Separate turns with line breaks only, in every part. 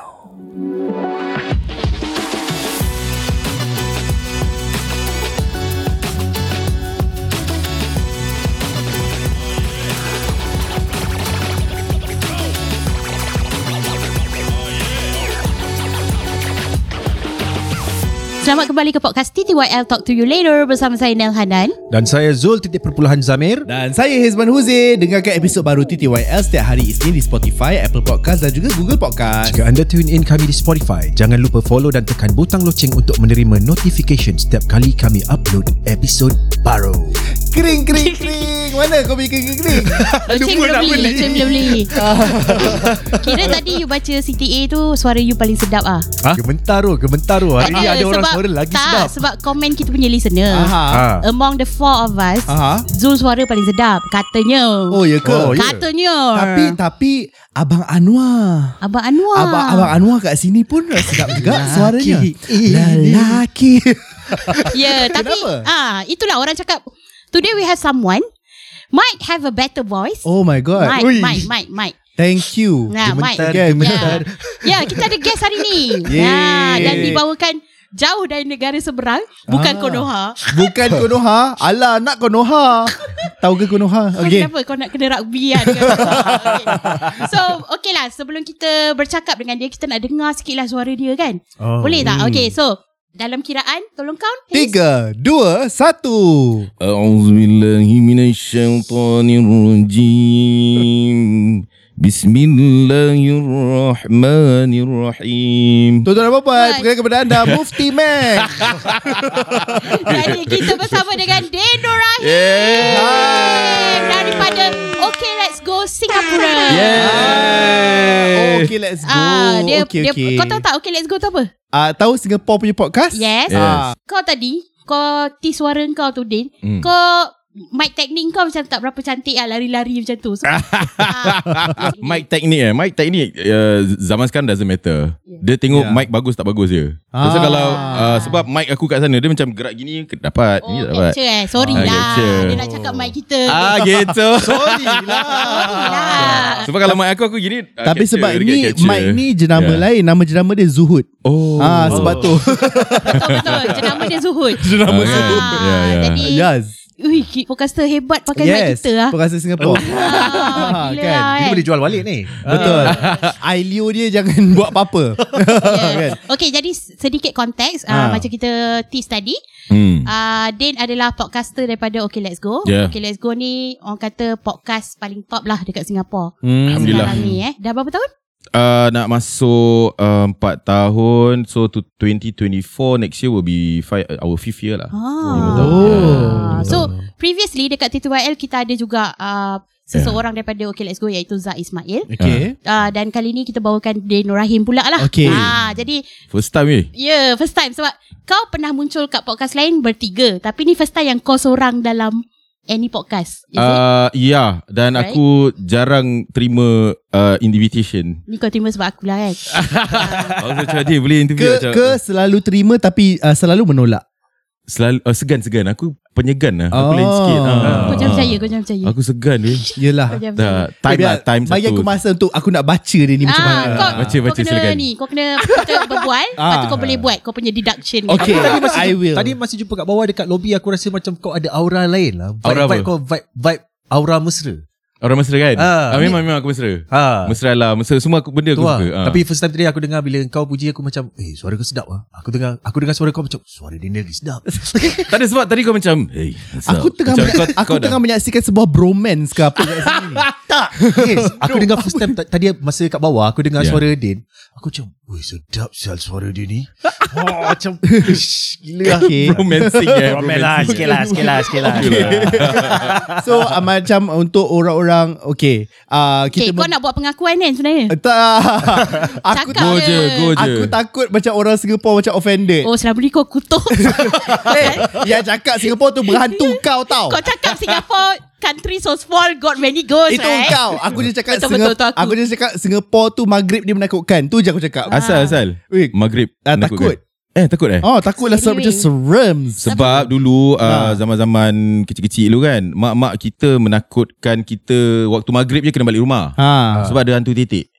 YL。
Selamat kembali ke podcast TTYL Talk to you later bersama saya Nel Hanan.
Dan saya Zul titik perpuluhan Zamir.
Dan saya Hizman Huzi Dengarkan episod baru TTYL setiap hari Isnin di Spotify, Apple Podcast dan juga Google Podcast
Jika anda tune in kami di Spotify, jangan lupa follow dan tekan butang loceng untuk menerima notification setiap kali kami upload episod baru.
Kering, kering, kering Mana kau punya kering, kering?
Loceng
Lupa
belum
nak
beli,
beli.
loceng belum beli. Kira tadi you baca CTA tu suara you paling sedap ah.
Ha? Gementar tu, gementar tu. Hari
Eh,
ni ada orang
sebab-
suara lagi
tak,
sedap.
sebab komen kita punya listener.
Aha.
Ha.
Among the four of us,
Aha.
Zul suara paling sedap katanya.
Ha? Oh, ya ke?
Ah. Oh, ya.
katanya.
Tapi, tapi Abang Anwar
Abang Anwar.
Abang, Abang Anwar kat sini pun sedap juga suaranya
Eh.
ini.
Lelaki
Ya, tapi
Kenapa?
ah itulah orang cakap today we have someone might have a better voice.
Oh my god
Might,
Ui.
might, might, might.
Thank you
Nah, might.
again.
Ya. ya, kita ada guest hari ni.
Yeay.
Ya, dan dibawakan jauh dari negara seberang, bukan
Ah.
Konoha.
Bukan Konoha Alah nak Konoha Tahu ke Konoha
Kau
Okay
kenapa kau nak kena rugby kan? okay. So, okay lah. Sebelum kita bercakap dengan dia, kita nak dengar sikit lah suara dia kan?
Oh.
Boleh tak? Okay, so dalam kiraan, tolong count please.
Tiga, dua, satu
أعوذ بالله من الشيطان الرجيم بسم الله الرحمن الرحيم
Tuan-tuan dan puan-puan
Puan.
Perkenalkan kepada anda Mufti Mac
Jadi kita bersama dengan Deno Rahim. Daripada Okay Let's Go Singapura.
Oh, okay, let's go.
Ah, dia,
okay,
dia,
okay.
Kau tahu tak Okay Let's Go tu apa?
Ah, tahu Singapore punya podcast?
Yes.
Yes.
Ah,
Kau tadi, kau ti suara kau tu Din,
Hmm.
kau mic teknik kau macam tak berapa cantik lah lari-lari macam tu. So, ah,
Mic technique eh Mic technique uh, Zaman sekarang doesn't matter Dia tengok
Yeah.
mic bagus tak bagus je
Ah.
Pasal kalau uh, Sebab mic aku kat sana Dia macam gerak gini ke- Dapat
Oh,
Ini tak dapat
capture eh. Sorry
Ah,
lah.
capture.
Dia nak cakap mic kita.
Ah gitu
Sorry lah.
Sorry lah.
Sebab kalau mic aku Aku gini ah,
Tapi
capture,
sebab
dia
ni
capture.
mic ni jenama
Yeah.
lain, nama jenama dia Zuhud.
Oh
Ah, sebab tu.
Betul-betul. Jenama dia Zuhud.
Ah, kan?
Ah,
Ya, ya.
Jadi,
yes.
ui, podcaster hebat pakai mic
yes.
kita lah.
Perasa Singapore.
Oh.
Ah, gila
Kan?
lah,
Kita boleh jual balik ni.
Betul. Ailio dia jangan buat apa-apa.
Yeah. Okay, jadi sedikit konteks uh,
kan? Ah.
macam kita tease tadi.
hmm.
Uh, Din adalah podcaster daripada Okay Let's Go.
Yeah.
Okay Let's Go ni orang kata podcast paling top lah dekat Singapura.
Hmm.
Alhamdulillah.
Sekarang ni eh. Dah berapa tahun?
Uh, nak masuk uh, 4 tahun So to 2024 Next year will be five, Our fifth year lah
Oh.
Ah. Ah, So previously dekat TTYL kita ada juga uh, seseorang daripada Okay Let's Go iaitu Zah Ismail.
Okay.
Uh,
Ah.
dan kali ni kita bawakan Din Rahim pula lah.
Okay.
Ah, jadi
First time ni
ya yeah, first time sebab kau pernah muncul kat podcast lain bertiga tapi ni first time yang kau seorang dalam any podcast. Is it?
uh, Ya Dan
Right.
aku jarang terima uh, invitation
Ni kau terima sebab aku lah kan.
Aku cakap dia boleh interview
Ke,
macam,
ke selalu terima tapi uh, selalu menolak.
Selalu, uh, Segan-segan Aku penyegan lah Aku
Oh.
lain sikit ah.
Kau jangan percaya, kau jangan percaya.
Aku segan dia
Kau
Yelah.
jangan percaya. Ah,
Dah, Time
Biar-
lah Time
Bagi
satu
aku masa untuk aku nak baca dia ni macam mana.
kau,
Baca,
kau
baca,
kena
silakan.
ni Kau kena kita berbual Lepas tu
Ah.
kau boleh buat Kau punya deduction
Okay, I will.
Tadi masih jumpa kat bawah dekat lobi aku rasa macam kau ada aura lain lah. Vibe,
Aura apa?
vibe kau vibe vibe aura mesra.
Orang mesra kan
Ah.
ah, Memang memang aku mesra
Ha.
Mesra lah Mesra semua aku, benda
Tu
aku
lah.
suka Ah.
Tapi first time tadi aku dengar bila kau puji aku macam, "Eh, suara kau sedap ah." Aku dengar aku dengar suara kau macam, "Suara dia ni lagi sedap."
Tak ada sebab tadi kau macam hey,
Aku tengah aku tengah menyaksikan sebuah bromance ke apa kat sini.
tak. Yes, aku dengar first time ta- tadi masa kat bawah aku dengar
Ya.
suara Din. Aku macam, "Wih, sedap sial suara dia ni." Oh, macam ish, gila. lah.
Okay.
Romancing eh
sikit lah, sikit lah, sikit lah.
So uh, macam untuk orang-orang Okay uh, kita
Okay kau nak buat pengakuan kan sebenarnya
Eh, tak. aku
Cakap
Go je, go je.
aku takut macam orang Singapore macam
Eh.
offended.
Oh selama ni kau kutuk
Eh, yang cakap Singapore tu berhantu kau tau.
Kau cakap Singapore Country so small Got many ghosts
Itu
right?
kau. Aku je cakap
eh? Betul,
Singap-
betul, betul, aku.
aku. je cakap Singapore tu maghrib dia menakutkan. Tu je aku cakap.
Asal asal
Weh,
Maghrib
ah,
menakutkan.
takut.
Eh takut eh
Oh, Ha. takutlah sebab
Anyway.
macam serem.
Sebab dulu uh, zaman-zaman kecil-kecil dulu kan Mak-mak kita menakutkan kita Waktu maghrib je kena balik rumah
Ha.
Sebab ada hantu titik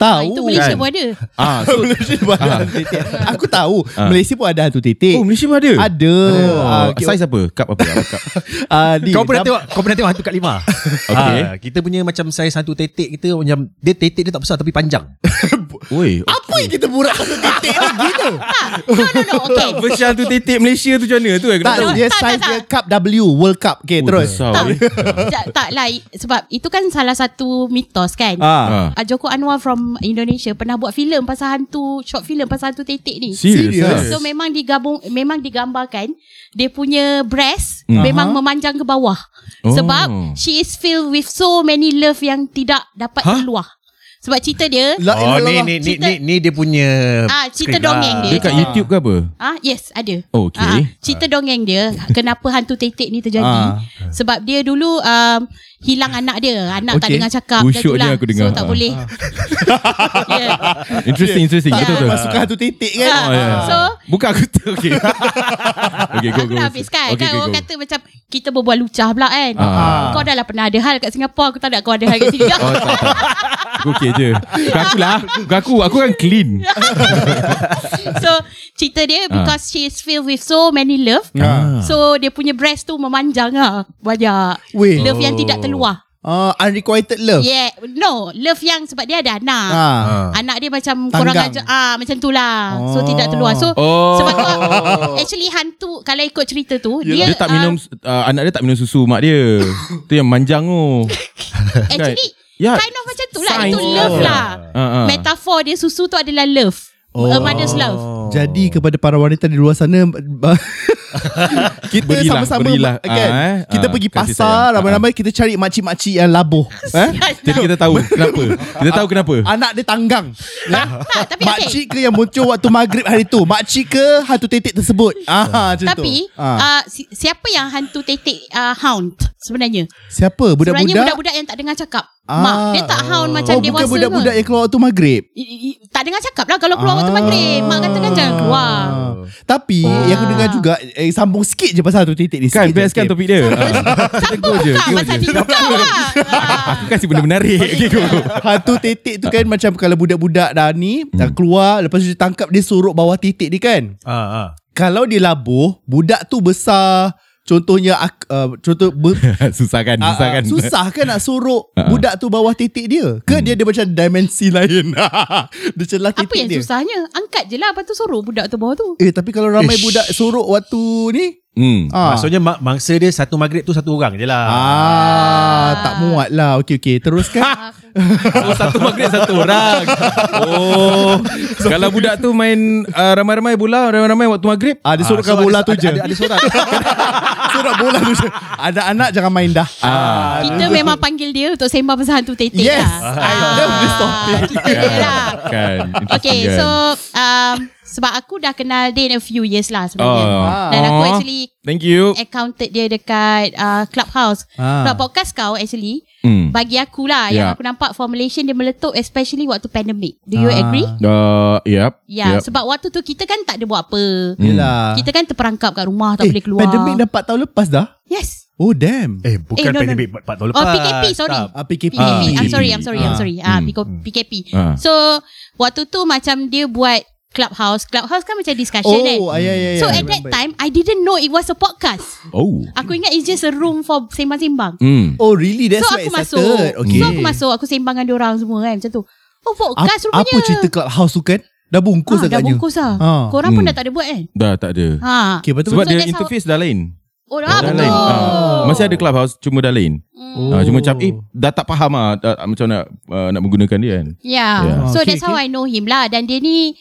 Ah,
Tahu.
itu Malaysia
kan?
pun ada.
Ah, so,
Malaysia pun ada hantu titik. Aku tahu.
Ah.
Malaysia pun ada hantu titik.
oh Malaysia pun ada.
Ada. Ah,
Oh,
okay.
size apa? Cup apa? Apa cup?
Ah, ni,
Kau pernah
dalam-
tengok Kau pernah tengok hantu kat lima
Okay.
Ah, Kita punya macam Saiz hantu tetek kita Macam Dia tetek dia tak besar Tapi panjang
Oi.
Apa yang kita burak hantu titik ni gitu?
Ah, No, no, no. Okay.
Version tu titik Malaysia tu macam mana tu? Aku
Tak,
tahu.
dia
tak, tak,
size
tak.
dia Cup W World Cup Okay
Oh,
terus
besar.
Tak, tak, tak lah. I- Sebab itu kan salah satu mitos kan.
Ah,
Ah.
Ah, Joko Anwar from Indonesia pernah buat filem pasal hantu, short filem pasal hantu tetek ni.
Serius.
Serious.
ah?
So memang digabung memang digambarkan dia punya breast memang memanjang ke bawah.
Hmm. Oh.
Sebab she is filled with so many love yang tidak dapat huh? keluar. Sebab cerita dia
La-
Oh
la- la-
ni
la-
ni ni
Cerita-
ni, ni dia punya
ah cerita
skrip lah.
dongeng dia.
Dia kat YouTube ke apa?
Ah yes ada.
Oh, okay.
Ah, cerita dongeng dia kenapa hantu tetek ni terjadi.
Ah.
Sebab dia dulu um, hilang anak dia. Anak okay. tak
Okay.
dengar cakap
Usyuk
dah tu
Oh, dia
lah.
aku dengar.
So tak
Ah.
boleh. Ya. yeah.
Interesting, interesting.
Tak
Betul Oh,
ada
betul.
masukkan hantu titik kan
Ah,
ya,
So
Bukan aku tu. Okay. okay, go,
Aku
go.
dah habiskan
Okay,
okay, kan
okay,
Orang
go.
kata macam Kita berbual lucah pula kan
Ah.
Kau dah lah pernah ada hal kat Singapura Aku tak nak kau ada hal kat sini
Oh, tak, tak. Aku okay je. Bukan aku lah. Bukan aku. Aku kan clean.
So cerita dia Because she is filled with so many love
Ah.
So dia punya breast tu memanjang lah Banyak
Weh.
Love yang
Oh.
tidak terluar
Ah, Unrequited love
Yeah No Love yang sebab dia ada anak
Ah.
Ha.
Anak dia macam
Tanggang.
kurang ajar ah macam tu lah. So
Oh.
tidak terluar. So
Oh.
sebab tu actually hantu kalau ikut cerita tu
Dia,
dia
tak minum,
ah,
uh, anak dia tak minum susu mak dia. tu yang manjang oh. tu.
actually
Ya.
kind of macam tu lah
Science.
itu love
Oh.
lah.
Ah, ah.
Metafor dia susu tu adalah love.
Oh.
A mother's love.
Jadi kepada para wanita di luar sana kita
Berilah,
sama-sama
berilah.
kan?
Ah, eh.
kita
Ah,
pergi
kasih
pasar
sayang.
ramai-ramai kita cari makcik-makcik yang labuh.
Eh? Jadi kita tahu kenapa. Kita tahu kenapa.
Anak dia tanggang. Ya?
Tak, tapi okay.
Makcik ke yang muncul waktu maghrib hari tu? Makcik ke hantu titik tersebut? Ah, macam tu.
Tapi
Ah.
ah. si- siapa yang hantu tetek ah, hound sebenarnya?
siapa?
Sebenarnya
Budak-budak?
budak-budak yang tak dengar cakap.
Ah.
Mak, dia tak hound
Oh,
macam dewasa
bukan
ke.
budak-budak yang keluar waktu maghrib.
I- i- i- tak dengar cakap lah kalau keluar waktu maghrib. Mak kata kan jangan keluar.
Ah.
Ah.
Tapi yang aku dengar juga eh, sambung sikit je pasal tu titik ni.
Kan
sikit
best
je,
kan
Tim.
topik dia.
Siapa
go je,
bukan
go
pasal
je.
diri kau lah. Ah.
Aku kasih benda menarik. Okay, go.
Hantu titik tu kan macam kalau budak-budak dah ni dah keluar lepas tu dia tangkap dia sorok bawah titik dia kan.
Ah, ah.
Kalau dia labuh, budak tu besar contohnya ak- uh, contoh ber,
susah kan,
Ah,
susah
ah,
kan.
susah kan nak sorok budak tu bawah titik dia. Ke dia ada macam dimensi lain. dia celah titik
Apa yang
dia.
susahnya? Angkat je lah. Lepas tu suruh budak tu bawah tu.
Eh tapi kalau ramai
Ish.
budak sorok waktu ni
Hmm.
ah.
Maksudnya mak, mangsa dia satu maghrib tu satu orang je lah.
Ah, tak muat lah. Okey okey. Teruskan.
Oh, satu maghrib satu orang. Oh. Kalau budak tu main uh, ramai-ramai bola, ramai-ramai waktu maghrib.
ah, dia sorokkan
so
bola
ada-
tu
ada-
je.
ada- ada
sorak. sorak bola tu je. Anak-anak jangan main dah. Ah.
Kita memang panggil dia untuk sembang pasal hantu tetek
Yes. Ah.
lah.
I love this topic.
Kita dia lah.
Kan. Interesting
Okay,
kan.
so um, sebab aku dah kenal dia in a few years lah
Oh.
sebenarnya. Dan aku
Oh.
actually
Thank you.
encountered dia dekat uh, Clubhouse.
Ah.
Sebab podcast kau actually,
Hmm.
bagi aku lah yang
Yeah.
aku nampak for Malaysian dia meletup especially waktu pandemic. Do you
Ah.
agree?
Uh, yep.
Ya, yeah,
yep.
sebab waktu tu kita kan tak ada buat apa.
Hmm.
Yelah.
Kita kan terperangkap kat rumah, tak
eh,
boleh keluar.
Pandemik dah 4 tahun lepas dah.
Yes.
Oh damn.
Eh bukan
Eh, no, no.
pandemik 4 tahun lepas.
Oh, PKP, sorry.
Tak.
Ah, PKP.
PKP.
Ah,
I'm
PKP.
sorry, I'm sorry, I'm
Ah.
sorry. Ah,
Hmm.
Pico- PKP.
Ah.
So, waktu tu macam dia buat clubhouse. Clubhouse kan macam discussion kan.
Oh, ya ya ya.
so, at that time, I didn't know it was a podcast.
Oh.
Aku ingat it's just a room for sembang-sembang.
Hmm.
Oh really? That's
so,
why
aku
it
masuk.
started. Okay.
So, aku masuk. Aku sembang dengan diorang semua kan. Macam tu. Oh,
Apa,
podcast rupanya.
apa cerita clubhouse tu kan? Dah bungkus
Ah, dah
agaknya.
bungkus lah.
Ah.
Korang pun
Hmm.
dah tak ada buat kan?
Dah tak ada.
Ha.
Okay, betul
Sebab
So,
dia
that's how-
interface dah lain.
Oh, dah
dah
betul.
lain. Ah, masih ada clubhouse cuma dah lain.
Hmm.
Oh. cuma macam eh dah tak faham ah dah, macam nak uh, nak menggunakan dia kan.
Yeah.
Yeah.
Ya. So
Okay,
okay, that's how
okay.
I know him lah dan dia ni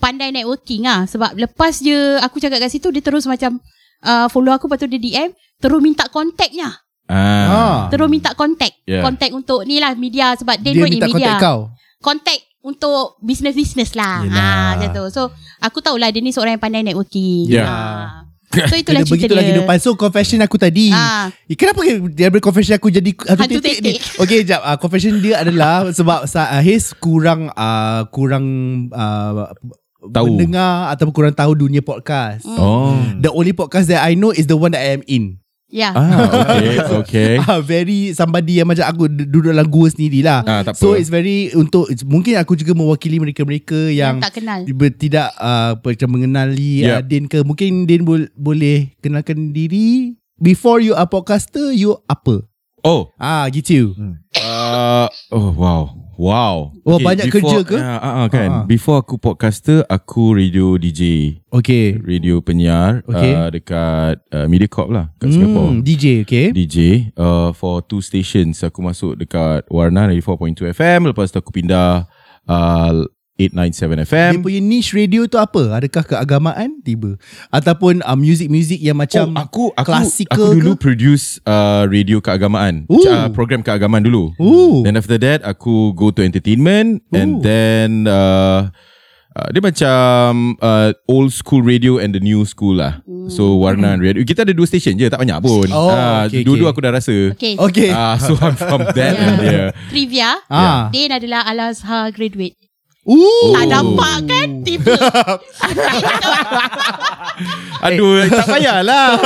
pandai networking ah sebab lepas je aku cakap kat situ dia terus macam uh, follow aku lepas tu dia DM terus minta kontaknya.
Ah.
Ah.
Terus minta kontak. Yeah.
Yeah.
Kontak untuk ni lah media sebab dia,
Dia
work in
minta
media.
kontak kau.
Kontak untuk business-business lah.
Yelah.
Ah, macam tu. So aku tahulah dia ni seorang yang pandai networking.
Yeah.
Ah. So
Kena
itulah cerita
begitulah
dia.
kehidupan. So confession aku tadi.
Ah.
Eh, Kenapa dia ambil confession aku jadi hantu
Hantu
titik, ni?
titik.
Okay, jap. Uh, confession dia adalah sebab Sahiz kurang uh, kurang uh,
Tahu.
Hmm.
mendengar ataupun kurang tahu dunia podcast.
Oh.
The only podcast that I know is the one that I am in.
Yeah.
Ah, okay, okay.
Ah, very somebody yang macam aku d- duduk dalam gua sendiri lah.
Ah, tak apa.
so it's very untuk it's, mungkin aku juga mewakili mereka-mereka yang,
Yang Hmm, tak kenal.
tiba- tidak uh, macam mengenali
Yep.
yep. uh, Din ke. Mungkin Din bol- boleh kenalkan diri before you are podcaster you apa?
Oh,
Ah, gitu.
uh, oh wow. Wow.
Oh, banyak kerja ke?
Ya, ah, ah, kan.
Ah, ah.
Before aku podcaster, aku radio DJ,
Okay.
radio penyiar
Okay.
uh, dekat uh, MediaCorp lah, kat
Hmm,
Singapore.
DJ, okay.
DJ uh, for two stations. Aku masuk dekat Warna 94.2 FM, lepas tu aku pindah uh, 897 FM.
Dia punya niche radio tu apa? Adakah keagamaan? Tiba. Ataupun uh, music-music yang macam
oh, aku aku
classical
aku dulu
ke?
produce uh, radio keagamaan,
Ooh.
uh, program keagamaan dulu.
Ooh.
Then after that aku go to entertainment Ooh. and
Ooh.
then uh, uh, dia macam uh, old school radio and the new school lah. So warna radio. Kita ada dua station je, tak banyak pun.
Oh,
Ah,
okay, okay.
dua-dua aku dah rasa.
Okay.
Okay.
Ah, ya. so I'm from that
Yeah.
yeah.
Trivia.
Ah.
Din adalah Al-Azhar graduate.
Ooh.
Oh.
Tak nampak kan? Tiba.
Aduh, tak payahlah.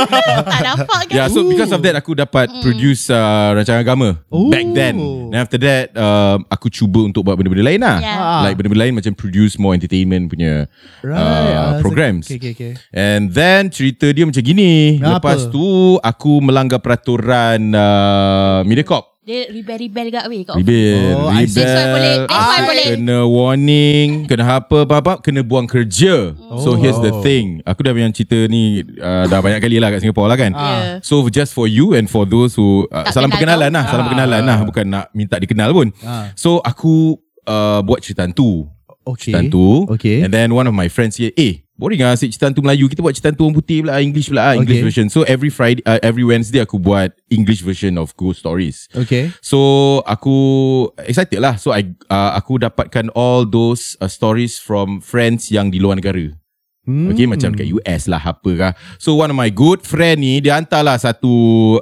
tak nampak kan?
Yeah, Ya, so because of that aku dapat mm. produce uh, rancangan agama
Hmm.
Ooh.
Ooh.
back then. Then after that um, aku cuba untuk buat benda-benda lain lah.
Yeah.
Ah.
Like benda-benda lain macam produce more entertainment punya right. uh,
ah,
programs.
Okay, okay, okay.
And then cerita dia macam gini.
Apa?
Lepas tu aku melanggar peraturan uh, MediaCorp.
Dia rebel-rebel kat weh. Kau
Rebel,
Oh, I
rebel.
see.
That's why boleh. That's why boleh.
Ah, Kena warning, kena apa, apa, kena buang kerja.
Oh.
So here's the thing. Aku dah yang cerita ni uh, dah banyak kali lah kat Singapore lah kan.
Ah. Yeah.
So just for you and for those who uh,
Tak
salam
kenal
perkenalan
kau.
lah, salam
Ah.
perkenalan lah, bukan nak minta dikenal pun.
Ah.
So aku uh, buat cerita hantu.
Okay.
Cerita hantu.
Okay.
And then one of my friends say, "Eh, boring ah asyik cerita hantu Melayu. Kita buat cerita hantu orang putih pula, English pula, ah, English
Okay.
version." So every Friday uh, every Wednesday aku buat English version of ghost stories.
Okay.
So aku excited lah. So I uh, aku dapatkan all those uh, stories from friends yang di luar negara.
Hmm.
Okay macam dekat US lah apa lah. So one of my good friend ni dia hantarlah satu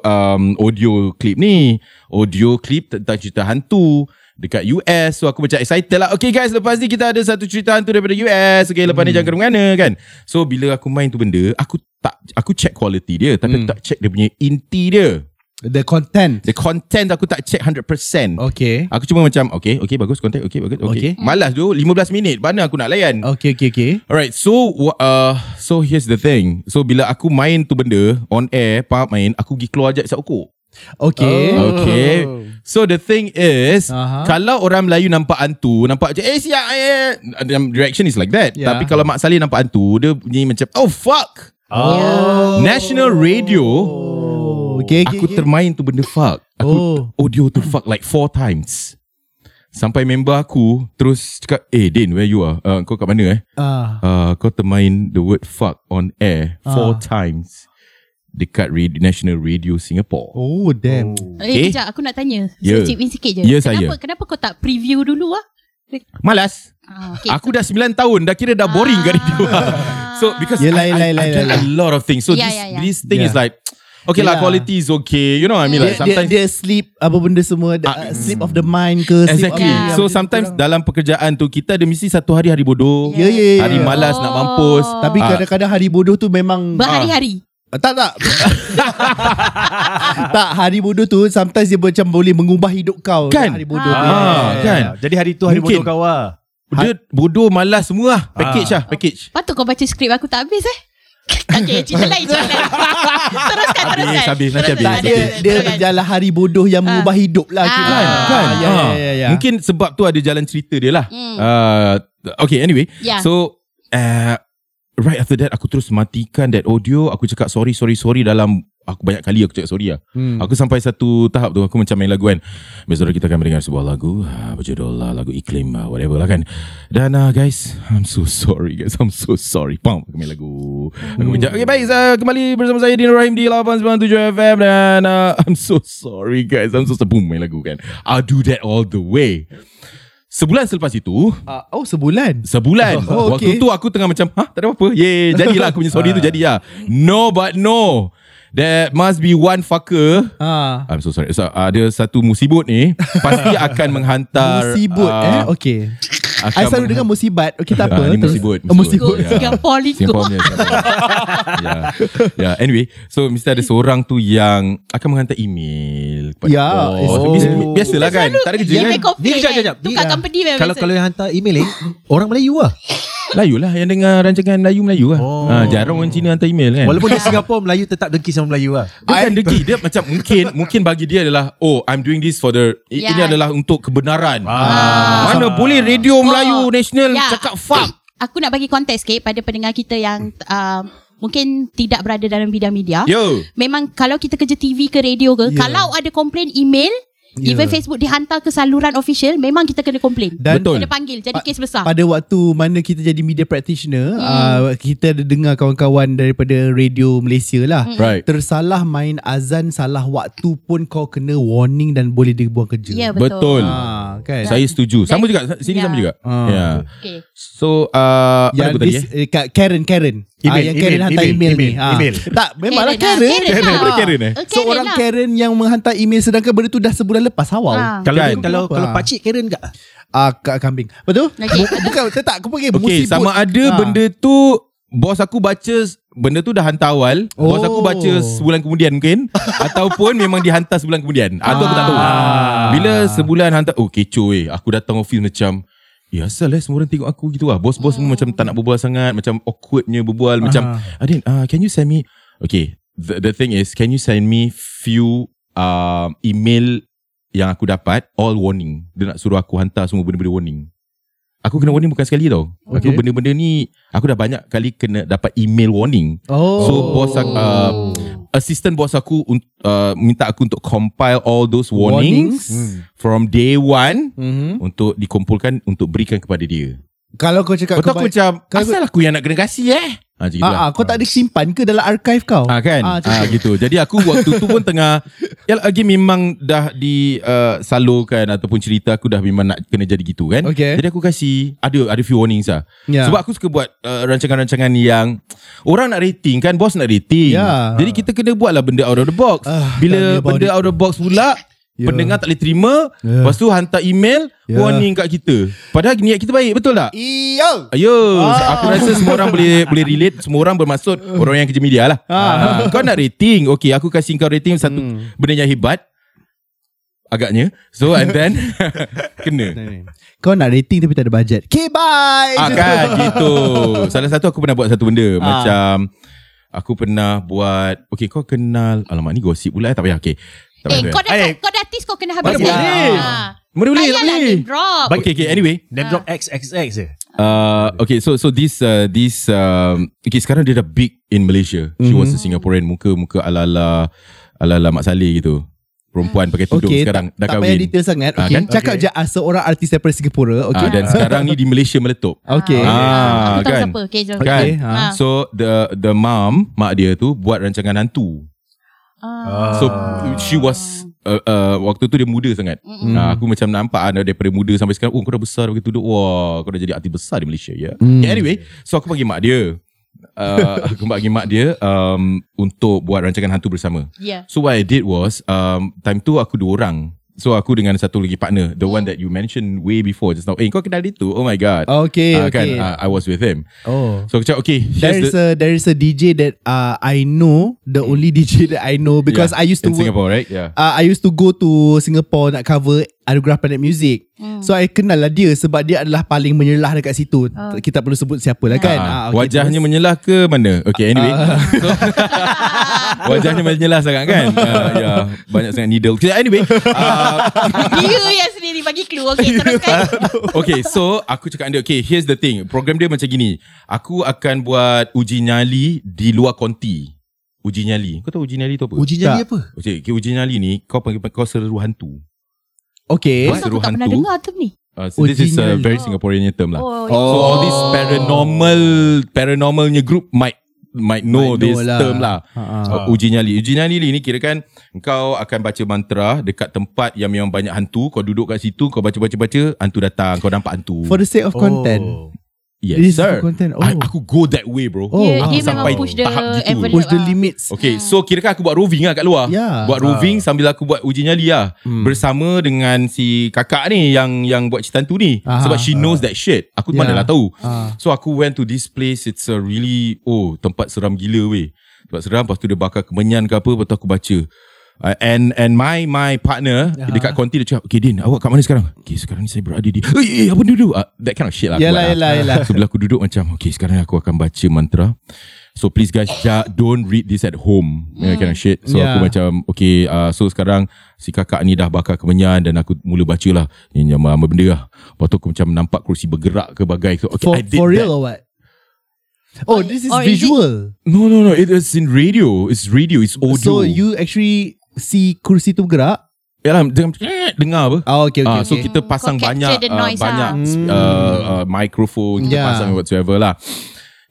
um, audio clip ni. Audio clip tentang cerita hantu dekat US. So aku macam excited lah. Okay guys lepas ni kita ada satu cerita hantu daripada US. Okay lepas ni jangan kemana kan. So bila aku main tu benda aku tak aku check quality dia tapi aku tak check dia punya inti dia.
The content.
The content aku tak check 100%.
Okay.
Aku cuma macam Okay okay bagus contact Okay bagus okay. okay.
Okay. Oh.
Malas tu 15 minit Mana aku nak layan
Okay, okay, okay.
Alright so wha- uh, So here's the thing So bila aku main tu benda On air Pak main Aku pergi keluar je Isap okok
Okay.
Oh. Okay So the thing is
Oh. Aha.
Kalau orang Melayu nampak hantu Nampak macam Eh siap eh Dalam Direction is like that
Yeah.
Tapi kalau Mak Saleh nampak hantu Dia bunyi macam Oh fuck
Oh.
National Radio
Oh. Okay, okay,
Aku
okay.
termain tu benda fuck Aku
Oh.
audio tu fuck like four times Sampai member aku Terus cakap Eh Din where you are uh, Kau kat mana eh
Ah.
uh, Kau termain the word fuck on air
Ah.
Four times Dekat radio, National Radio Singapore
Oh, damn. Oh.
Eh,
Eh?
kejap aku nak tanya.
Ya.
Yeah. Cik sikit je.
Ya, saya.
kenapa, kenapa kau tak preview dulu ah?
Malas
Ah, okay. Ah.
Aku dah 9 tahun Dah kira dah boring kat radio So because
Yelah,
I,
yelah,
I,
yelah,
I done
yelah.
a lot of things So
Yeah,
this,
yeah, yeah.
this thing is
Yeah.
like Okay lah
Yelah.
quality is okay You know what I mean
Dia,
like
dia,
Sometimes
dia sleep apa benda semua
Ah,
uh, sleep of the mind ke sleep
Exactly
Yeah.
of the,
So sometimes dalam pekerjaan tu Kita ada mesti satu hari hari bodoh
Ya, ya, ya.
Hari malas nak mampus
Oh.
tapi
Ah.
kadang-kadang hari bodoh tu memang
Berhari-hari.
Ah, tak tak tak hari bodoh tu sometimes dia macam boleh mengubah hidup kau
Kan?
hari bodoh tu
Ah, kan?
Jadi hari tu hari
Mungkin.
bodoh kau lah.
Dia bodoh malas semua lah Package
Ah.
lah Package
Patut kau baca skrip aku tak habis eh. okay, cerita lain, cerita lain. teruskan,
Habis,
teruskan. Teruskan,
habis, nanti habis.
tak
teruskan,
Ah, dia dia
teruskan.
adalah hari bodoh yang mengubah hidup lah
Kan? Ah.
kira.
Kan, kan?
ya,
Ah.
ya, ya, ya.
Mungkin sebab tu ada jalan cerita dia lah.
Hmm.
Uh, okay, anyway.
Ya.
So, uh, right after that, aku terus matikan that audio. Aku cakap sorry, sorry, sorry dalam... Aku banyak kali aku cakap sorry lah. Hmm. Aku sampai satu tahap tu, aku macam main lagu kan. Besok kita akan mendengar sebuah lagu. ah, Berjudul lah, lagu iklim lah, whatever lah kan. Dan uh, guys, I'm so sorry guys. I'm so sorry. Pam, aku main lagu. Aku macam, okay baik, uh, kembali bersama saya Dino Rahim di 897 FM. Dan uh, I'm so sorry guys. I'm so sorry. Boom, main lagu kan. I'll do that all the way. Sebulan selepas itu,
Ah, oh sebulan
Sebulan oh,
Oh,
okay.
okay. Ah.
Waktu tu aku tengah macam Hah tak ada apa-apa Yeay jadilah aku punya sorry tu jadilah No but no There must be one fucker
ah
I'm so sorry so, Ada satu musibut ni Pasti akan menghantar
Musibut
ah,
eh Okay
akan
I selalu dengar musibat Okay tak
Ah,
apa
ni
terus-
musibut,
Oh,
Go
musibut
Ya.
Singapore lingkup
Singapore punya yeah. yeah. Anyway So mesti ada seorang tu Yang akan menghantar email kepada
Ya,
bos.
oh.
Biasa- Biasalah kan Tak ada kerja
Dia kan?
kan
make complain
Ni kejap, kejap, kejap. Ni,
Tukar
ah,
company memang
Kalau
biasa.
kalau yang hantar email eh, orang Melayu lah.
Melayu lah Yang dengar rancangan Melayu-Melayu lah
Oh.
ha, Jarang orang Cina hantar email kan
Walaupun di Singapura Melayu tetap dengki sama Melayu lah.
Bukan dengki Dia macam mungkin Mungkin bagi dia adalah Oh I'm doing this for the i-
Ya.
Ini adalah untuk kebenaran
Ah.
Mana boleh radio Melayu National
Ya.
Kan Cakap fuck
Aku nak bagi konteks sikit pada pendengar kita yang uh, mungkin tidak berada dalam bidang media.
Yo
Memang kalau kita kerja TV ke radio ke,
Ya.
kalau ada komplain email,
Ya.
even Facebook dihantar ke saluran official, memang kita kena komplain.
Dan
Betul.
Kena panggil.
Pa-
Jadi kes besar.
pada waktu mana kita jadi media practitioner
Hmm.
uh, Kita ada dengar kawan-kawan daripada radio Malaysia lah
Hmm.
Right
Tersalah main azan salah waktu pun kau kena warning dan boleh dibuang kerja
Ya,
Betul,
Ah, kan?
Saya setuju Sama juga Sini
Ya.
sama juga
Ah.
yeah.
Okay.
So uh, Apa
Yang
aku tadi
this,
eh
eh? Kak Karen Karen
Email,
ah, Yang Karen
email,
hantar
email,
email, ni
email,
ah.
email.
Tak memanglah Karen,
lah.
Karen.
lah.
Daripada Karen eh?
Eh, Karen
Seorang
lah.
Karen yang menghantar email Sedangkan benda tu dah sebulan lepas awal
Ah.
Kalau
Kan?
kalau
Kenapa?
kalau pakcik Karen tak?
ah, Kak kambing Betul?
Okay.
Bu- Bukan tak, tak Aku pergi
Okay
musibut.
sama ada
Ah.
benda tu Bos aku baca s- Benda tu dah hantar awal oh. Bos
Oh.
aku baca sebulan kemudian mungkin Ataupun memang dihantar sebulan kemudian Atau aku tak tahu Bila sebulan hantar Oh kecoh eh Aku datang office macam Ya asal eh semua orang tengok aku gitu lah Bos-bos semua macam tak nak berbual sangat Macam awkwardnya berbual Macam Adin uh, can you send me Okay the, the thing is Can you send me few uh, email Yang aku dapat All warning Dia nak suruh aku hantar semua benda-benda warning Aku kena warning bukan sekali tau okay. Aku
Okay.
benda-benda ni Aku dah banyak kali kena dapat email warning
Oh.
So,
lah.
Ah.
bos aku- uh, Assistant bos aku un- uh, Minta aku untuk compile all those warnings, Hmm. warnings.
Hmm.
From day one
Mm-hmm.
Untuk dikumpulkan Untuk berikan kepada dia
Kalau kau cakap
Kau tahu aku
baik-
macam
kau-
Asal aku yang nak kena kasih eh ha, macam gitulah.
ah, ah, Kau tak ada simpan ke dalam archive kau?
Ah kan
Ah,
ah,
macam tu.
gitu. Jadi aku waktu tu pun tengah ya lagi memang dah di uh, salurkan ataupun cerita aku dah memang nak kena jadi gitu kan.
Okay.
Jadi aku kasi ada ada few warnings lah.
Ya.
Sebab aku suka buat uh, rancangan-rancangan yang orang nak rating kan bos nak rating.
Ya.
Jadi kita kena buatlah benda out of the box.
Ah, tell me
Bila
about
benda
it.
out of the box pula
Ya.
pendengar tak boleh terima, lepas tu hantar email
Ya.
warning kat kita. Padahal niat kita baik betul tak?
Iyo.
Ayo, ah. aku rasa semua orang boleh boleh relate. Semua orang bermaksud orang yang kerja media lah.
Ah.
Ah. Kau nak rating, okay, aku kasih kau rating satu hmm. benda yang hebat. Agaknya. So and then kena.
Kau nak rating tapi tak ada bajet. Okay, bye.
Ah, kan gitu. Salah satu aku pernah buat satu benda ah. macam aku pernah buat okay kau kenal alamak ni gosip pula eh tak payah okay. Tak
Eh, kau dah,
Eh.
kau dah tease kau kena habis. Ah.
Mana boleh? Mana boleh, tak
Ayahlah,
boleh.
name drop.
Okay, okay, anyway.
Name drop XXX je.
Uh, okay, so so this uh, this um, okay sekarang dia dah big in Malaysia. She was a
Mm-hmm.
Singaporean muka muka ala ala ala ala Mak Saleh gitu. Perempuan pakai tudung
Okay,
sekarang
tak,
dah
tak payah
kahwin.
detail sangat.
Ah,
Okay.
kan?
Cakap
Okay.
je ah, seorang artis daripada Singapura.
Ah,
Okay.
dan sekarang ni di Malaysia meletup.
okay.
aku tahu
Ah, kan.
siapa. Okay, jom.
Kan?
Okay, ha.
Ah.
So the the mom mak dia tu buat rancangan hantu.
Ah.
So she was uh, uh, waktu tu dia muda sangat.
Mm-mm.
Nah, aku macam nampak ah, daripada muda sampai sekarang, oh kau dah besar dah begitu duduk. Wah, kau dah jadi artis besar di Malaysia ya. Yeah?
Hmm.
Okay, anyway, so aku panggil mak dia. Uh, aku panggil mak dia um, untuk buat rancangan hantu bersama.
Yeah.
So what I did was um, time tu aku dua orang. So aku dengan satu lagi partner, the
Mm.
one that you mentioned way before just now. Eh, kau kenal dia tu? Oh my god.
Okay,
Ah,
okay.
Kan, Ah, I was with him.
Oh.
So aku cakap, okay,
There is
here's the, Mm.
a there is a DJ that uh, I know the only DJ that I know because I
Yeah,
used to
in
work
Singapore, right? Yeah.
uh, I used to go to Singapore nak cover Anugerah Planet Music. Mm. So I kenal lah dia sebab dia adalah paling menyelah dekat situ. Oh. Kita perlu sebut siapa lah kan.
Ah,
Ah, okay,
wajahnya
terus. Ah,
menyelah ke mana? Okay, anyway. So, wajahnya menyelah sangat kan? Ah, ya, banyak sangat needle. Okay, anyway. ah,
Dia Ya, yang sendiri bagi clue. Okay,
Eh,
teruskan.
okay, so aku cakap dengan dia, okay, here's the thing. Program dia macam gini. Aku akan buat uji nyali di luar konti. Uji nyali. Kau tahu uji nyali tu apa?
Uji nyali
Tak.
apa?
Okay, okay, uji nyali ni kau panggil kau seru hantu.
Okay.
What?
Masa aku tak pernah
Hantu.
dengar term ni.
Uh, so this
Uji
is a
nyali.
very Singaporean punya term lah.
Oh,
So all this
Oh.
paranormal paranormalnya group might might know
Might know
this
lah.
term lah.
Ha, ha.
Uh, uji nyali. Uji nyali ni kira kan kau akan baca mantra dekat tempat yang memang
Oh.
banyak hantu, kau duduk kat situ, kau baca-baca-baca, hantu datang, kau nampak hantu. Oh.
For the sake of content.
Yes,
This is
sir.
the content.
I,
Oh.
aku go that way, bro.
Oh,
dia,
ah,
dia memang
sampai
push the
tahap gitu.
envelope
Push the
lah.
limits.
Okay, so kira kan aku buat roving lah kat luar.
Ya.
Buat roving sambil aku buat uji nyali lah. Bersama dengan si kakak ni yang yang buat cerita tu ni.
Aha.
Sebab she knows that shit. Aku
Ya.
yeah. mana lah tahu.
Ah.
So aku went to this place. It's a really, oh tempat seram gila weh. Tempat seram, lepas tu dia bakar kemenyan ke apa, lepas tu aku baca. Uh, and and my my partner
Aha.
dekat konti dia cakap, okay Din, awak kat mana sekarang? Okay, sekarang ni saya berada di, eh, eh apa duduk? Uh, that kind of shit lah. aku
Yalah,
buat lah.
yalah, yalah.
So bila aku duduk macam Okay sekarang aku akan baca mantra So please guys ja, Don't read this at home mm. Kind of shit So yeah.
Hmm. Yeah.
aku macam Okay uh, so sekarang Si kakak ni dah bakar kemenyan Dan aku mula baca lah Ni nama nama benda lah Lepas tu aku macam nampak kursi bergerak ke bagai so, okay,
for,
I did
for real
that.
or what? Oh, this is
or is it-
visual.
No no no It is in radio It's radio It's
so
audio
you actually see kursi tu bergerak?
Yalah macam "Eh, Dengar apa
Oh, okay, okay.
Ah, so
okay.
kita pasang
Kau
banyak
capture the
uh,
noise ah.
banyak
lah.
uh, uh, microphone kita
Yeah.
pasang whatsoever lah.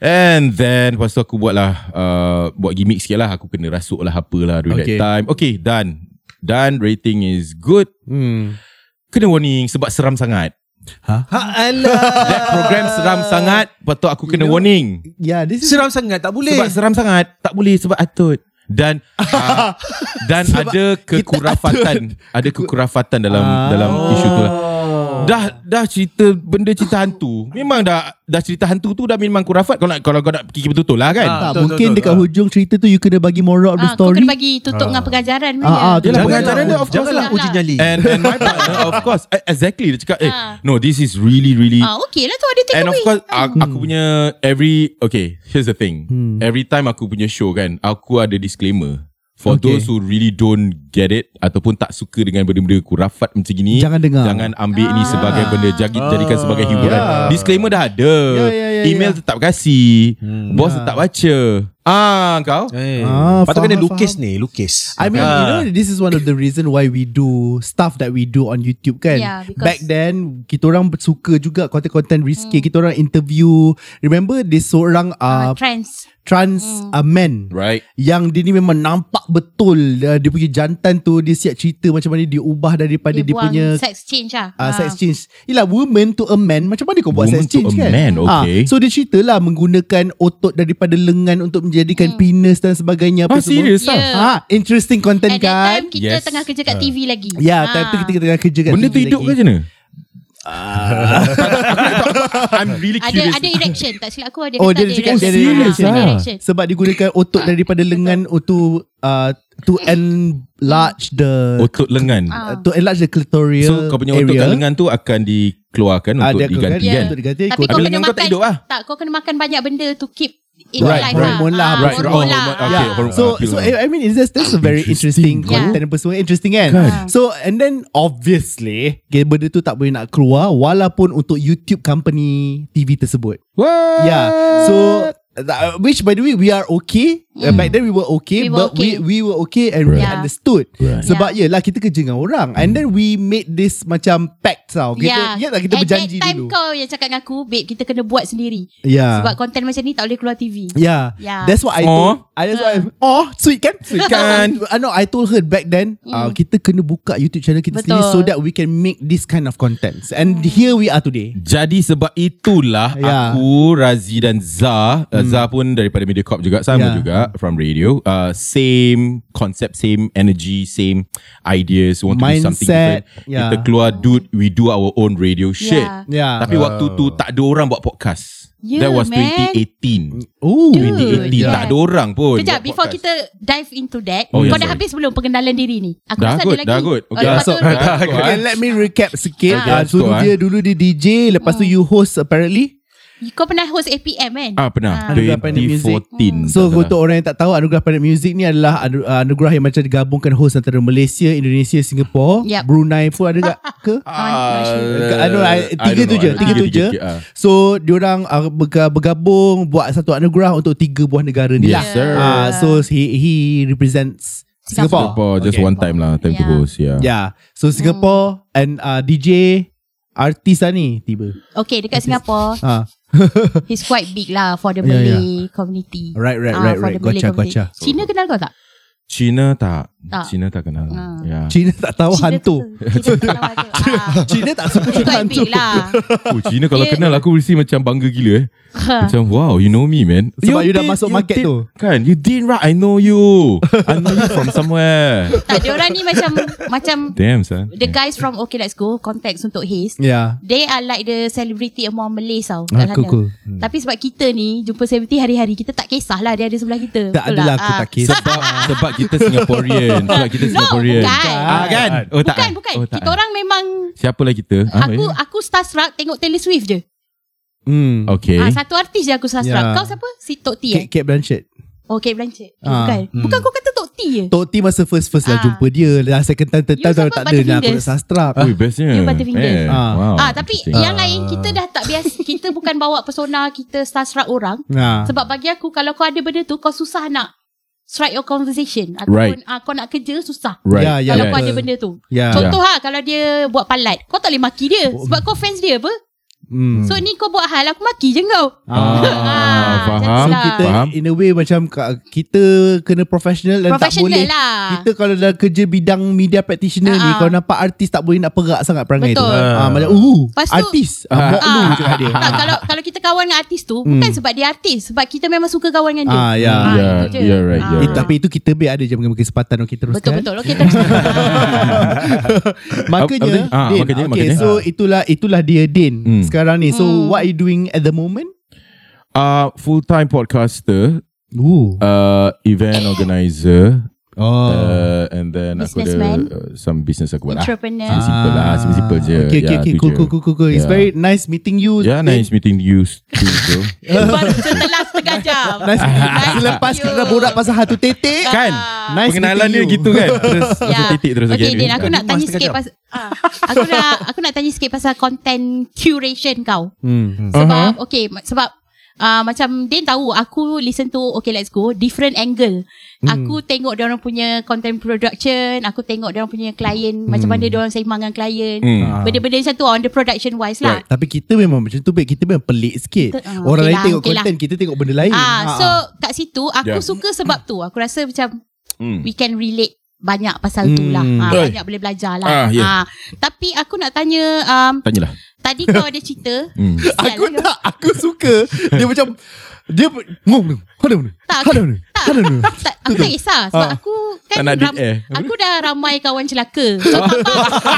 And then lepas tu aku buat lah uh, buat gimmick sikit lah aku kena rasuk lah apalah during
Okay.
that time. Okay done. Done rating is good.
Hmm.
Kena warning sebab seram sangat.
Ha, alah.
That program seram sangat. Lepas tu aku
Ah. You
kena
know-
warning.
yeah, Ya, this is...
Seram sangat, tak boleh.
Sebab seram sangat tak boleh sebab atut dan uh, dan
Sebab
ada kekurafatan ada kekurafatan dalam
Ah.
dalam isu tu lah. Dah dah cerita benda cerita hantu. Memang dah dah cerita hantu tu dah memang kurafat kalau nak kalau kau nak fikir betul-betul lah
tak,
kan.
Ah, betul,
mungkin
betul,
dekat
betul.
hujung cerita tu you kena bagi moral of the
Ah, kau
story.
kena bagi tutup dengan pengajaran punya.
Ah, ah, tu
Yelah,
Jangan-
pengajaran dia of course
Janganlah
lah.
uji nyali.
And and my partner of course eh, exactly dia cakap eh
Ah.
no this is really really
Ah, okay lah tu ada take
And of
away.
course
ah,
aku, aku
Hmm.
punya every okay here's the thing. Every time aku punya show kan aku ada disclaimer for
Okay.
okay. those who really don't get it ataupun tak suka dengan benda-benda kurafat macam gini
Jangan dengar.
jangan ambil ah. ni sebagai benda jadi,
Ah.
jadikan sebagai hiburan.
Yeah.
Disclaimer dah ada.
Ya, ya, ya,
Email
ya.
tetap kasi. Bos tetap baca. Ah kau.
Eh.
Ah,
Patut kena
faham,
lukis
faham.
ni, lukis.
I
Ah.
mean,
Ah.
you know, this is one of the reason why we do stuff that we do on YouTube kan.
Yeah, because-
Back then, kita orang suka juga konten-konten risky. Kita orang interview. Remember this seorang
Hmm. Ah,
uh,
hmm. trends.
trans uh, man
Right.
yang dia ni memang nampak betul uh, dia punya jantan tu dia siap cerita macam mana dia ubah daripada dia,
Dia,
dia
buang
punya
sex change lah.
Uh, sex change Yelah woman to a man Macam mana kau buat
Woman
sex change
to a
kan
man, okay.
Ah, So dia cerita lah Menggunakan otot daripada lengan Untuk
Hmm.
menjadikan penis dan sebagainya apa
Ah serius
Yeah.
ah.
ah, Interesting content
Ya. At that
kan
time kita
Yes.
tengah kerja kat TV lagi. Ah.
Ya, time tu kita tengah kerja kat
Benda
TV
tu hidup ke
lagi.
macam mana? I'm really
ada
curious.
ada erection tak silap aku ada
Oh,
kata Ah.
dia cakap dia ada
erection.
erection.
Ah,
Ah.
erection.
Sebab digunakan otot daripada lengan To uh, To enlarge the
Otot lengan.
Ah.
To enlarge the clitoral
So kau punya otot kan
area.
kat lengan tu akan dikeluarkan
Ah, dia
untuk
akan-
diganti
Ya.
kan?
Untuk diganti
Tapi
ikut-
kau
Tapi
kena
lengan
makan
kau tak hidup lah.
Tak kau kena makan banyak benda to keep it
ah. Right,
alive
hormon lah,
Ah,
right,
Hormon
right.
lah.
Hormon, okay,
Ah.
hormon.
So
Appeal
so I,
lah.
I mean it's just that's a very interesting
Interesting,
kan?
content apa semua interesting kan. So and then obviously okay, benda tu tak boleh nak keluar walaupun untuk YouTube company TV tersebut.
What?
Yeah. So uh, which by the way we are okay. Uh, back then we were okay
We were
but
okay.
we we were okay and we
Right. Yeah.
understood.
Right.
Sebab yeah. yelah kita kerja dengan orang and then we made this macam pact tau. Kita yeah.
Ya.
kita
At
berjanji
that time
dulu. Ya. Ah.
kau yang cakap dengan aku, babe kita kena buat sendiri.
Yeah.
Sebab konten macam ni tak boleh keluar TV.
Yeah.
Yeah. Uh.
That's what I
Aw.
told. I that's what I, oh, sweet kan? Sweet
kan?
I know I told her back then, uh, kita kena buka YouTube channel kita
Mm. Betul.
sendiri so that we can make this kind of contents. And here we are today.
Jadi sebab itulah
Ya.
yeah. aku Razi dan Za, hmm. Za pun daripada MediaCorp juga sama
Ya.
yeah. juga from radio. Uh, same concept, same energy, same ideas. Want to do something
Mindset.
different.
Ya.
Kita keluar dude, we do our own radio shit.
Ya.
Yeah.
Tapi waktu tu tak ada orang buat podcast.
Ya,
That was
man.
2018.
Oh,
Dude.
2018
Yeah.
tak ada orang pun.
Kejap,
buat
before
podcast.
kita dive into that,
Oh,
kau
ya,
dah
sorry.
habis belum pengenalan diri ni? Aku
Dah
rasa
good,
ada lagi.
dah good.
Oh,
Okay,
lepas
so-
tu-
dah good.
Okay, let me recap sikit.
Okay,
Ah,
let's
so
go,
dia dulu dia DJ, lepas
Ah.
tu you host apparently.
Kau pernah host APM kan?
Ah pernah
Ah. Anugerah Pandit Music.
2014
So
tak salah.
untuk orang yang tak tahu Anugerah Planet Music ni adalah anu- ah, anugerah yang macam digabungkan host antara Malaysia, Indonesia, Singapore,
Yep.
Brunei pun ada tak ke?
Ah.
ah, I don't know, I-
I
tiga
don't
tu je,
know, I don't
tiga
know.
tu je.
tiga, ah.
So diorang uh, berga- bergabung buat satu anugerah untuk tiga buah negara ni lah.
Yes, sir.
Uh, so he he represents Singapore.
Singapore just
Okay.
one time lah time to
Yeah.
host yeah.
Yeah. So Singapore and uh, DJ artis lah ni tiba.
Okay, dekat Singapore,
Ah,
he's quite big lah for the
Ya, ya.
Malay community.
right right
Ah,
right
for
right.
the Malay
Gotcha
community.
gotcha.
Cina kenal kau tak?
Cina tak
Tak.
Cina tak kenal.
Ha.
Ya.
Cina tak tahu
Cina
Oh, hantu.
tu- Cina tu tak tahu hantu. Ah.
Cina tak suka
Itu
hantu.
epic lah.
Oh, Cina kalau
Dia-
kenal aku mesti macam bangga gila eh.
Ha.
Macam wow, you know me man.
Sebab you dah
did-
masuk
you
market
did-
tu.
Kan, you did right. I know you. I know you from somewhere.
tak, diorang ni macam macam
Damn son.
the guys from Okay Let's Go contacts untuk Haze.
Ya.
They are like the celebrity among Malays tau.
Ah,
kat
cool,
sana.
cool.
Tapi sebab kita ni jumpa celebrity hari-hari kita tak kisahlah dia ada sebelah kita.
Tak
Betul
adalah aku
Ah.
tak kisah.
Sebab sebab kita Singaporean. Sebab kita
No,
Singaporean.
bukan.
Ah, kan? Oh, tak.
Bukan, bukan.
Oh, tak.
kita orang memang
Siapa lah kita? Ah,
aku
eh.
aku starstruck tengok Taylor Swift je.
Hmm.
Okay.
Ah, satu artis je aku starstruck.
Ya.
Kau siapa? Si Tok T
Kate,
eh?
Kate Blanchett.
Oh, Kate Blanchett. Eh,
Ah,
bukan. Bukan kau kata Tok T je.
Tok T masa first-first lah
Ah.
jumpa dia. Dah second time, third
You
time dah tak ada.
siapa
Dah aku
Butterfingers?
nak sastrap.
Ah.
Ui, bestnya.
You Butterfingers.
Eh,
Ah.
wow.
Ah, tapi
Interesting.
yang lain kita dah tak biasa. kita bukan bawa persona kita starstruck orang.
Ha.
Sebab bagi aku kalau kau ada benda tu kau susah nak strike your conversation ataupun right. uh, kau nak kerja susah.
Right.
Ya, ya,
Kalau
yes.
kau ada
betul.
benda tu.
Ya. Oh.
Contoh ha kalau dia buat palat, kau tak boleh maki dia sebab kau fans dia apa?
Hmm.
So ni kau buat hal aku maki je kau.
Ah.
Ah,
faham.
So
Lah.
kita
Faham.
in a way macam ka- kita kena professional dan tak
Professional
boleh
lah.
kita kalau dah kerja bidang media practitioner ni
Ah, ah.
kalau nampak artis tak boleh nak perak sangat perangai
Betul.
tu. Ah macam uh
Lepas tu-
artis ah, mak lu
Ah.
cakap dia. Hmm.
Tak, kalau kalau kita kawan dengan artis tu bukan sebab dia artis, sebab kita memang suka kawan dengan dia.
Ah ya.
Ah,
Yeah,
itu je.
yeah, right, yeah,
Eh,
right.
tapi itu kita biar ada je mungkin kesempatan untuk kita teruskan.
Betul betul. Okey terus.
Apa-
makanya,
apa dia? Ah,
Din,
makanya,
okay,
makanya.
so itulah itulah dia Din
Hmm.
sekarang ni. So
Hmm.
what you doing at the moment?
Uh, full-time podcaster,
Ooh.
uh, event organizer,
Oh.
uh, and then aku ada
Businessman.
uh, some business aku buat lah.
Entrepreneur.
Ah, simple lah, simple je.
Okay, okay,
Ya,
okay.
tu
Cool,
je.
cool, cool, cool, cool. It's
Ya.
very nice meeting you.
Yeah,
Din.
nice meeting you too, bro.
Baru setelah setengah jam.
Nice meeting you.
Thank
Selepas
you.
kita borak pasal hatu tetek.
kan?
Nice
Pengenalan
meeting
dia
you.
gitu kan. Terus yeah. titik terus
Ya.
kan?
Okay,
again.
Din, aku nak
Mas
tanya
tengah
sikit
jam.
pasal ah, aku nak aku nak tanya sikit pasal content curation kau.
Hmm.
Sebab uh-huh. okay, ma- sebab uh, macam Din tahu aku listen to Okay Let's Go different angle. Aku tengok dia orang punya content production, aku tengok dia orang punya client, macam mana dia orang seimbang dengan client.
Hmm.
Benda-benda macam tu on the production wise lah.
Tapi kita memang macam tu babe. Kita memang pelik sikit
Kita- ah,
Orang
okey
lain
lah,
tengok
okey lah.
content Kita tengok benda lain
Ah,
Ah,
so
ah.
kat situ aku
Yeah.
suka sebab tu. Aku rasa macam
Hmm.
we can relate banyak pasal tu
Hmm.
lah. Ha,
Oi.
banyak boleh belajar lah.
Ah, yeah.
ha, tapi aku nak tanya, um,
Tanyalah.
tadi kau ada cerita.
Hmm.
Sial
Aku
lah kau.
tak Aku suka Dia macam Dia Ngom ni Kau dah mana
Tak,
Kau dah mana
tak.
Kau dah mana
Tak, aku tak kisah sebab
Ah.
aku kan
Tak nak eh. deep air.
aku dah ramai kawan celaka. So, tambah,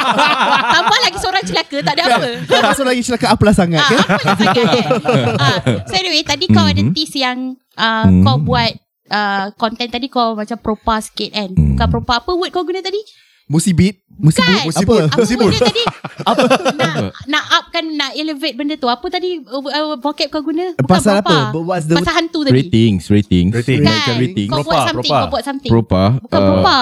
tambah lagi seorang celaka tak ada apa.
Tak masuk lagi celaka apalah sangat
Ah,
kan
apa yang sangat kan? Ah, so anyway, tadi kau ada
Mhm.
tease yang ah,
Mhm.
kau buat ah, konten tadi kau macam propa sikit kan.
Mhm.
Bukan propa apa word kau guna tadi?
Musibit Musibut
Kan?
Apa
Apa word dia tadi? apa? Nak, nak upkan, nak elevate benda tu. Apa tadi uh, uh, vocab kau guna? Bukan
Pasal
propa.
apa What's the
Pasal hantu tadi.
Ratings, ratings.
Rating.
Kan?
Naikkan rating.
Kau buat
Propa,
something,
propa.
kau buat something.
Propa.
Bukan
uh,
propa.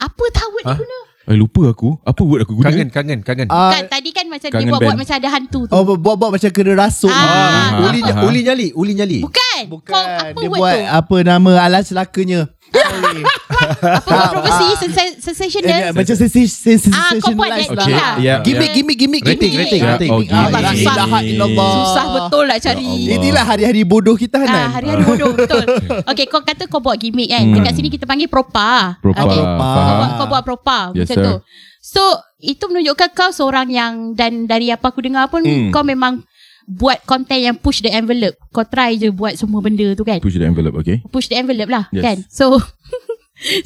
Apa tahu word dia guna?
Eh, lupa aku. Apa word aku guna?
Kangen, kangen, kangen.
Ah,
Kan tadi kan macam dia
kangen
buat-buat
band.
macam ada hantu tu.
Oh buat-buat macam kena rasuk
Ah.
Ah.
Uli,
Aha.
uli nyali, uli nyali.
Bukan.
Bukan
Kau, apa
Dia
word
buat
tu?
apa nama Alas celakanya Sorry
Apa word property? sensa- Sensational?
Eh, Macam sensi-
Ah, kau buat
sensationalize
that
lah
thing
Okay,
lah.
yeah,
Gimik
yeah.
gimik gimik
Rating,
gimik.
rating,
Ya.
rating.
Oh,
Ah,
gimik.
tak ilaha illallah.
Susah betul nak
Ya
cari.
Allah.
Inilah hari-hari bodoh kita
Ah,
Hanan.
hari-hari bodoh betul. Okay, kau kata kau buat gimmick kan.
Hmm.
Dekat sini kita panggil propa.
Propa.
Okay.
Faham.
Kau buat, kau buat propa
Yes,
yes, macam
sir.
tu. So, itu menunjukkan kau seorang yang dan dari apa aku dengar pun
Hmm.
kau memang buat content yang push the envelope. Kau try je buat semua benda tu kan. Push,
Push the envelope, okay?
push the envelope lah
Yes.
yes. kan. So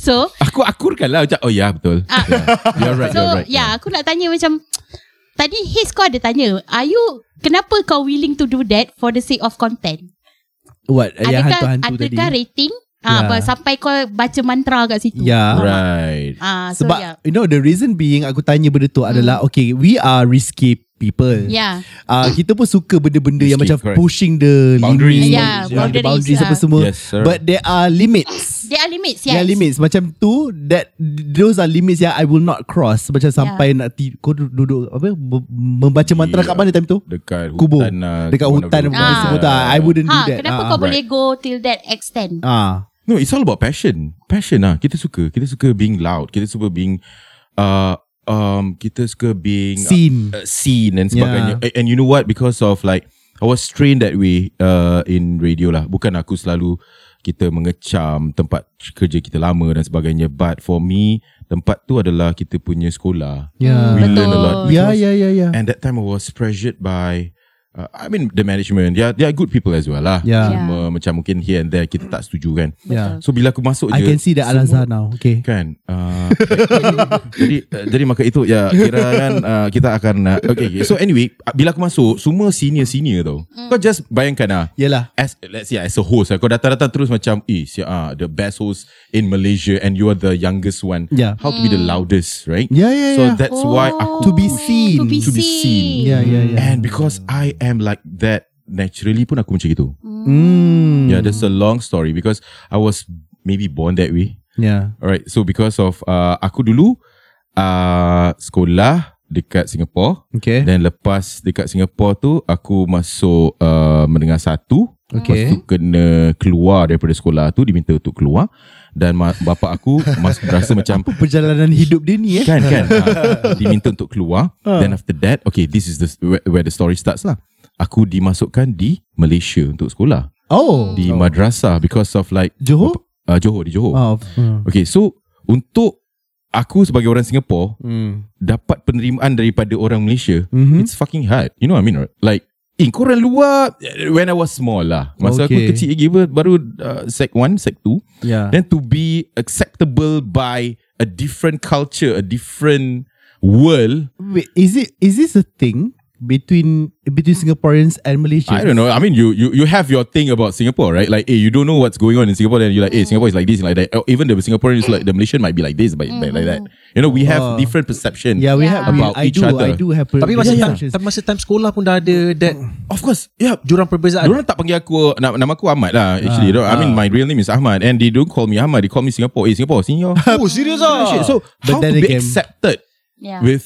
So,
Aku akurkan lah macam, oh ya betul.
Ah.
Yeah. You're right,
so ya.
you're right.
yeah, aku nak tanya macam tadi His kau ada tanya, are you kenapa kau willing to do that for the sake of content?
What yang Eh, ya,
adakah
hantu-hantu tadi?
adakah rating ah,
Ya.
apa, sampai kau baca mantra kat situ.
Ya.
Right.
Ah, so
Sebab
yeah.
you know the reason being aku tanya benda tu adalah okay we are risky people.
Yeah.
Uh, kita pun suka benda-benda yang
Risky,
macam
correct.
pushing the limits,
Boundaries.
Yeah,
you know, the
boundaries,
boundaries apa
ah.
semua.
Yes, sir.
But there are limits.
There are limits, yes.
There are limits macam tu that those are limits yang I will not cross macam sampai nak ti- kau duduk, duduk apa be- membaca mantra kat
Yeah.
mana time tu?
Dekat hutan
Kubur.
lah,
Dekat
one of
hutan
the-
apa
Ah.
semua tu. I wouldn't do
Ha,
that.
kenapa
Ah.
kau boleh go till that extent?
Ah.
No, it's all about passion. Passion lah. Kita suka. Kita suka being loud. Kita suka being uh, um kita suka being
Scene.
uh, seen and sebagainya. Yeah. And you know what? Because of like I was trained that way uh, in radio lah. Bukan aku selalu kita mengecam tempat kerja kita lama dan sebagainya but for me tempat tu adalah kita punya sekolah
Yeah.
we learn a lot
Betul.
Ya, ya, ya, ya.
and that time I was pressured by uh, I mean the management they are, they are good people as well lah
Yeah.
cuma macam mungkin here and there kita tak setuju kan
Yeah.
so bila aku masuk
I can
je
see the
semua-
Al-Azhar now. Okay.
kan uh, jadi uh, jadi maka itu ya kira kan uh, kita akan uh, okay okay. so anyway uh, bila aku masuk semua senior senior tau kau just bayangkan ah
Yelah.
as let's say as a host ah, kau datang-datang terus macam eh si ah the best host in Malaysia and you are the youngest one
Yeah.
how to be the loudest right
Yeah, yeah,
so
yeah.
that's why aku
To be seen.
To be
To be seen.
seen.
Yeah, yeah, yeah.
and because I am like that naturally pun aku macam gitu
Mm.
yeah that's a long story because I was maybe born that way
Yeah.
Alright, so because of uh, aku dulu uh, sekolah dekat Singapura,
Okay.
then lepas dekat Singapura tu aku masuk uh, mendengar satu.
Okay.
Lepas tu kena keluar daripada sekolah tu diminta untuk keluar dan ma- bapa aku mas- rasa macam
Perjalanan hidup dia ni eh.
kan kan uh, diminta untuk keluar
Ah.
then after that okay this is the where, where the story starts lah aku dimasukkan di Malaysia untuk sekolah
Oh.
di madrasah because of like
Johor?
uh, Johor di Johor
Oh. Hmm.
Okay, so untuk aku sebagai orang Singapore
Mm.
dapat penerimaan daripada orang Malaysia,
Mhm.
it's fucking hard. You know what I mean? Right? Like Eh, korang luar eh, when I was small lah. Masa okay.
Okay.
aku kecil lagi ber- baru uh, sec 1, sec 2.
Yeah.
Then to be acceptable by a different culture, a different world.
Wait, is it is this a thing between between Singaporeans and Malaysians?
I don't know. I mean, you you you have your thing about Singapore, right? Like, eh, you don't know what's going on in Singapore. Then you're like, eh, Singapore is like this and like that. Or even the Singaporean is like, the Malaysian might be like this, but like, like that. You know, we have
Oh.
different perception.
Yeah, we
Yeah.
have. We,
About
I
each
do.
other.
I do have.
Hmm.
Tapi masa
yeah,
time, tapi masa time sekolah pun dah ada that
Of course, yeah.
jurang perbezaan.
Diorang tak panggil aku na- Nama aku Ahmad lah
Ah,
Actually uh, I mean my real name is Ahmad And they don't call me Ahmad They call me Singapore Eh Singapore senior
Oh, serius ah.
Shit, So
But
how to
then
be
again-
accepted
Yeah.
With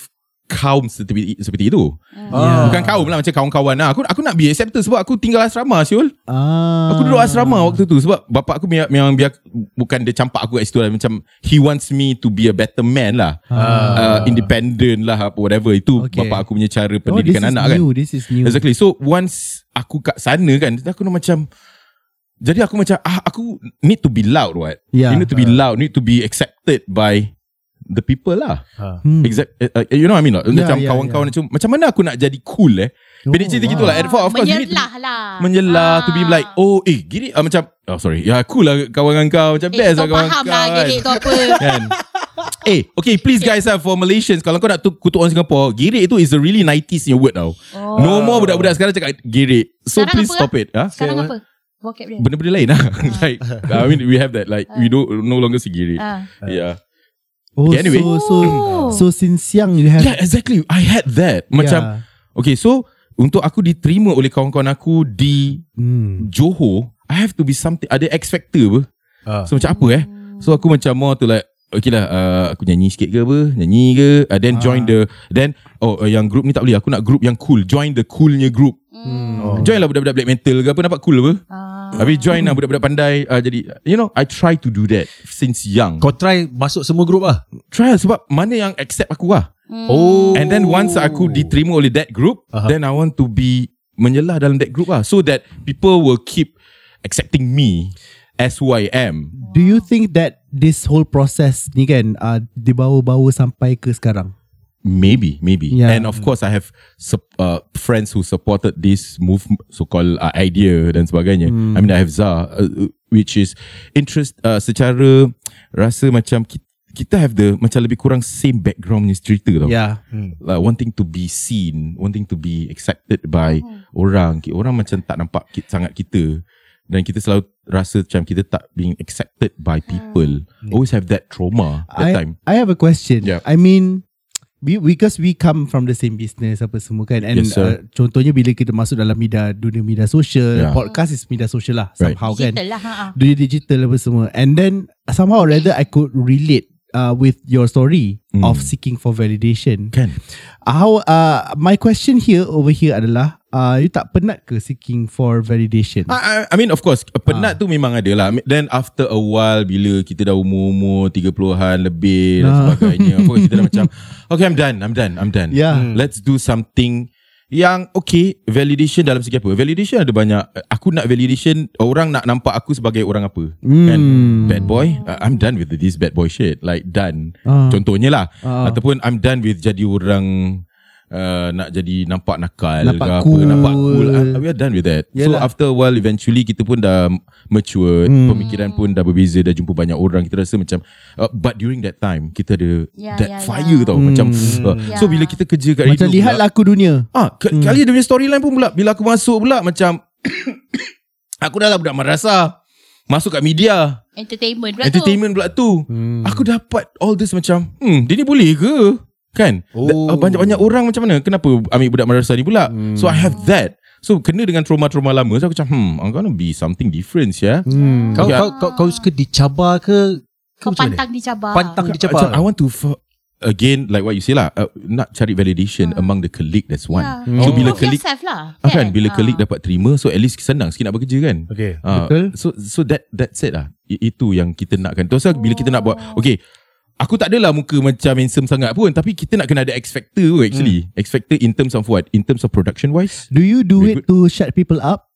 kaum seperti, seperti itu
Ah.
Bukan kaum lah Macam kawan-kawan lah Aku aku nak be accepted Sebab aku tinggal asrama Syul
Ah.
Aku duduk asrama waktu tu Sebab bapak aku mia- memang biar Bukan dia campak aku kat situ lah Macam He wants me to be a better man lah uh, Independent lah apa, Whatever Itu
Ah. Okay.
bapak aku punya cara
Oh, this is
Pendidikan anak kan
new. This is new.
Exactly. So once aku kat sana kan, aku dah macam jadi aku macam ah, aku need to be loud right?
Yeah.
You need to be loud, need to be accepted by the people lah.
Hmm.
Exact uh, uh, you know what I mean? Like,
Yeah,
macam
yeah,
kawan-kawan macam macam mana aku nak jadi cool eh?
Oh,
Pendek cerita gitu lah. At first, of course, you need to
Menyelah lah.
menyelah to be
Ah.
like oh eh gini ah, macam oh sorry ya cool lah kawan dengan kau macam
Eh,
best
kau
lah kawan
faham
kau
lah
kan.
girik tu apa.
kan Eh okay please guys lah For Malaysians Kalau kau nak tu- kutuk orang Singapore Girik itu is a really 90s punya word tau oh. No more budak-budak sekarang cakap girik So
Sekarang
please
apa, ah?
stop it ha?
Sekarang apa? Vocab dia.
Benda-benda lain lah Like I mean we have that Like we don't no longer see girik
Ah.
Yeah
Oh,
Okay, anyway.
so so
Oh.
so since young you have.
Yeah exactly I had that Macam Okay so Untuk aku diterima oleh kawan-kawan aku Di
Hmm.
Johor I have to be something Ada X factor apa
Ah.
So macam apa eh So aku macam more to like Okay lah uh, Aku nyanyi sikit ke apa Nyanyi ke uh, Then join the Then Oh uh, yang group ni tak boleh Aku nak group yang cool Join the coolnya group
Oh.
Join lah budak-budak black metal ke apa Nampak cool apa Habis join lah budak-budak pandai uh, Jadi You know I try to do that Since young
Kau try masuk semua grup ah.
Try lah sebab Mana yang accept aku lah
Hmm.
Oh.
And then once aku diterima oleh that group,
Aha.
uh-huh. then I want to be menyelah dalam that group lah, so that people will keep accepting me as who I am.
Do you think that this whole process ni kan uh, dibawa-bawa sampai ke sekarang?
Maybe, maybe.
Yeah.
And of course, I have sup- uh, friends who supported this move, so-called uh, idea dan sebagainya.
Hmm.
I mean, I have Zah, uh, which is interest uh, secara rasa macam kita, kita have the macam lebih kurang same background punya cerita tau.
Ya,
Yeah.
like wanting to be seen, wanting to be accepted by orang. Ki- Orang macam tak nampak ki- sangat kita dan kita selalu rasa macam kita tak being accepted by people. Always have that trauma
I,
that time.
I have a question.
Yeah.
I mean, we, because we come from the same business apa semua kan. And
Yes, sir.
contohnya bila kita masuk dalam media dunia media sosial,
Yeah.
podcast is media sosial lah
Right.
somehow kan.
Digital lah. ha, ah.
Dunia digital apa semua. And then somehow or rather I could relate uh, with your story
Hmm.
of seeking for validation.
Kan?
How uh, my question here over here adalah uh, you tak penat ke seeking for validation?
I, I, I mean of course
Ah.
penat tu memang ada lah Then after a while Bila kita dah umur-umur 30-an lebih Dan
Ah.
sebagainya Of course kita dah macam Okay I'm done I'm done I'm done
Yeah.
Let's do something yang okay validation dalam segi apa validation ada banyak aku nak validation orang nak nampak aku sebagai orang apa
Hmm.
kan bad boy uh, I'm done with this bad boy shit like done
Ah.
contohnya lah
Ah.
ataupun I'm done with jadi orang Uh, nak jadi nampak nakal
Nampak
ke
cool.
apa, nampak cool uh, we are done with that so
Yalah.
after a while eventually kita pun dah mature
Hmm.
pemikiran pun dah berbeza dah jumpa banyak orang kita rasa macam uh, but during that time kita ada
Ya,
that
ya,
fire
ya.
tau macam
Hmm.
uh, so
Ya.
bila kita kerja kat
Macam lah. Hmm.
radio pula,
lihatlah aku dunia.
Ah, ke- kali dia punya storyline pun pula bila aku masuk pula macam aku dah lah budak madrasah. Masuk kat media,
Entertainment pula
entertainment pula tu.
Hmm.
Aku dapat all this macam, hmm, dia ni boleh ke? Kan?
Oh.
Oh. Banyak-banyak orang macam mana? Kenapa ambil budak madrasah ni pula? Hmm. So I have that. So kena dengan trauma-trauma lama. So aku macam, hmm, I'm gonna be something different ya.
Hmm.
Kau,
Okay.
kau, kau, kau suka dicabar
tu.
ke?
Kau
macam mana?
pantang Ya. dicabar.
Pantang dicabar.
I want to f- again like what you say lah, uh, nak cari validation among the colleague that's one.
Ya.
Oh.
So bila
Prove
colleague
yourself lah.
Ah, kan bila
Ah.
colleague dapat terima so at least senang sikit nak bekerja kan.
Okay.
Ah,
Betul.
So so that that's it lah. I, itu yang kita nakkan. Tu pasal bila kita nak buat okay Aku tak adalah muka macam handsome sangat pun Tapi kita nak kena ada X factor pun actually X factor in terms of what? In terms of production wise
Do you do
Very
it to shut people up?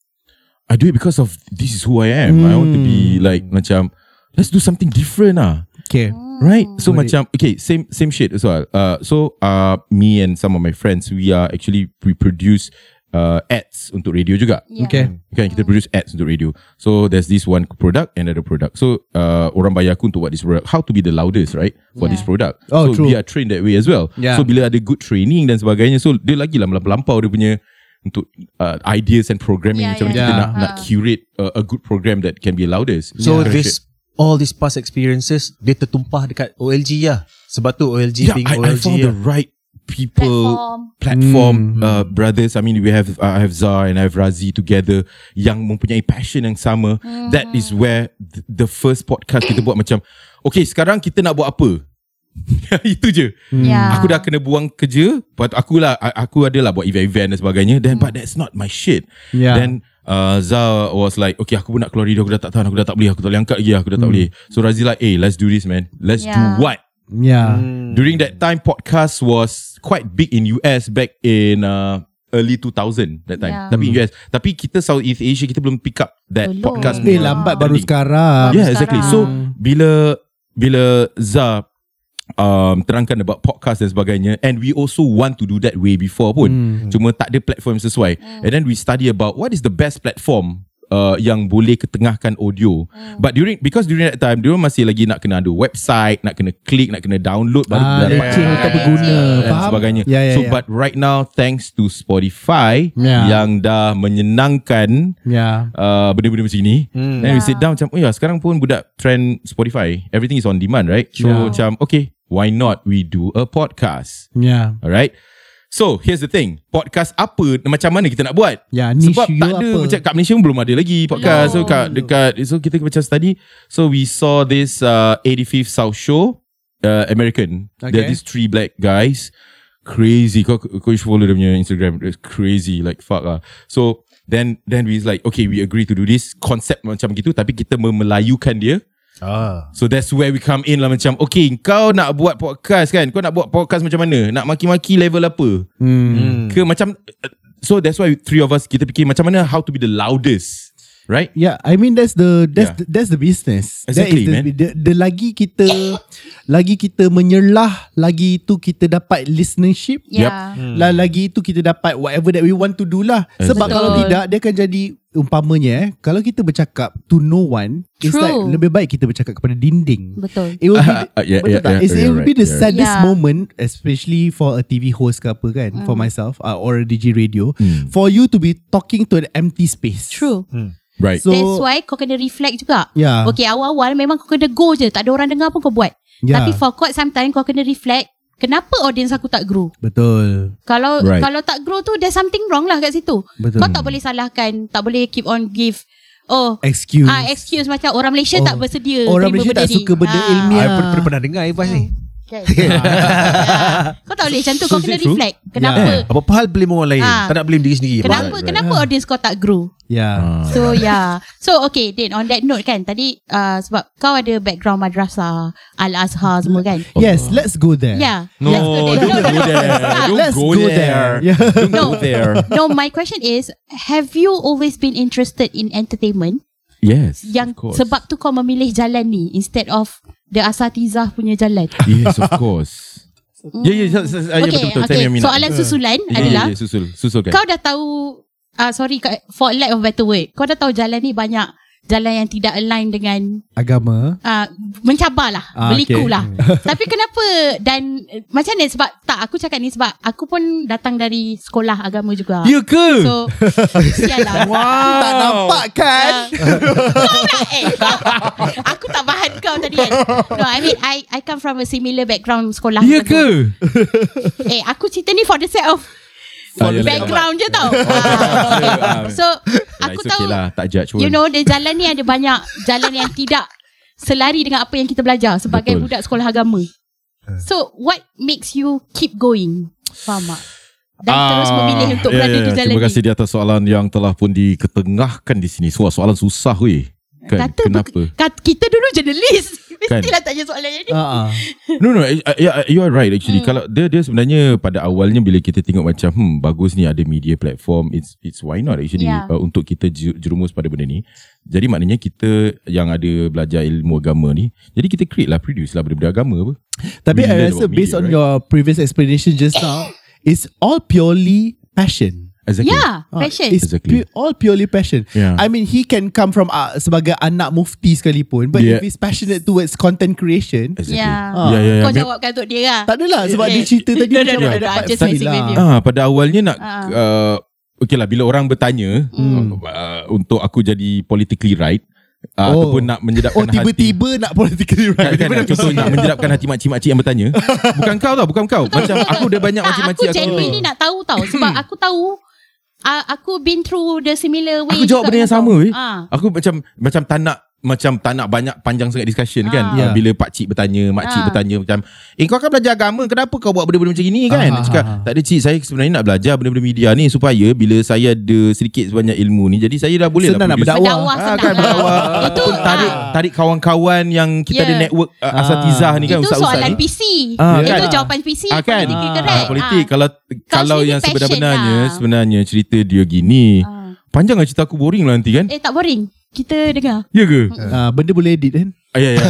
I do it because of This is who I am I want to be like Macam Let's do something different lah
Okay.
Right? So
Got it.
macam okay, same same shit as well. Uh, so uh, me and some of my friends, we are actually we produce uh, ads untuk radio juga.
Yeah.
Okay.
Kan kita produce ads untuk radio. So there's this one product and another product. So uh, orang bayar aku untuk buat this product. How to be the loudest, right? For
Yeah.
this product.
Oh,
so
true.
we are trained that way as well.
Yeah.
So bila ada good training dan sebagainya, so dia lagi lah melampau dia punya untuk uh, ideas and programming
Yeah, Uh-huh.
yeah,
macam kita
yeah.
nak nak curate a, a good program that can be loudest.
So
Correct shit.
this all these past experiences dia tertumpah dekat OLG lah. Sebab tu OLG
yeah,
being
Ya, I, I
OLG.
found
lah.
the right people
Platform.
platform uh, brothers I mean we have uh, I have Zar and I have Razi together yang mempunyai passion yang sama
Hmm.
that is where th- the first podcast kita buat macam okay sekarang kita nak buat apa itu je
Yeah.
aku dah kena buang kerja Lepas tu aku lah a- aku adalah buat event-event dan sebagainya then
Hmm.
but that's not my shit
Yeah.
then uh, Zar was like okay aku pun nak keluar radio aku dah tak tahan aku dah tak boleh aku tak boleh angkat lagi aku dah tak boleh so Razi like hey let's do this man let's
Yeah.
do what
Yeah.
Mm. During that time, podcast was quite big in US back in uh, early 2000 that time.
Yeah.
Tapi in US, tapi kita Southeast Asia kita belum pick up that
Belum.
podcast.
Eh
punya
lambat Ya.
standing.
baru sekarang. Hmm.
Yeah, exactly.
Hmm.
So
sekarang.
bila bila Zah um, terangkan about podcast dan sebagainya, and we also want to do that way before pun.
Hmm.
Cuma tak ada platform sesuai.
Hmm.
And then we study about what is the best platform uh, yang boleh ketengahkan audio.
Hmm.
But during because during that time, dia orang masih lagi nak kena ada website, nak kena klik, nak kena download baru
Ah,
dapat
leceh, tak berguna.
dan
Faham?
Eh, sebagainya.
Ya, ya, ya.
so but right now thanks to Spotify
Ya.
yang dah menyenangkan
Yeah.
uh, benda-benda macam ni hmm. then we sit down macam oh ya sekarang pun budak trend Spotify everything is on demand right so
Yeah.
macam okay why not we do a podcast
Yeah.
alright so here's the thing podcast apa macam mana kita nak buat
Ya, niche
sebab
you
tak ada
apa?
macam kat Malaysia pun belum ada lagi podcast so kat dekat so kita macam study so we saw this uh, 85th South Show uh, American okay. there
Okay.
these three black guys crazy kau kau you should follow dia punya Instagram it's crazy like fuck ah so then then we is like okay we agree to do this concept macam gitu tapi kita memelayukan dia
Ah.
So that's where we come in lah macam Okay kau nak buat podcast kan Kau nak buat podcast macam mana Nak maki-maki level apa hmm. Ke macam So that's why three of us Kita fikir macam mana How to be the loudest Right
Yeah, Ya, I mean that's the that's the,
Yeah.
that's the business. that is the,
Exactly, man.
The, the lagi kita lagi kita menyerlah, lagi tu kita dapat listenership.
Yep.
Yeah.
Lah lagi itu kita dapat whatever that we want to do lah. Sebab
Exactly.
kalau
Betul.
tidak dia akan jadi umpamanya eh kalau kita bercakap to no one it's
True.
like lebih baik kita bercakap kepada dinding.
Betul.
It will be the,
Ah, yeah,
betul
yeah,
tak?
yeah,
It's- it
you're
will be
right,
the
you're
saddest
right.
moment especially for a TV host ke apa kan for
Mm.
myself uh, or a DJ radio
Hmm.
for you to be talking to an empty space.
True.
Right
So Ya.
That's why kau kena reflect juga.
Yeah.
Okay, awal-awal memang kau kena go je. Tak ada orang dengar pun kau buat.
Yeah.
Tapi for quite sometimes kau kena reflect. Kenapa audience aku tak grow?
betul.
Kalau
Right.
right. kalau tak grow tu there's something wrong lah kat situ.
Betul.
Kau tak boleh salahkan, tak boleh keep on give oh
Excuse.
Ah excuse macam orang Malaysia
Oh.
tak bersedia
Orang
terima
Malaysia
benda
tak
ni. Ah,
suka benda ilmiah.
I pernah, pernah dengar advice ni.
kan? Ah. Kau tak boleh macam tu Kau
So, is
kena
it true?
reflect Kenapa
Apa hal blame orang lain
Ah.
Tak nak blame diri sendiri
Kenapa
Faham?
kenapa audience kau tak grow
Yeah.
Ah.
So yeah So okay Din on that note kan Tadi uh, sebab kau ada background madrasah Al-Azhar semua kan
oh.
Yes, let's go there.
Yeah
No,
Let's go there.
don't go there.
Stop.
Don't
Let's
go
go,
there.
there. Yeah.
Don't
No.
go there.
No, my question is, have you always been interested in entertainment?
Yes.
Yang
of course.
sebab tu kau memilih jalan ni instead of the asatizah punya jalan.
Yes, of course. Ya, ya, ya, ya, ya,
okay,
betul-betul.
okay.
Saya minat.
Soalan susulan
Ya, ya,
adalah,
ya, susul. Susulkan.
kau dah tahu, uh, sorry, ka- for lack of better word, kau dah tahu jalan ni banyak jalan yang tidak align dengan
Agama.
uh, mencabar lah,
Ah, okay.
beliku lah. Tapi kenapa dan eh, macam ni sebab tak aku cakap ni sebab aku pun datang dari sekolah agama juga.
You
Ya
Ya ke?
So, sial lah.
tak nampak kan?
Ah. Kau pula, eh. Aku tak bahan kau tadi kan No I mean I I come from a similar background sekolah
Ya
macam tu.
ke?
Eh aku cerita ni for the sake of
Ah, yelah,
Background je tau
Ah.
Ah. So
Like,
Aku
it's
tahu
okay lah, tak judge pun.
You know the jalan ni ada banyak Jalan yang tidak Selari dengan apa yang kita belajar Sebagai
Betul. Eh.
budak sekolah agama So what makes you keep going Faham tak? Dan terus memilih untuk
ya,
berada
ya,
di jalan
Terima kasih
ni
di atas soalan yang telah pun diketengahkan di sini. Wah, soalan susah weh. Kan?
Kata,
Kenapa?
kata kita dulu jurnalis
Kan?
Mestilah lah tanya soalan yang ni
Ah, ah.
No no, eh, eh, yeah, you are right actually.
Hmm.
Kalau dia dia sebenarnya pada awalnya bila kita tengok macam hmm bagus ni ada media platform, it's it's why not actually
Yeah.
uh, untuk kita ju- jerumus pada benda ni. Jadi maknanya kita yang ada belajar ilmu agama ni, jadi kita create lah produce lah benda-benda agama apa.
Tapi
We learn
I rasa
about
based
media,
on
right?
your previous explanation just now, it's all purely passion.
Exactly.
Yeah,
Ah,
Ya, passion.
It's
Exactly.
exactly. pu- all purely passion.
Yeah.
I mean, he can come from uh, sebagai anak mufti sekalipun, but
Yeah.
if he's passionate towards content creation,
Exactly.
Yeah.
Ah. Yeah
Ya.
yeah yeah.
Kau
ya. Mem-
jawabkan untuk dia lah.
tak adalah sebab
Eh,
dia cerita tadi
no, no,
macam ada
no, no,
dapat
I just
feel
messing
lah.
with you.
Ah, pada awalnya nak
Ah. Hmm.
uh, okay lah bila orang bertanya uh, untuk aku jadi politically right uh,
Oh.
ataupun nak
Oh,
menyedapkan hati.
tiba-tiba nak politically
Kan,
right.
kan,
Tiba-tiba
contoh nak menjerapkan hati makcik-makcik yang bertanya Bukan kau tau Bukan kau Macam aku dah banyak
tak, Ah, aku
makcik-makcik
genuinely nak tahu tau. Sebab aku tahu, uh, aku been through the similar way.
Aku jawab
juga
benda yang
dengan
sama
kau.
weh.
Ah.
Aku macam macam tak nak macam tak nak banyak panjang sangat
Ha.
discussion
Ah.
kan yeah. bila pak cik bertanya mak
Ah.
cik bertanya macam eh kau kan belajar agama kenapa kau buat benda-benda macam ini kan
Ah,
Dia cakap
ah, ah.
tak ada cik saya sebenarnya nak belajar benda-benda media ni supaya bila saya ada sedikit sebanyak ilmu ni jadi saya dah boleh
Senang
lah
nak
produce."
berdakwah.
Berdakwah
Ah,
senang
kan
lah.
berdakwah
Itu,
ataupun tarik
ah,
tarik kawan-kawan yang kita
Yeah.
ada network uh,
Ah.
asatizah ni kan
itu
ustaz-ustaz
soalan
ni
PC.
Ah,
itu
kan?
jawapan PC.
Ah, kan?
Politically
Ah,
correct.
Ah, politik
Ah.
kalau kalau
sendiri
yang
passion
sebenar-benarnya
lah.
sebenarnya cerita dia gini
Ah.
panjang lah cerita aku boring lah nanti kan
Eh, tak boring. Kita dengar.
ya ke
Ah, benda boleh edit kan?
Ah, ya, ya.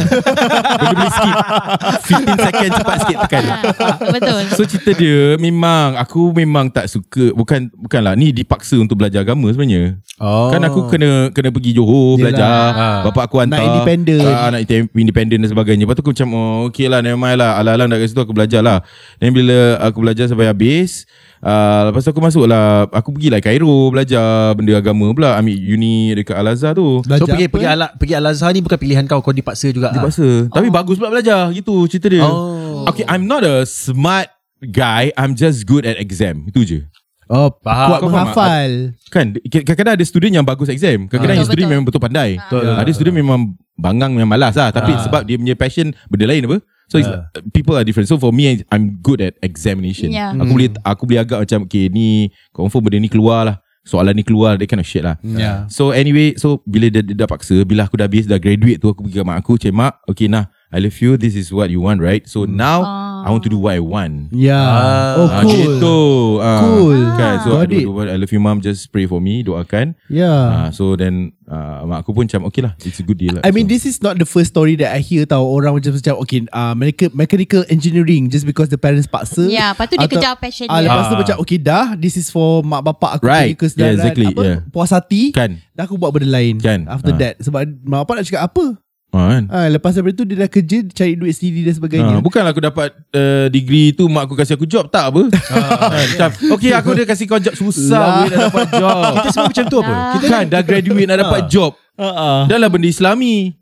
Boleh boleh skip 15 second cepat sikit tekan
Ah, betul.
So cerita dia Memang Aku memang tak suka Bukan Bukanlah Ni dipaksa untuk belajar agama sebenarnya
Oh.
oh. Kan aku kena Kena pergi
Yelah.
Johor Belajar
Ah.
Bapak aku hantar
Nak independent.
ah, Nak ite- independent dan sebagainya Lepas tu aku macam oh, Okay lah Nevermind lah Alang-alang dekat situ aku belajar lah Dan bila aku belajar sampai habis uh, Lepas tu aku masuk lah Aku pergilah Cairo Belajar benda agama pula Ambil uni dekat Al-Azhar tu
So pergi
apa?
pergi ala pergi Al-Azhar ni bukan pilihan kau kau dipaksa juga. ah?
Dipaksa oh. Tapi bagus pula belajar Gitu cerita dia
Oh.
Okay I'm not a smart guy I'm just good at exam Itu je
Oh,
Faham.
kuat
Kau faham tak?
menghafal.
Kan Kadang-kadang ada student yang bagus exam
Betul,
Kadang-kadang yang student
betul.
memang betul pandai
Betul,
Ah, Ada
betul.
student memang Bangang memang malas lah Tapi sebab dia punya passion Benda lain apa So it's, people are different So for me I'm good at examination
Yeah.
Aku boleh Aku boleh agak macam Okay ni Confirm benda ni keluar lah Soalan ni keluar That kind of shit lah
Yeah.
So anyway So bila dia, dia dah paksa Bila aku dah habis Dah graduate tu Aku pergi ke mak aku Cik mak Okay nah I love you This is what you want right So now
Ah.
I want to do what I want
Yeah.
Ah,
oh,
Ah,
cool.
Gitu ah,
Cool.
Kan So I,
Got
do,
it.
do what I love you mom Just pray for me Doakan
Yeah.
ah. So then ah, Mak aku pun macam Okay lah It's a good deal lah
I mean
so,
this is not the first story that I hear tau orang macam macam okay uh, mechanical, mechanical engineering just because the parents paksa.
Ya, lepas tu dia
Atau-
kejar passion
Ah,
dia.
lepas tu macam okay dah this is for mak bapak aku
Right.
punya kesedaran,
Yeah, exactly.
apa
Yeah.
puas hati
Kan
dah aku buat benda lain
Kan.
after
Ah.
that sebab mak bapak nak cakap apa
ah, kan
ha, lepas daripada tu dia dah kerja dia cari duit sendiri dan sebagainya
Ah, bukanlah aku dapat uh, degree tu mak aku kasi aku job tak apa. Ah, macam okay aku dah kasi kau job susah
Lah.
weh dah dapat job.
Kita semua macam tu apa?
Lah.
Kita kan dah graduate dah
Ah.
dapat job.
uh-uh.
Dah lah benda Islami.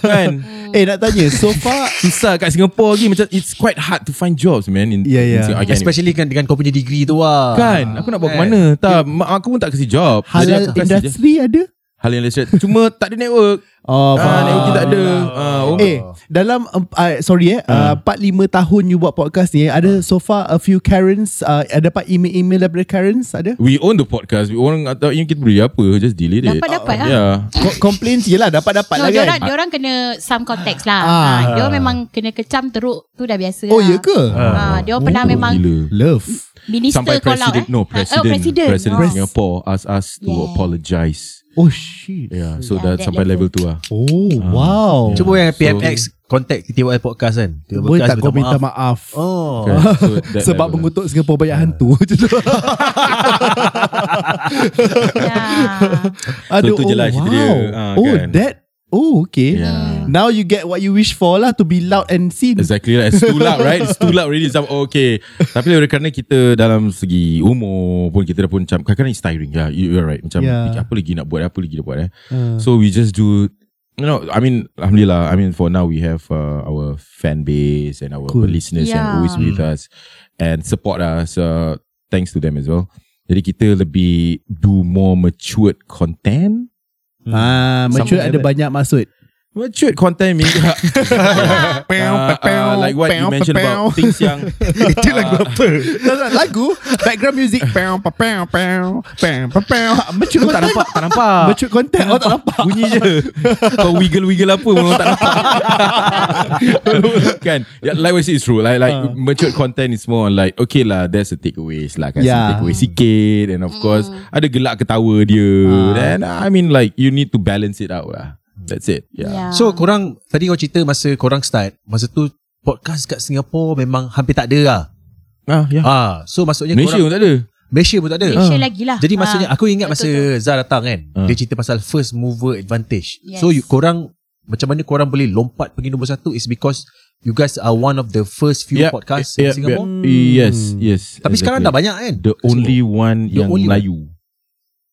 kan?
eh nak tanya so far
Susah kat Singapore lagi macam it's quite hard to find jobs man in,
Yeah, yeah.
in Singapore. Again,
Especially kan dengan kau punya degree tu ah.
kan aku nak buat ke
Kan?
mana? Tak mak aku pun tak kasi job. Jadi
halal
aku kasi je.
industri ada
Hal yang lesen Cuma tak ada network
Oh,
ah,
faham.
Networking tak ada ah, oh. Hmm.
Eh, dalam um, uh, sorry eh, uh, 45 tahun you buat podcast ni, eh, ada so far a few Karens, uh, ada dapat email-email daripada Karens ada?
We own the podcast We orang tak tahu yang kita beri apa Just delete it
Dapat-dapat lah.
yeah.
Co- complaints je lah, dapat-dapat
No,
lah kan?
diorang, diorang kena some context
Ah.
lah. Ah. Ha, diorang memang kena kecam teruk tu dah biasa.
Oh,
lah.
ya ke?
Ah.
Ha, diorang pernah memang
Oh, Gila
Love.
minister
Sampai
call out eh.
president No
Ha,
president
Oh, president.
President
Oh.
Singapore Ask us to
Yeah.
apologise
Oh, shit.
Yeah So
Yeah,
dah
that
sampai
level.
level tu lah
Oh, wow.
Yeah.
Cuba yang
So-
PMX contact TY podcast kan. TY
Boleh tak kau
minta
minta
maaf.
maaf?
Oh.
Okay, so that
Sebab
level lah.
mengutuk Singapura banyak hantu.
Ya. Yeah.
Aduh,
tu je lah cerita dia. Ha,
oh,
kan. Ya.
that. Oh, okay.
lah. Yeah.
Now you get what you wish for lah to be loud and seen.
Exactly lah It's too loud right It's too loud already Macam oh, okay Tapi oleh kerana kita Dalam segi umur pun Kita dah pun macam Kadang-kadang it's tiring yeah, you- You're right Macam
Yeah.
yeah. apa lagi nak buat Apa lagi nak buat eh
Uh,
So we just do You know I mean Alhamdulillah I mean for now we have uh, Our fan base And our
Cool.
listeners And
Yeah.
always with us And support us uh, Thanks to them as well Jadi kita lebih Do more matured content
ah, mature
Something
ada
like
banyak maksud.
Matured content means uh, uh, Like what you mentioned about Things yang
Itu lagu apa?
Lagu, background music.
Pam, pam, pam, pam, pam, pam, pam.
Mature
Tak
content.
nampak Tak nampak
Mature content. Oh, tak nampak.
Bunyi je Kau wiggle-wiggle apa Memang tak nampak Kan yeah, Like what I said is true Like like uh. Matured content is more on like Okay lah There's a takeaways lah Kan
Yeah.
yeah. takeaway sikit And of course
Hmm.
Ada gelak ketawa dia
Ha.
Ah.
Then I mean like You need to balance it out lah That's it
Ya.
Yeah, yeah.
Ah.
So korang tadi kau cerita masa korang start, masa tu podcast kat Singapura memang hampir tak ada lah.
Ah, yeah.
Ah, so maksudnya
Malaysia
korang,
pun tak ada
Malaysia pun tak ada.
uh,
Malaysia lagi lah.
Jadi maksudnya
Ha.
aku ingat masa
Betul,
Zah datang kan,
Ah.
dia cerita pasal first mover advantage.
Yes.
So you, korang macam mana korang boleh lompat pergi nombor satu is because you guys are one of the first few
Yeah,
podcast
yeah,
in Singapore.
yeah. Yes Yes
Tapi sekarang dah banyak kan?
The only one
The
Yang
only one.
Melayu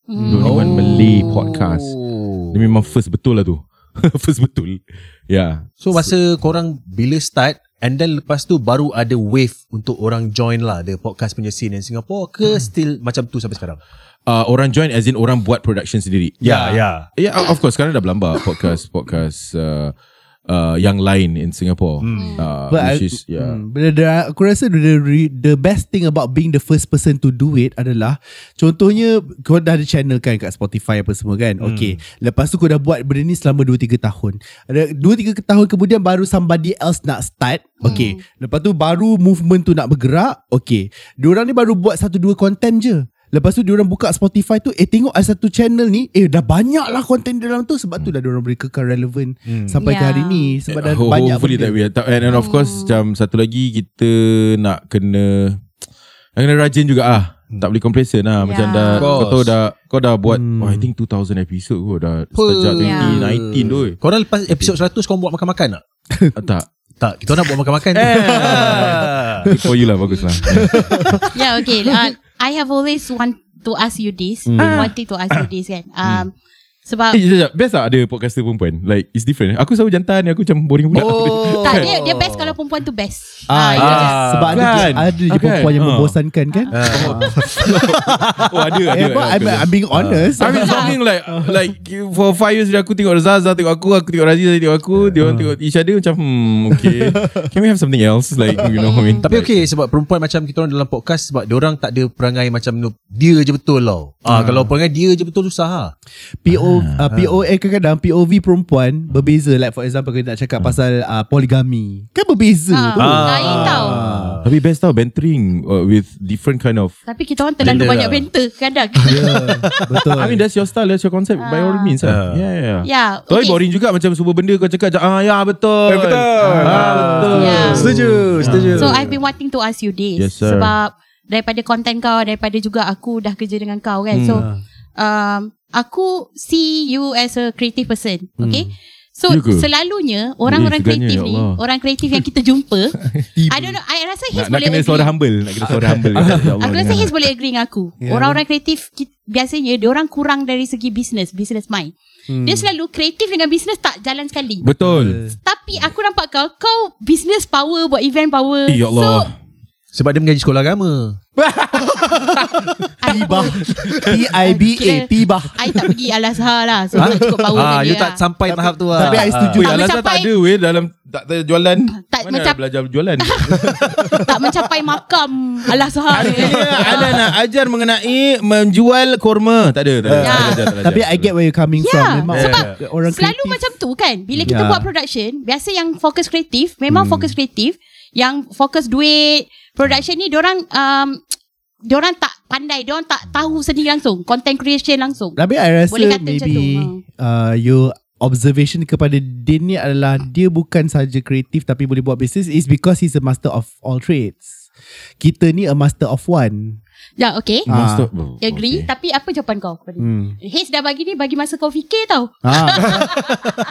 Hmm.
The only one Malay podcast
Oh.
Dia memang first betul lah tu First betul Yeah
So masa korang bila start and then lepas tu baru ada wave untuk orang join lah the podcast punya scene in Singapore ke hmm. still macam tu sampai sekarang?
uh, orang join as in orang buat production sendiri.
yeah.
Yeah, uh, of course sekarang dah berlambak podcast podcast uh, uh, yang lain in Singapore.
Hmm.
Uh,
But I-
which is yeah.
hmm, bila dia, aku rasa the, the- the best thing about being the first person to do it adalah contohnya kau dah ada channel kan kat Spotify apa semua kan.
Hmm.
Okay. Lepas tu kau dah buat benda ni selama 2 3 tahun. Ada 2 3 tahun kemudian baru somebody else nak start. Okay. Lepas tu baru movement tu nak bergerak. Okay. Diorang ni baru buat satu dua content je. Lepas tu diorang buka Spotify tu Eh tengok ada satu channel ni Eh dah banyak lah konten dalam tu Sebab tu dah diorang boleh kekal relevan Sampai
Yeah.
ke hari ni Sebab dah
Hmm. Ho-
banyak Hmm.
Hopefully that we are, and, and of course macam satu lagi kita nak kena nak kena rajin juga ah. Tak boleh complacent lah Macam
Yeah.
dah
Hmm. Of course.
Kau tahu dah Kau dah buat
Hmm.
oh, I think 2000 episode kot Dah sejak
Yeah.
2019 tu eh.
Korang lepas episod 100 korang buat makan-makan tak?
Ah, Tak
Tak, kita nak buat makan-makan
Eh.
tu.
Good for you lah Bagus lah
Yeah, okay. Uh, I have always want to ask you this.
Hmm.
Wanted to ask you this kan. Um, Sebab
Eh, sekejap, sekejap. Best tak ada podcaster perempuan? Like, it's different. Aku selalu jantan, aku macam boring pula.
Oh.
tak
Kan?
dia dia best kalau perempuan tu best.
Ah,
itu
yes.
je.
Sebab ada je,
kan?
ada je
Ah, kan?
perempuan yang
Ah.
membosankan kan?
oh, ada, ada.
Eh, apa, I'm,
ada.
I'm being honest.
I mean something like Like for five years Aku tengok Razaz Zaz tengok aku Aku tengok Razif Razif tengok aku Dia orang tengok each other Macam hmm okay Can we have something else Like you know what I mean
Tapi okay sebab perempuan macam kita orang dalam podcast sebab diorang tak ada perangai macam nu- dia je betul tau. Ah
Hmm.
kalau perangai dia je betul susah ah.
PO,
Ah.
uh, POA kadang-kadang POV perempuan berbeza. Like for example, kita nak
Ah.
cakap pasal uh, poligami. Kan berbeza
Ah,
tu.
lain tau.
Ah. Tapi best tau bantering uh, With different kind of
Tapi kita orang terlalu
Gender
banyak
lah.
banter kadang.
Yeah, betul.
I mean that's your style That's your concept By
Ah.
all means lah Yeah yeah, yeah.
Ya,
Tapi boring juga Macam semua benda kau cakap macam, Ah ya betul
Eh, betul.
Ah betul
Yeah.
Setuju, setuju.
So I've been wanting to ask you this
Yes, sir.
sebab daripada konten kau daripada juga aku dah kerja dengan kau
Hmm.
kan. So um aku see you as a creative person, okay? So
Hmm. Ya ke?
selalunya orang-orang
Eh, sudahnya,
kreatif
ya
ni,
Allah.
orang kreatif yang kita jumpa, I don't know, I rasa Hez
Nak, nak
boleh
kena suara
agree.
humble Nak kena suara humble Ya Allah,
Aku rasa
dengar. Ya.
Hez boleh agree dengan aku. Orang-orang kreatif ki- biasanya dia orang kurang dari segi business, business mind.
Hmm.
Dia selalu kreatif dengan business tak jalan sekali.
Betul
Tapi aku nampak kau Kau business power Buat event power
Eh, ya Allah.
Sebab dia mengaji sekolah agama.
Tibah T-I-B-A
Kira-
Tibah
I tak pergi Al-Azhar lah So tak cukup power
Ah,
tadi
you
lah.
tak sampai tahap tu lah.
Tapi I setuju
Weh,
Tak
Al-Azhar tak
mencapai-
ada weh dalam tak ada jualan.
tak
Mana
mencap-
belajar jualan?
tak mencapai makam Al-Azhar
Ya,
Ada nak ajar mengenai menjual korma. Tak ada, tak ada.
Ya.
Tak belajar, tak belajar.
Tapi I get where you're coming from
Yeah,
Memang
sebab
orang
Selalu
kreatif. Ya.
macam tu kan Bila kita
Yeah.
buat production Biasa yang fokus kreatif
Hmm.
Memang fokus kreatif Yang fokus duit Production ni Diorang um, Diorang tak pandai Diorang tak tahu seni langsung Content creation langsung
Tapi I rasa
Boleh kata macam
maybe
tu, ha.
uh, your observation kepada Din ni adalah dia bukan saja kreatif tapi boleh buat bisnes is because he's a master of all trades. Kita ni a master of one.
Ya okay
Master.
Agree
Okay.
Tapi apa jawapan kau kepada ni?
Ah, Hmm.
Haze dah bagi ni Bagi masa kau fikir tau
Ha,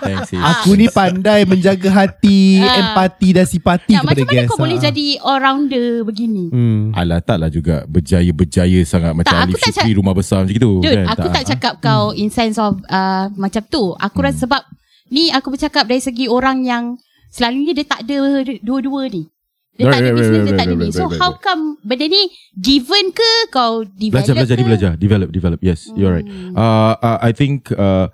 Thanks. sis.
aku ni pandai menjaga hati,
Ah.
empati dan simpati
ya,
kepada
Macam mana
guest. ha.
kau boleh jadi All-rounder begini
Hmm.
Alah taklah juga berjaya-berjaya sangat macam
Tak,
Ali
aku tak
Fikri rumah besar macam gitu
Dude,
kan. Hmm.
aku tak, cakap kau in sense of uh, macam tu. Aku rasa sebab ni aku bercakap dari segi orang yang selalunya dia tak ada dua-dua ni. Dia tak ada
Right, right,
business,
right,
dia tak ada
right,
ni.
right,
So
right,
how
right.
come benda ni given ke kau develop
Belajar, belajar,
ke?
dia belajar. Develop, develop. Yes, you're right.
Hmm.
Uh, uh, I think uh,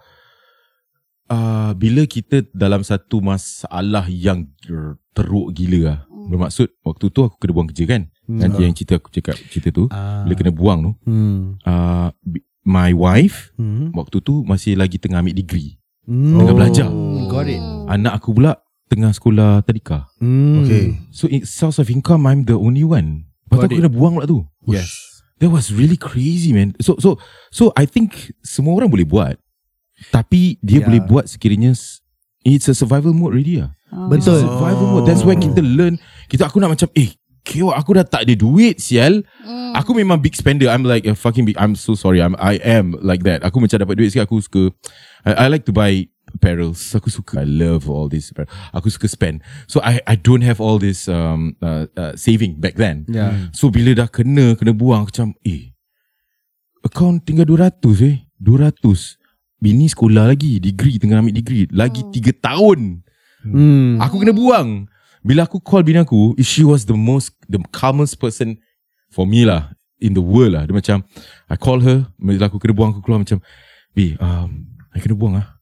uh, bila kita dalam satu masalah yang ger- teruk gila lah.
Hmm.
Bermaksud waktu tu aku kena buang kerja kan. Nanti yang cerita aku cakap cerita tu.
Ah.
Bila kena buang tu.
Hmm.
Uh, bi- my wife
Hmm.
waktu tu masih lagi tengah ambil degree.
Hmm.
Tengah belajar.
Got it.
Hmm.
Anak aku pula tengah sekolah tadika.
Hmm.
Okay.
So in source of income I'm the only one. Lepas tu aku kena buang pula tu.
Yes.
That was really crazy man. So so so I think semua orang boleh buat. Tapi dia
Yeah.
yeah. boleh buat sekiranya s- it's a survival mode already lah.
Betul.
It's a survival mode. That's where kita learn. Kita aku nak macam eh Kyo aku dah tak ada duit sial.
Hmm.
Aku memang big spender. I'm like a fucking big. I'm so sorry. I'm I am like that. Aku macam dapat duit sikit aku suka I, I like to buy apparels. Aku suka I love all this apparel. Aku suka spend. So I I don't have all this um uh, uh, saving back then.
Yeah.
So bila dah kena Kena buang aku Macam eh Account tinggal 200 eh 200 Bini sekolah lagi Degree tengah ambil degree Lagi 3 tahun
Hmm.
Aku kena buang Bila aku call bini aku She was the most The calmest person For me lah In the world lah Dia macam I call her Bila aku kena buang Aku keluar macam B um, I kena buang lah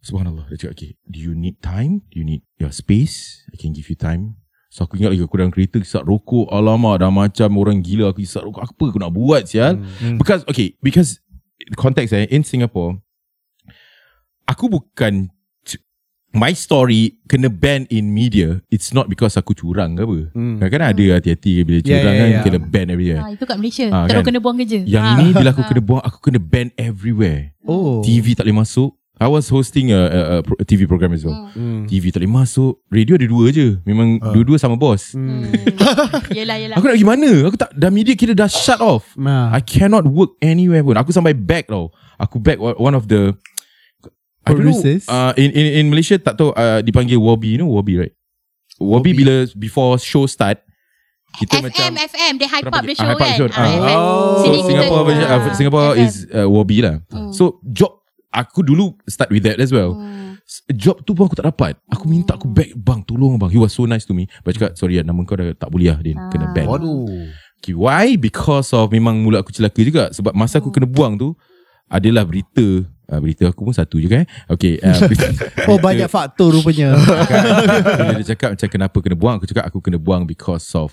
Subhanallah Dia cakap okay Do you need time Do you need your space I can give you time So aku ingat lagi Aku dalam kereta Isap rokok Alamak dah macam orang gila Aku isap rokok Apa aku nak buat sial
Hmm.
hmm. Because okay Because Context eh In Singapore Aku bukan c- My story Kena ban in media It's not because aku curang ke apa
Hmm.
Kadang-kadang ada hati-hati Bila
Yeah,
curang
yeah,
kan
yeah.
Kena ban everywhere
Ha, itu kat Malaysia.
Ah,
Terus
kan?
kena buang kerja.
yang
Ah.
ni bila aku
Ah.
kena buang Aku kena ban everywhere
Oh.
TV tak boleh masuk I was hosting a, a, a pro- TV program as well
Hmm.
TV tak boleh masuk Radio ada dua je Memang
Ah.
dua-dua sama bos
Hmm.
Hmm. yelah, yelah.
Aku nak pergi mana Aku tak Dah media kira dah shut off
Nah.
I cannot work anywhere pun Aku sampai back tau Aku back o- one of the I don't know,
Producers?
uh, in, in, in Malaysia tak tahu uh, Dipanggil Wabi You know Wabi right Wabi, bila Before show start Kita macam
FM, FM. Dia hype
Kenapa
up the
dia-
show
ah, hype up
kan.
the show.
Ah,
Ah.
FM.
So
Sini kita- Hmm.
Singapore version, uh,
Ah,
Singapore
FM.
is uh, Wabi lah. So job aku dulu start with that as well.
Hmm.
S- Job tu pun aku tak dapat. Aku minta aku back bang tolong bang. He was so nice to me. But cakap sorry lah nama kau dah tak boleh lah Din.
Ah.
Kena ban.
Waduh.
Okay, why? Because of memang mula aku celaka juga. Sebab masa
Hmm.
aku kena buang tu adalah berita uh, berita aku pun satu je kan. Okay. Uh, berita,
Oh
berita-
banyak faktor rupanya.
bila dia cakap macam kenapa kena buang Aku cakap aku kena buang because of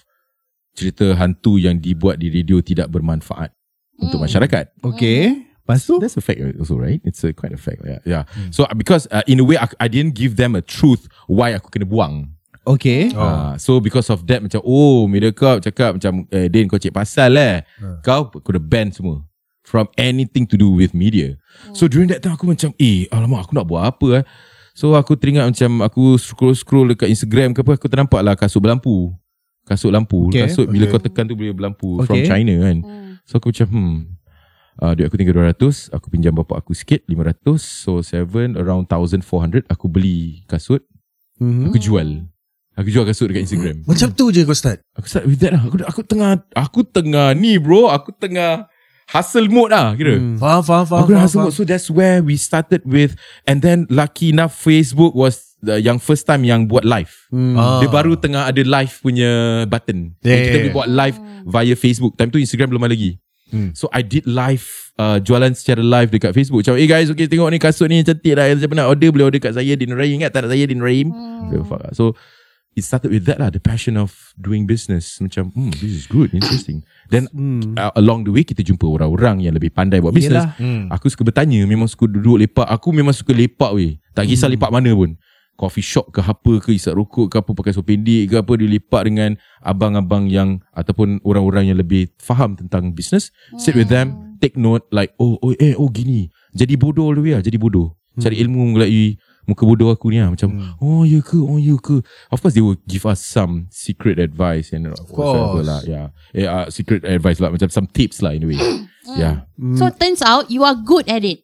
Cerita hantu yang dibuat di radio tidak bermanfaat hmm. Untuk masyarakat
Okay. Lepas tu?
That's a fact also right It's a, quite a fact Yeah, yeah. Hmm. So uh, because uh, in a way I, I didn't give them a truth Why aku kena buang
Okay.
oh. uh, So because of that macam Oh media kau cakap macam eh, Din kau cek pasal eh hmm. Kau kena ban semua From anything to do with media So during that time aku macam Eh alamak aku nak buat apa eh So aku teringat macam Aku scroll-scroll dekat Instagram ke apa Aku ternampak lah kasut berlampu Kasut lampu
Okay,
okay, Kasut bila kau tekan tu boleh berlampu okay. From
Okay.
China kan So aku macam hmm Uh, duit aku tinggal 200 Aku pinjam bapak aku sikit 500 So 7 Around 1400 Aku beli kasut
Mhm.
Aku jual Aku jual kasut dekat Instagram
Macam tu je kau start.
Aku start with that lah Aku, aku tengah Aku tengah ni bro Aku tengah hustle mode lah kira. Hmm.
Faham, faham, faham.
Aku dah
faham,
hustle mode. So that's where we started with and then lucky enough Facebook was the, yang first time yang buat live.
faham.
Ah.
Ah.
Dia baru tengah ada live punya button.
Yeah,
Yeah, kita
yeah,
boleh
yeah.
buat live via Facebook. Time tu Instagram belum ada lagi.
Hmm.
So I did live uh, jualan secara live dekat Facebook. Macam, hey guys, okay tengok ni kasut ni cantik lah. Siapa nak order boleh order kat saya Din Rahim. Ingat tak nak saya Din Rahim? Hmm. So it started with that lah, the passion of doing business. Macam, hmm, this is good, interesting. Then
Hmm.
uh, along the way kita jumpa orang-orang yang lebih pandai buat business.
Yelah.
Hmm.
Aku suka bertanya Memang suka duduk lepak Aku memang suka lepak weh Tak kisah hmm. lepak mana pun Coffee shop ke apa ke Isap rokok ke apa Pakai seluar pendek ke apa Dia lepak dengan Abang-abang yang Ataupun orang-orang yang lebih Faham tentang business Sit with them Take note Like oh oh eh oh gini Jadi bodoh all the way lah Jadi bodoh Cari ilmu melalui Muka bodoh aku ni lah Macam Oh ya ke Oh ya ke Of course they will give us Some secret advice And of
course.
lah, yeah. Eh, uh, Secret advice lah Macam some tips lah in a way Yeah
So turns out you are good at it.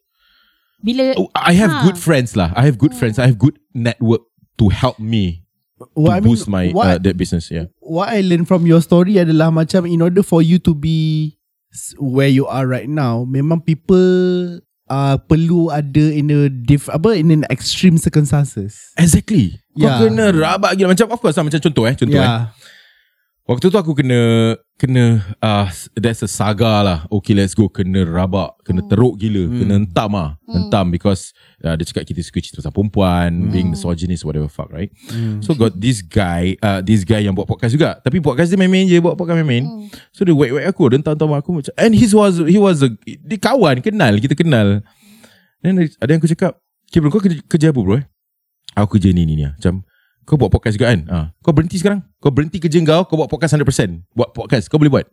Bila
Oh, I have
Ha.
good friends lah. I have good friends. I have good network to help me to
What I mean,
boost my
what,
uh, that business. Yeah.
what I learned from your story adalah macam in order for you to be s- where you are right now, memang people uh, perlu ada in a diff, apa in an extreme circumstances.
Exactly.
Yeah.
Yeah. Kau kena rabak gila. Macam of course lah. Macam contoh eh. Contoh yeah. eh.
yeah.
Waktu tu aku kena, kena, uh, that's a saga lah. Okay let's go. Kena rabak. Kena teruk gila.
Hmm.
Kena hentam lah. Hentam because uh, dia cakap kita suka cerita pasal
Hmm.
perempuan. Being misogynist whatever fuck right. So got this guy, uh, this guy yang buat podcast juga. Tapi podcast dia main-main je. Buat podcast main-main. So dia wait-wait aku Dia hantar-hantar aku macam And he was He was a, Dia kawan Kenal Kita kenal Then ada- ada yang aku cakap Okay bro kau kerja, kerja apa bro eh Aku kerja ni ni ni lah." Macam Kau buat podcast juga kan ha. Kau berhenti sekarang Kau berhenti kerja kau Kau buat podcast 100% Buat podcast Kau boleh buat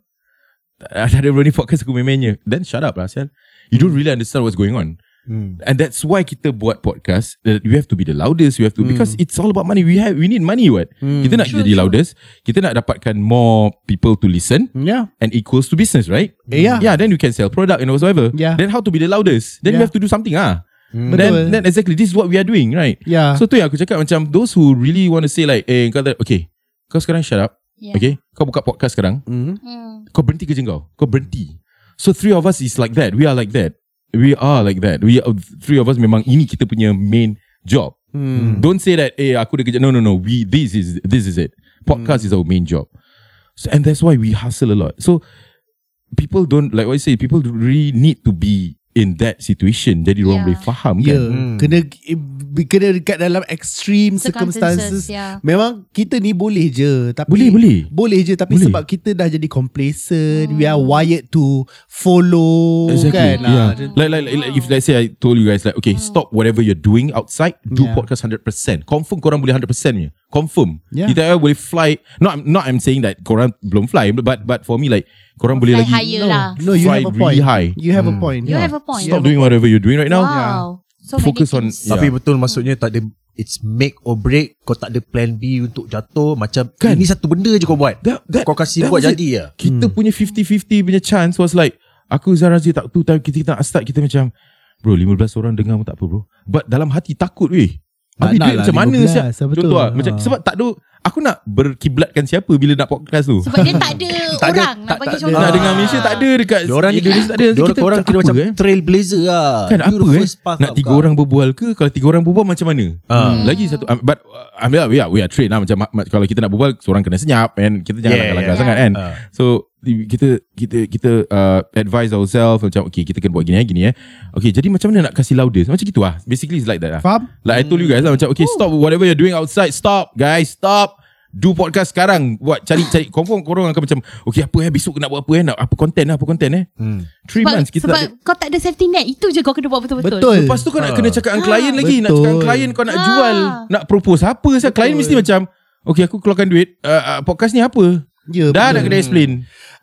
Tak ada bro ni podcast aku main-main je Then shut up lah sial You don't really understand what's going on
Hmm.
And that's why kita buat podcast that we have to be the loudest we have to mm. because it's all about money we have we need money what mm. kita nak
True,
jadi
true.
loudest kita nak dapatkan more people to listen
Yeah.
and equals to business, right?
Yeah.
Yeah, then you can sell product and whatsoever.
Yeah.
Then how to be the loudest? Then you
Yeah. Mm.
have to do something ah.
Betul. Ah.
Then, then exactly this is what we are doing, right?
yeah.
So tu yang aku cakap macam those who really want to say like, eh kau tak, okay, kau sekarang shut up,
Yeah.
yeah. okay? Kau buka podcast sekarang,
mm.
Hmm.
kau berhenti kerja kau, kau berhenti. So three of us is like that. We are like that. We are like that. We are, three of us memang ini kita punya main job.
Mm.
Hmm.
Don't say that eh aku dah kerja. No no no. We this is this is it. Podcast
Mm.
is our main job. So, and that's why we hustle a lot. So people don't like what I say people really need to be in that situation. Jadi
Yeah.
orang boleh faham
Ya, yeah.
kan.
Hmm.
kena kena dekat dalam extreme circumstances.
Circumstances, ya. yeah.
Memang kita ni boleh je tapi
Boleh boleh.
boleh je tapi boleh.
Boleh.
sebab kita dah jadi complacent, we
Hmm.
are wired to follow
Oh,
Exactly. Ya.
kan.
yeah.
Ah,
Like, like, like, like if let's say I told you guys like
Mm.
okay stop whatever you're doing outside do
Yeah.
podcast 100%. Confirm korang boleh 100% punya. Confirm.
Yeah.
Kita yeah. boleh fly. Not I'm not I'm saying that korang belum fly but but for me like korang boleh
Fly
lagi
higher
no,
lah.
no, you have
Fly
a point.
really high. Hmm.
You have a point.
You have a point.
Stop doing whatever you're doing right now.
Wow. So
Focus
many
on-
things.
Yeah.
Tapi betul maksudnya tak ada it's make or break kau tak ada plan B untuk jatuh macam kan?
Kan?
ini satu benda je kau buat.
That- that-
kau kasi
that
buat
was it.
jadi ya.
Kita
Hmm.
punya 50-50 punya chance was like Aku Zarazi tak tu time kita, kita nak start kita macam Bro 15 orang dengar pun tak apa bro But dalam hati takut weh Habis
nak
duit
lah
macam mana
15,
siap
betul.
Contoh lah macam,
Ha.
Sebab tak ada Aku nak berkiblatkan siapa bila nak podcast tu
Sebab dia tak ada
Tak ada-
orang nak
tak-
bagi
tak ada.
contoh.
Nak
Ah.
dengar Malaysia tak ada dekat
Diorang ni
Indonesia tak ada
Diorang,
Kita
orang
macam
kira
apa
macam
eh?
trailblazer lah.
Kan
You
apa
the
eh
first path
Nak
up
tiga
kau.
orang berbual ke Kalau tiga orang berbual macam mana
Ah.
hmm. Lagi satu um, But uh, I mean, we, are, we are trained lah Macam ma- ma- kalau kita nak berbual Seorang kena senyap And kita jangan
Yeah,
yeah, langkah
yeah.
sangat kan
Ah.
So i- kita kita kita uh, advise ourselves macam okay kita kena buat gini eh gini eh. Okay jadi macam mana nak kasi loudest? Macam gitu lah. Basically it's like that lah.
Faham?
Like I told you guys lah macam okay stop whatever you're doing outside stop guys stop do podcast sekarang buat cari cari confirm korang akan macam okay apa eh besok nak buat apa eh nak apa content lah apa content eh.
Hmm.
Three
sebab,
months kita
sebab
tak ada.
kau tak ada safety net Itu je kau kena buat betul-betul
Betul.
Lepas tu kau nak kena cakap dengan klien lagi Nak
Betul.
cakap dengan klien kau
Ha.
nak
Ah.
jual Nak propose apa Sebab klien mesti macam Okay aku keluarkan duit uh, uh, Podcast ni apa
Ya,
Dah
betul.
nak kena explain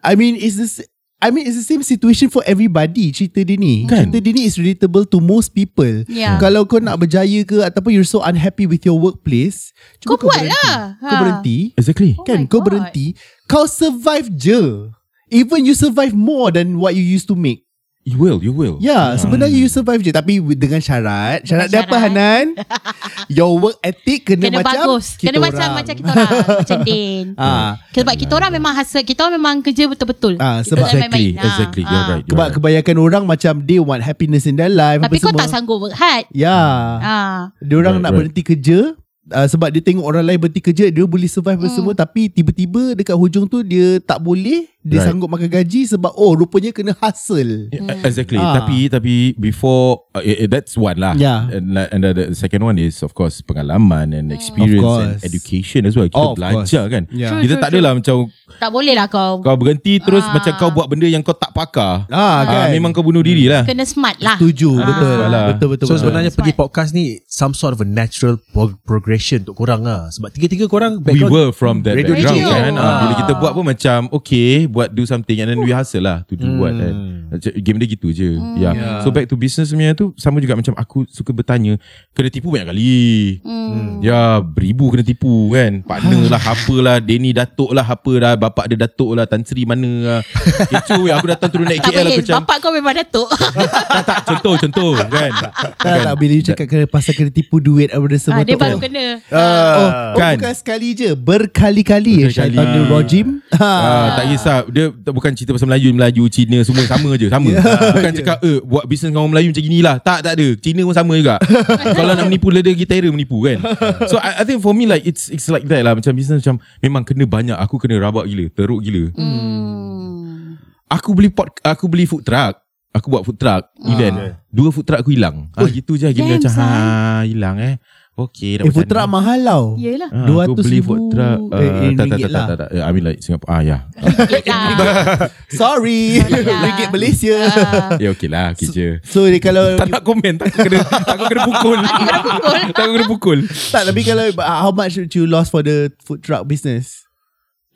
I mean it's this I mean it's the same situation for everybody cerita dia ni.
Kan?
Cerita dia ni is relatable to most people.
Yeah.
Kalau kau nak berjaya ke ataupun you're so unhappy with your workplace, cuba
Kau buat
berhenti.
lah.
Kau
Ha.
berhenti.
Exactly
Oh
kan
my
kau
God.
berhenti, kau survive je. Even you survive more than what you used to make.
You will, you will.
Ya, yeah, sebenarnya you survive je tapi with- dengan syarat. Syarat dia apa
syarat.
Hanan? Your work ethic kena,
Kena
macam
bagus
kita
Kena
orang.
macam Macam kita orang Macam Din
Ah,
Sebab kita orang memang hasil Kita orang memang kerja betul-betul
Ah,
Kita
sebab-
tak main-main.
Exactly,
Ah,
exactly. You're
ah.
right. You're
Sebab
right.
kebanyakan orang macam they want happiness in their life
Tapi
apa
kau
semua.
tak sanggup work hard
Ya.
ah.
Dia orang nak
Right, right.
berhenti kerja uh, sebab dia tengok orang lain berhenti kerja, dia boleh survive apa
Hmm.
semua tapi tiba-tiba dekat hujung tu dia tak boleh, dia
Right.
sanggup makan gaji sebab oh rupanya kena hustle.
Yeah, Exactly.
Ah.
Tapi tapi before uh, eh, eh, that's one lah.
Yeah.
And, la- and the, the second one is of course pengalaman and experience
Of
and
course.
education as well. Kita
Oh, of
belajar kan.
Yeah.
True,
Kita
true,
tak adalah macam
Tak boleh lah kau
kau berhenti terus
Ah.
macam kau buat benda yang kau tak pakar.
Ah,
Ah,
kan.
memang kau bunuh diri lah.
Kena smart lah
setuju
Ah.
betul.
Alah.
Betul betul.
So
betul.
sebenarnya
Smart.
pergi podcast ni Some sort of a natural pro- progression Untuk korang lah Sebab tiga-tiga korang
We
background-
were from that
Radio
background
DJ.
kan. Ah,
Ah.
Bila kita buat pun macam okay buat do something and then we hustle lah to do
Hmm.
what kan. Macam Game dia gitu je.
Hmm.
Yeah.
Yeah.
So back to business punya tu sama juga macam aku suka bertanya kena tipu banyak kali.
Hmm.
Ya beribu kena tipu kan Partner lah Apalah Denny datuk lah Apa lah Bapak dia datuk lah Tan Sri mana lah Kecoh weh Aku datang turun naik
Tak
KL
boleh
Aku macam
Bapak kau memang datuk
Tak tak Contoh contoh kan
tak tak bila you cakap kena pasal kena tipu duit apa dia semua
ah, Dia
tu.
baru
Oh,
kena
Oh, oh
Kan.
bukan sekali je Berkali-kali ya
Berkali-kali.
Syaitanul Rajim
Ah, tak kisah Dia tak- bukan cerita pasal Melayu Melayu Cina semua sama je Sama Bukan cakap eh, Buat bisnes dengan orang Melayu macam inilah Tak tak ada Cina pun sama juga Kalau nak menipu Leda gitara menipu kan So I, I think for me like It's it's like that lah Macam bisnes macam Memang kena banyak Aku kena rabak gila Teruk gila
Hmm.
Aku beli pot, aku beli food truck. Aku buat food truck
Ah.
event. Dua food truck aku hilang. Ah gitu je game dia
Damn,
macam
son.
ha hilang eh. Okey dah
Eh
macam
putra
ni.
mahal tau
Yelah
Ah, aku
200,000
beli food truck
eh,
uh,
in
tak, tak,
ringgit
tak, tak,
lah.
tak, tak, Yeah, I mean like Singapore ah ya
Yelah
Sorry
Yelah.
Ringgit Malaysia
Ah.
ya okey lah kerja
So dia kalau
tak nak komen tak aku kena tak aku kena pukul
Aku kena pukul
tak aku kena pukul
Tak tapi kalau uh, How much would you lost For the food truck business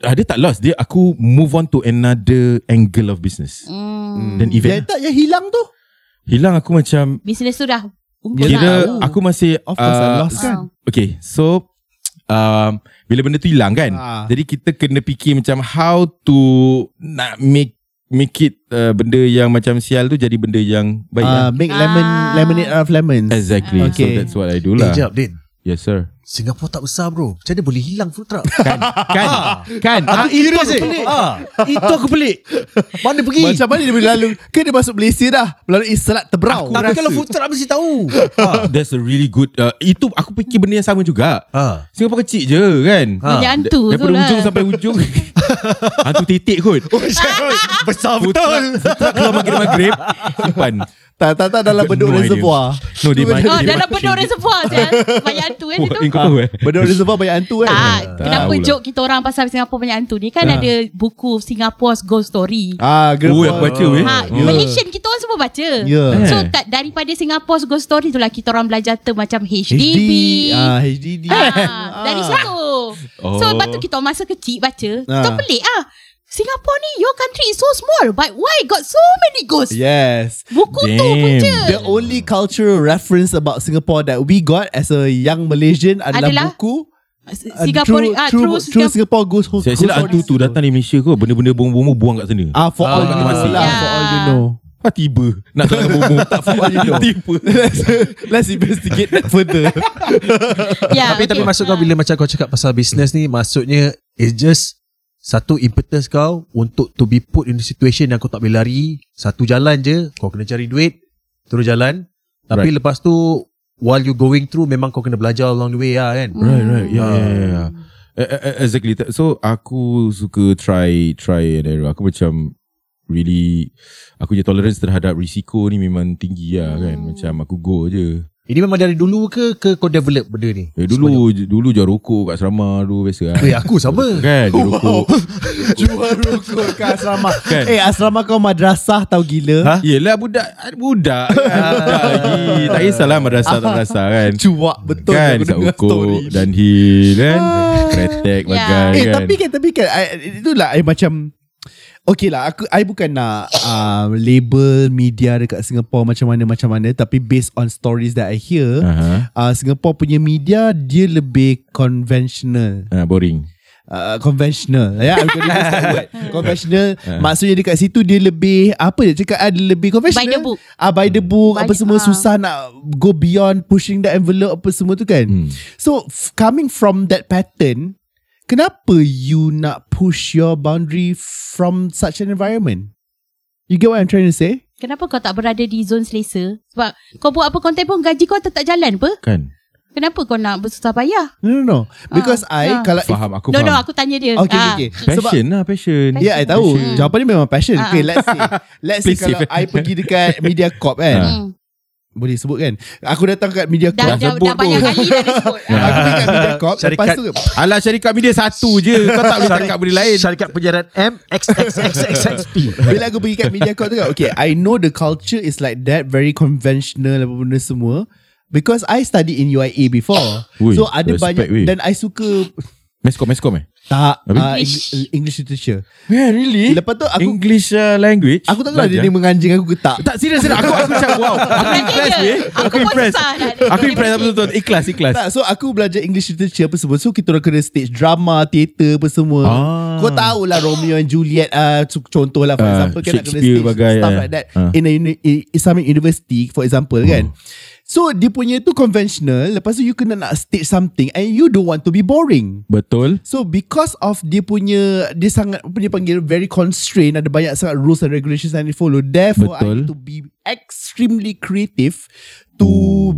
ah, dia tak lost dia aku move on to another angle of business
Hmm.
dan
Yang
event
tak yang hilang tu
hilang aku macam
Bisnes tu dah Ungkul
kira
lah.
aku masih
Of course I
ah,
lost kan
Okay so um, Bila benda tu hilang kan
Ah.
Jadi kita kena fikir macam How to Nak make Make it uh, Benda yang macam sial tu Jadi benda yang Baik
uh,
lah
Make lemon
Ah.
Lemonade out of lemons
Exactly So
Okay.
that's what I do
Eh
lah
jap Din
Yes sir
Singapura tak besar bro Macam mana boleh hilang food truck Ah,
Kan Kan Kan
Aku itu aku pelik ah, Itu aku pelik Mana pergi
Macam mana dia boleh lalu Kan dia masuk Malaysia dah Melalui Selat Teberau
Tapi kalau food truck mesti tahu Ha.
Ah, That's a really good uh, Itu aku fikir benda yang sama juga
ah.
Singapura kecil je kan
Ah.
Banyak hantu tu
Daripada
lah
hujung sampai hujung Hantu titik kot
Besar
Food truck, food truck keluar maghrib-maghrib Simpan
Tak tak tak dalam
I've got
bedok
no idea.
reservoir
No dia main
Oh
dia
dalam
main-
penuh reservoir saya Banyak hantu kan
Wah,
situ
eh, Kau tahu eh Ah.
Bedok Ah, reservoir banyak hantu kan
tak,
Tak
kenapa
tahulah.
joke kita orang pasal Singapura banyak hantu ni kan
lah. Ah.
ada buku Singapore's Ghost Story.
Ah, Ya.
Oh, aku baca weh.
Ha,
Oh.
Malaysian kita orang semua baca.
Yeah.
So
Eh.
tak, daripada Singapore's Ghost Story tu lah kita orang belajar term macam
HD,
HDB.
ah, HDD.
Ah, dari situ. So
Oh.
lepas tu kita masa kecil baca, kita
Ah.
pelik ah. Singapore ni your country is so small but why got so many ghosts?
Yes.
Buku tu
Damn.
pun je.
The only cultural reference about Singapore that we got as a young Malaysian adalah,
Adalah?
buku uh,
Singapore ah
true, true,
true,
true Singapore Ghost Ghost
Saya silap hantu
Stories.
tu datang dari Malaysia kot Benda-benda bomoh-bomoh buang kat sana
Ah, for all you know
masih.
lah,
Yeah.
for all you know.
Ah tiba Nak tolong bomoh Tak faham
you know.
Tiba
let's, let's investigate that further.
Yeah,
Tapi tapi maksud kau bila macam kau cakap pasal business ni maksudnya it's just satu impetus kau untuk to be put in a situation yang kau tak boleh lari, satu jalan je kau kena cari duit, terus jalan. Tapi right. lepas tu while you going through memang kau kena belajar along the way lah kan. Ah.
Right right Yeah yeah yeah,
Hmm.
yeah. ya, Eh, eh, eh, Exactly So aku suka try Try and error Aku macam Really Aku punya tolerance terhadap risiko ni Memang tinggi lah kan
Hmm.
Macam aku go je
Ini memang dari dulu ke ke kau develop benda ni?
eh, Dulu Dulu jual rokok kat asrama Dulu biasa lah
Eh aku sama.
Kan jual rokok
Jual rokok ke asrama.
Kan?
Eh, asrama kau madrasah tau gila.
Ha?
Yelah Ya lah, budak Budak kan Budak lagi Tak kisahlah madrasah tak madrasah kan
Cuak betul
kan
aku
Isak
dengar story.
ukur Dan hil kan
Ah.
Kretek
Ya.
bagai
Eh
kan
tapi kan tapi kan I, itulah I macam Okay lah aku I bukan nak uh, label media dekat Singapore macam mana macam mana tapi based on stories that I hear
Aha.
uh, Singapore punya media dia lebih conventional.
Ah, boring
uh, conventional. Ya, yeah, I'm gonna use that word. Conventional. Maksudnya dekat situ dia lebih apa dia cakap ah, dia lebih conventional.
By the book.
Ah by the book
By-
apa semua
ah.
susah nak go beyond pushing the envelope apa semua tu kan.
Hmm.
So f- coming from that pattern, kenapa you nak push your boundary from such an environment? You get what I'm trying to say?
Kenapa kau tak berada di zon selesa? Sebab kau buat apa konten pun gaji kau tetap jalan apa?
Kan?
Kenapa kau nak bersusah payah?
No no no. Because
Ah,
I
ah.
kalau
Faham, aku
no,
faham.
no, aku tanya dia.
Okay,
Ah,
okay, okay. Sebab
Passion lah, passion.
Ya, yeah, I tahu.
Passion.
Jawapan dia memang passion. Okay,
Ah.
let's say. Let's say
Please
kalau
save.
I pergi dekat MediaCorp kan.
Ah.
Hmm.
Boleh sebut kan? Aku datang kat MediaCorp.
Dah, dah,
sebut
dah banyak
pun.
kali dah disebut.
Aku pergi kat MediaCorp. Lepas
Syarikat-
tu
Alah syarikat media satu je. Kau tak boleh cakap benda lain.
Syarikat penyiaran MXXXXXP.
bila aku pergi kat MediaCorp tu kan. Okay, I know the culture is like that. Very conventional apa benda semua. Because I study in UIA before.
Ui,
so ada
respect,
banyak
weh.
dan I suka
Meskom, meskom eh?
tak
Habis?
uh, Eng- English literature.
Yeah, really?
Lepas tu aku
English uh, language.
aku tak tahu lah dia ni
Belajar.
menganjing aku ke tak.
Tak serius serius aku aku macam wow. Aku
Belajar
impressed
je.
weh.
Aku
Aku
pun
impressed.
susah nak-
Aku impressed
nak-
betul betul. Ikhlas ikhlas.
Tak, so aku belajar English literature apa semua. So kita orang kena stage drama, teater apa semua.
Ah.
Kau tahulah Romeo and Juliet uh, contoh lah for
Ah,
example kan nak kena
Shakespeare
stage
bagai,
stuff
eh.
like that
Ah. Hmm.
in a uni- i- Islamic university for example kan. So dia punya tu conventional, lepas tu you kena nak stage something and you don't want to be boring.
Betul.
So because of dia punya dia sangat apa dia panggil very constrained ada banyak sangat rules and regulations yang dia follow therefore I
Betul.
need to be extremely creative to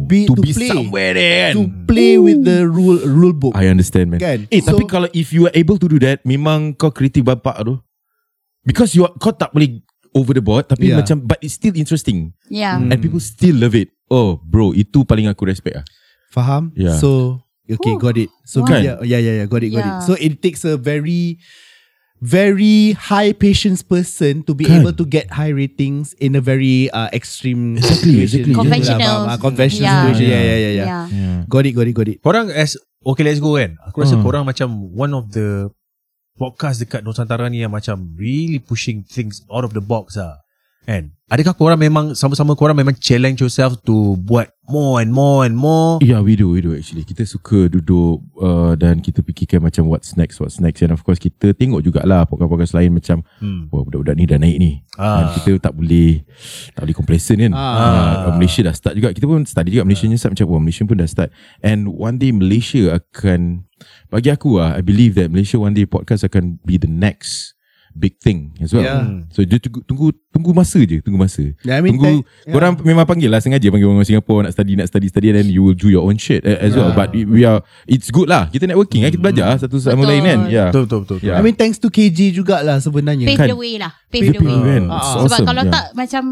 be
To
to,
be
play
somewhere there
to
kan.
play with the rule rule book
I understand man.
Kan?
Eh tapi
So-
kalau if you are able to do that memang kau kreatif bapak tu. Because you are, kau tak boleh over the board tapi
Yeah.
macam but it's still interesting
Ya.
and people still love it. Oh bro, itu paling aku respect ah.
faham
Yeah. Kan?
so okay
Oh.
got it so
Wow.
yeah, yeah yeah yeah got it got it
Yeah.
so it takes a very very high patience person to be
Kan?
able to get high ratings in a very uh, extreme
Exactly,
situation.
exactly.
Conventional.
Faham, faham. conventional
Yeah.
situation yeah yeah yeah, yeah.
Ya.
Yeah.
Got it, got it, got it.
Korang as Okay let's go kan Aku rasa
Hmm.
korang macam One of the Podcast dekat Nusantara ni Yang macam Really pushing things Out of the box lah Kan Adakah korang memang Sama-sama korang memang Challenge yourself To buat More and more and more
Yeah, Ya, we do, we do actually. Kita suka duduk uh, dan kita fikirkan macam what's next, what's next. And of course kita tengok jugalah podcast-podcast lain macam
hmm.
wah budak-budak ni dah naik ni.
Ah.
Ah. Kita tak boleh tak boleh complacent kan.
Ah.
Ah. Malaysia dah start juga. Kita pun study juga Malaysia ni start macam wah Malaysia pun dah start. And one day Malaysia akan bagi aku ah I believe that Malaysia one day podcast akan be the next big thing as well.
Yeah.
Yeah. So dia tunggu tunggu tunggu masa je, tunggu masa.
Yeah, I mean, yeah.
Tunggu yeah. Korang memang panggil lah Sengaja panggil orang Singapore Nak study Nak study study And then you will do your own shit eh, As yeah. well
Yeah. Hmm.
But we- we are It's good lah Kita networking lah Kita belajar lah Satu sama
Betul.
lain kan yeah.
Betul betul betul, betul.
Yeah.
I mean thanks to KG jugalah sebenarnya.
Pave
Kan?
the way lah. Pave the way.
Kan?
Ah, ah.
It's
Sebab
awesome.
kalau
yeah.
tak macam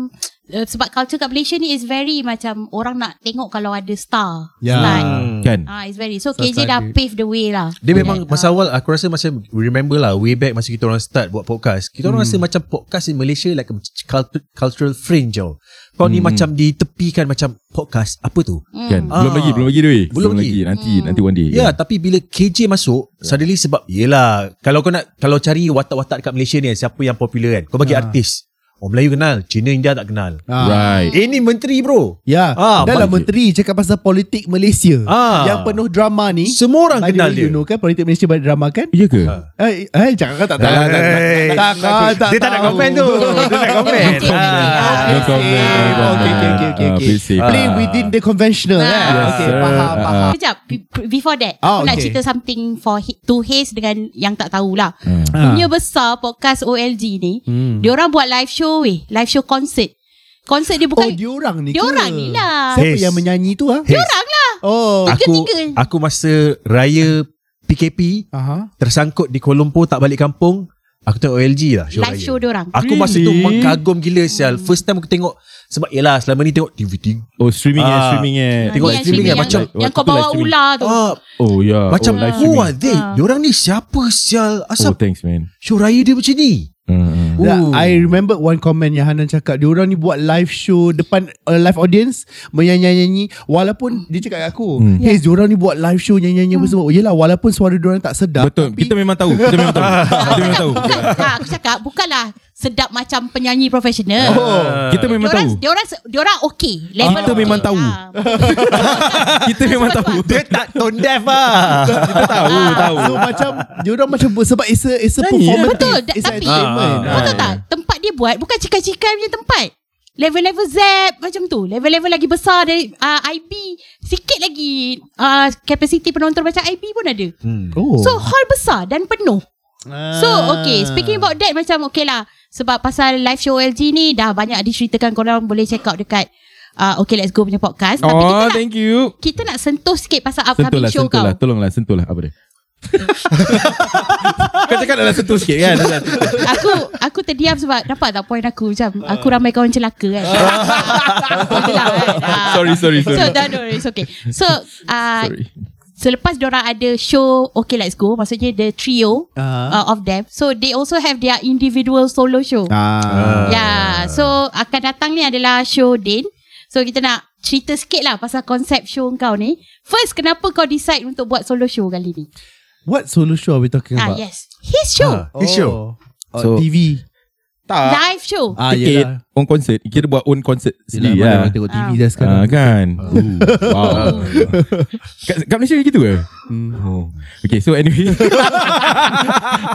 uh, sebab culture kat Malaysia ni is very macam orang nak tengok kalau ada star.
Yeah.
Like,
Kan
ah it's very. So
So,
KJ dah
tadi-
pave the way lah.
Dia memang masa awal aku rasa macam remember lah way back masa kita orang start buat podcast. Kita orang rasa macam podcast in Malaysia like a cult- cultural fringe tau. Kau ni macam ditepikan macam podcast apa tu?
Kan Belum
Ah.
lagi Belum lagi Hmm. Dwi
Belum lagi.
Nanti nanti one day
Ya, yeah, tapi bila KJ masuk, suddenly sebab yelah, kalau kau nak kalau cari watak-watak dekat Malaysia ni siapa yang popular kan? Kau bagi artis. Orang Melayu kenal, Cina India tak kenal.
Ah.
Right
Eh ni menteri bro.
Ya,
Ah,
dah lah
baik.
menteri cakap pasal politik Malaysia
Ah.
yang penuh drama ni.
Semua orang
By the
kenal
way,
dia.
You know kan politik Malaysia banyak drama kan?
Iya Ya ke
Eh, eh jangan kau tak tahu.
Dah lah, dah lah.
Eh,
Tak, kau tak
dia tak nak
tahu.
komen tu. Dia tak komen.
Okay,
Ah.
okay.
No comment no
Eh,
comment.
Okay, okay, okay, okay,
Ah,
okay.
Please save
Play within the conventional
Ah.
eh.
Yes,
okay,
sir.
faham,
Ah.
faham.
Sekejap be- be- Before that
Ah,
Aku nak
okay.
cerita something For hi- to Haze Dengan yang tak tahulah
Ah.
Punya besar Podcast OLG ni
Hmm.
Diorang buat live show weh Live show concert Concert
Oh,
dia bukan
diorang ni. ke?
Ah. Diorang ni lah.
Siapa
Yes.
yang menyanyi tu ah?
Diorang lah
Oh.
Aku
Tiga-tiga.
aku masa raya PKP
Aha.
tersangkut di Kuala Lumpur tak balik kampung, aku tengok OLG lah show
Live
raya.
show diorang
Aku masa tu
Really?
mengkagum gila sial. First time aku tengok sebab yelah selama ni tengok TV3
Oh streaming eh
Ah.
Streaming eh
Ah,
Tengok
ni yang
streaming
streaming
eh, macam-
yang, yang kau bawa ular tu
Ah,
Oh yeah
macam
Oh,
oh,
live
who
streaming
are they?
Ah.
Diorang ni siapa sial?
Oh
Asal
thanks man
show raya dia macam ni? Oh.
Ah, ah.
Dah,
Ooh.
Ya, I remember one comment yang Hanan cakap Diorang ni buat live show Depan uh, live audience Menyanyi-nyanyi Walaupun Dia cakap kat aku
Hmm.
Ya.
Hey diorang ni buat live show Nyanyi-nyanyi
Hmm.
apa semua Oh, Yelah walaupun suara diorang tak sedap
Betul Ya. Kita Ah, memang tahu Kita memang tahu Kita memang tahu
Bukan, ha, aku Ah, cakap bukanlah sedap macam penyanyi profesional.
Oh, kita memang
Diorang,
tahu.
diorang, se- diorang okey. Level
Kita memang
okey.
tahu.
Ah.
Kita memang
sebab-
tahu.
Dia tak tone deaf lah.
Kita tahu, tahu.
Ah, So macam Dia orang macam Sebab it's a, it's a performance
Betul,
It's a
tapi-
entertainment
Ah,
Ah.
Kau tahu tak Tempat dia buat Bukan cikai-cikai punya tempat Level-level Zep Macam tu Level-level lagi besar Dari uh, IB Sikit lagi uh, Capacity penonton macam IB pun ada
Hmm.
Oh.
So hall besar Dan penuh So
Ah.
okay Speaking about that Macam okay lah Sebab pasal live show LG ni Dah banyak diceritakan Korang boleh check out dekat uh, Okay let's go punya podcast Tapi kita
Oh,
nak
thank lah, you.
Kita nak sentuh sikit Pasal upcoming
Sentuhlah,
show
sentuhlah.
kau
Tolonglah, sentuhlah. Apa dia? Kau cakap dalam sentuh sikit kan?
aku aku terdiam sebab nampak tak point aku macam aku ramai kawan celaka kan. Itulah, kan? Ah.
Sorry, sorry,
So
sorry.
don't worry, it's okay. So uh,
Sorry.
selepas diorang ada show Okay Let's Go, maksudnya the trio
Ah.
uh, of them. So they also have their individual solo show.
Ah.
Yeah, so akan datang ni adalah show Din. So kita nak cerita sikit lah pasal konsep show kau ni. First, kenapa kau decide untuk buat solo show kali ni?
What solo show are we talking
Ah
about?
yes, his show,
Ah, his show.
Oh,
So-
TV.
Tak.
live show.
Ah,
Tiket, own concert. Kita buat own concert sendiri
Yelah, mana
lah.
tengok TV
Ah.
dah
Ah,
sekarang.
kan. Ooh, wow. kat, kat Malaysia gitu ke? Oh. Okay, so anyway.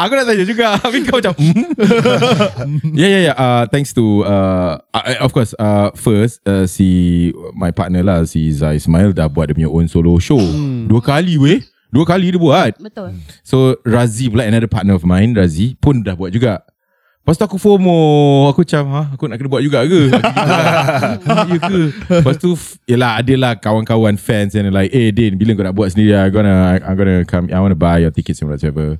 aku nak tanya juga. Habis kau macam, hmm? yeah, yeah, yeah. Uh, thanks to, uh, uh, of course, uh, first, uh, si, my partner lah, si Zai Ismail dah buat dia punya own solo show. Dua kali weh. Dua kali dia buat.
Betul.
So Razi pula another partner of mine Razi pun dah buat juga Lepas tu aku FOMO Aku macam ha, Aku nak kena buat juga ke Ya ke Lepas tu f- Yelah adalah kawan-kawan fans And like Eh Din bila kau nak buat sendiri I'm gonna I'm gonna come I wanna buy your tickets and whatever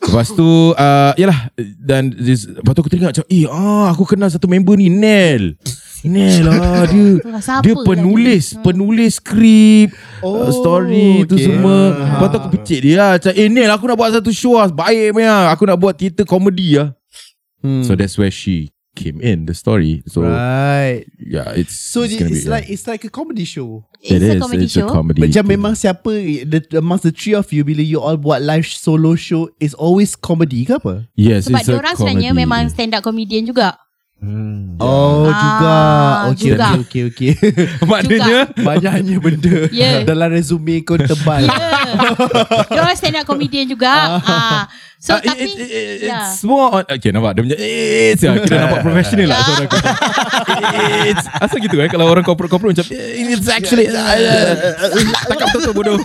Lepas tu uh, Yelah Dan this, Lepas tu aku teringat macam Eh ah, aku kenal satu member ni Nel Nel lah dia
Siapa
Dia
lah
penulis Penulis skrip oh, Story tu
okay. Ah.
semua Lepas tu aku pecik dia lah Macam eh Nel aku nak buat satu show lah Baik punya Aku nak buat teater komedi lah
Hmm.
So that's where she came in the story. So
Right.
yeah, it's
So it's,
gonna
it's
be,
like it's like a comedy show.
It's a comedy
it's
show.
A comedy
Macam memang siapa the, amongst the three of you bila you all buat live solo show is always comedy ke apa?
yes,
Sebab
it's a
diorang sebenarnya
comedy.
memang stand up comedian juga.
Oh
Ah,
juga. Okay,
juga.
okay okay okay.
maknanya
Banyaknya benda
Ya.
dalam resume kau tebal.
Ya. diorang stand up comedian juga. Ah. So
uh,
tapi
it, it, it,
ya.
it's more on okay nampak dia punya it's ya, kira nampak professional lah
Ah.
suara kau. It's asal gitu eh kalau orang corporate corporate macam eh, it's actually uh, uh, uh, cakap betul-betul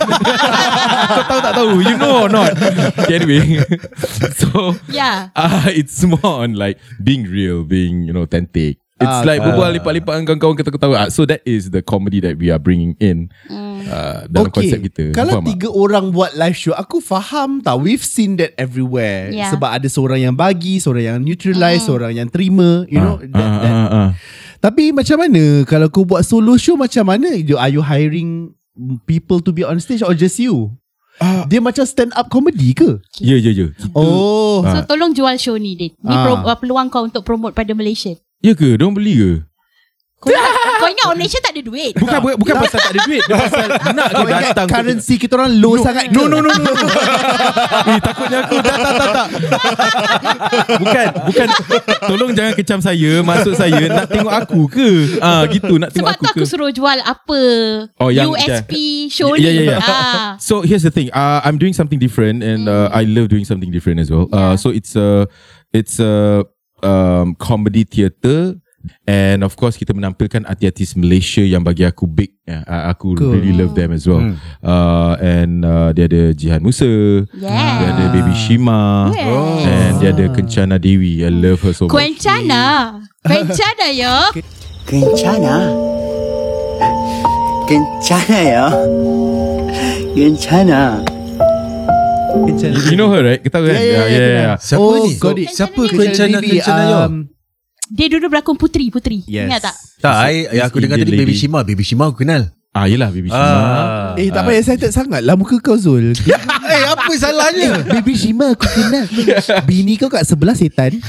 bodoh. Kau tahu tak tahu you know or not. Okay, anyway. so
Yeah.
Ah, it's more on like being real, being you know authentic. It's
Ah,
like berbual lipat-lipat dengan kawan-kawan kita ketawa. Ah, So that is the comedy that we are bringing in
Hmm.
uh, dalam konsep kita.
Kalau
Faham tak?
tiga orang buat live show, aku faham tau. We've seen that everywhere.
Yeah.
Sebab ada seorang yang bagi, seorang yang neutralize, seorang yang terima, you know.
Ah,
that,
ah,
that.
ah, ah.
Tapi macam mana kalau kau buat solo show macam mana? You- Are you hiring people to be on stage or just you?
Ah.
Dia macam stand up comedy ke?
Ya, ya, ya.
Oh.
So tolong jual show ni Din. Ni
Ah.
pro, uh, peluang kau untuk promote pada Malaysia.
Ya ke? Diorang beli ke?
Kau ingat, kau ingat orang Malaysia tak ada duit.
Bukan, bukan, bukan pasal tak ada duit. Dia pasal nak
Kau ingat
datang.
currency kita orang low sangat
No, no, no, no. no. eh, takutnya aku. Tak, tak, tak, tak. Bukan, bukan. Tolong jangan kecam saya. Masuk saya. Nak tengok aku ke? Ah, gitu. Nak tengok
Sebab tu
aku
aku
ke?
suruh jual apa
Oh, yang-
USP show
Ya,
ni.
ya, ya.
Ah.
So here's the thing. Uh, I'm doing something different, and uh, I love doing something different as well.
Mm. Yeah.
Uh, so it's a it's a um, comedy theatre. And of course kita menampilkan artis-artis Malaysia yang bagi aku big. Uh, aku
Cool. Mm.
really love them as well. Uh, and uh, dia ada Jihan Musa, dia
Yeah.
ada Baby Shima,
Yeah.
and dia ada Kencana Dewi. I love her so much.
Quencana. Quencana ya.
괜찮아. 괜찮아요. 괜찮아.
You know her right? Kita tahu kan?
Yeah, yeah, yeah,
yeah, yeah.
Siapa
Oh,
ni?
got it.
Siapa
Kencana
Kencana Kencana
um,
Yo?
Dia dulu berlakon Putri, Putri. Ingat tak?
Tak, I,
This
aku dengar
Indian
tadi Baby
lady.
Shima. Baby Shima aku kenal.
Ah, yelah Baby Shima.
Eh tak payah excited sangat lah Muka kau Zul Eh apa
Apa salahnya?
Baby Shima aku kenal Bini kau kat sebelah setan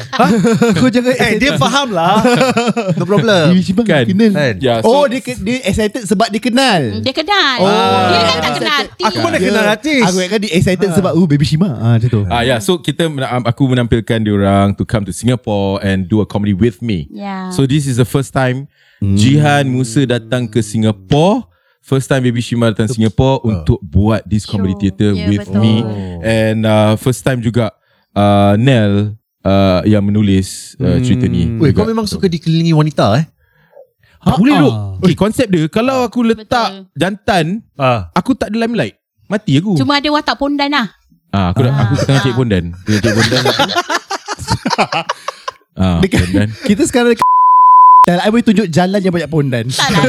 Kau jangan
Eh dia faham lah
No problem.
Baby Shima
Kan.
aku kenal
Kan?
Yeah, so,
Oh dia, ke- dia excited sebab dia kenal
Dia kenal.
Oh.
Dia kan tak kenal.
Aku mana
Ya.
kenal artis
Aku ingat dia excited sebab Oh Baby Shima ah, Macam tu
Ah yeah, so kita mena- um, aku menampilkan diorang to come to Singapore and do a comedy with me.
Yeah.
So this is the first time
Hmm.
Jihan Musa datang ke Singapore. First time Baby Shima datang
Ah.
Singapore untuk buat this comedy
Show.
theatre
Yeah,
with
betul.
me.
Oh.
And uh, first time juga uh, Nell uh, yang menulis uh, cerita ni.
Hmm. Weh,
juga. Ha,
kau memang suka dikelilingi wanita eh?
Tak boleh duk. Okay, konsep ah. Eh, dia kalau aku letak
Ah. Betul.
jantan,
Ah.
aku tak ada limelight. Mati aku.
Cuma ada watak pondan lah.
Ah, aku dah, aku tengah cek bondan. Tengah cek bondan. aku. ah,
Dekat-
bondan.
Kita sekarang dekat Dan I boleh tunjuk jalan yang banyak pondan
Tak lah.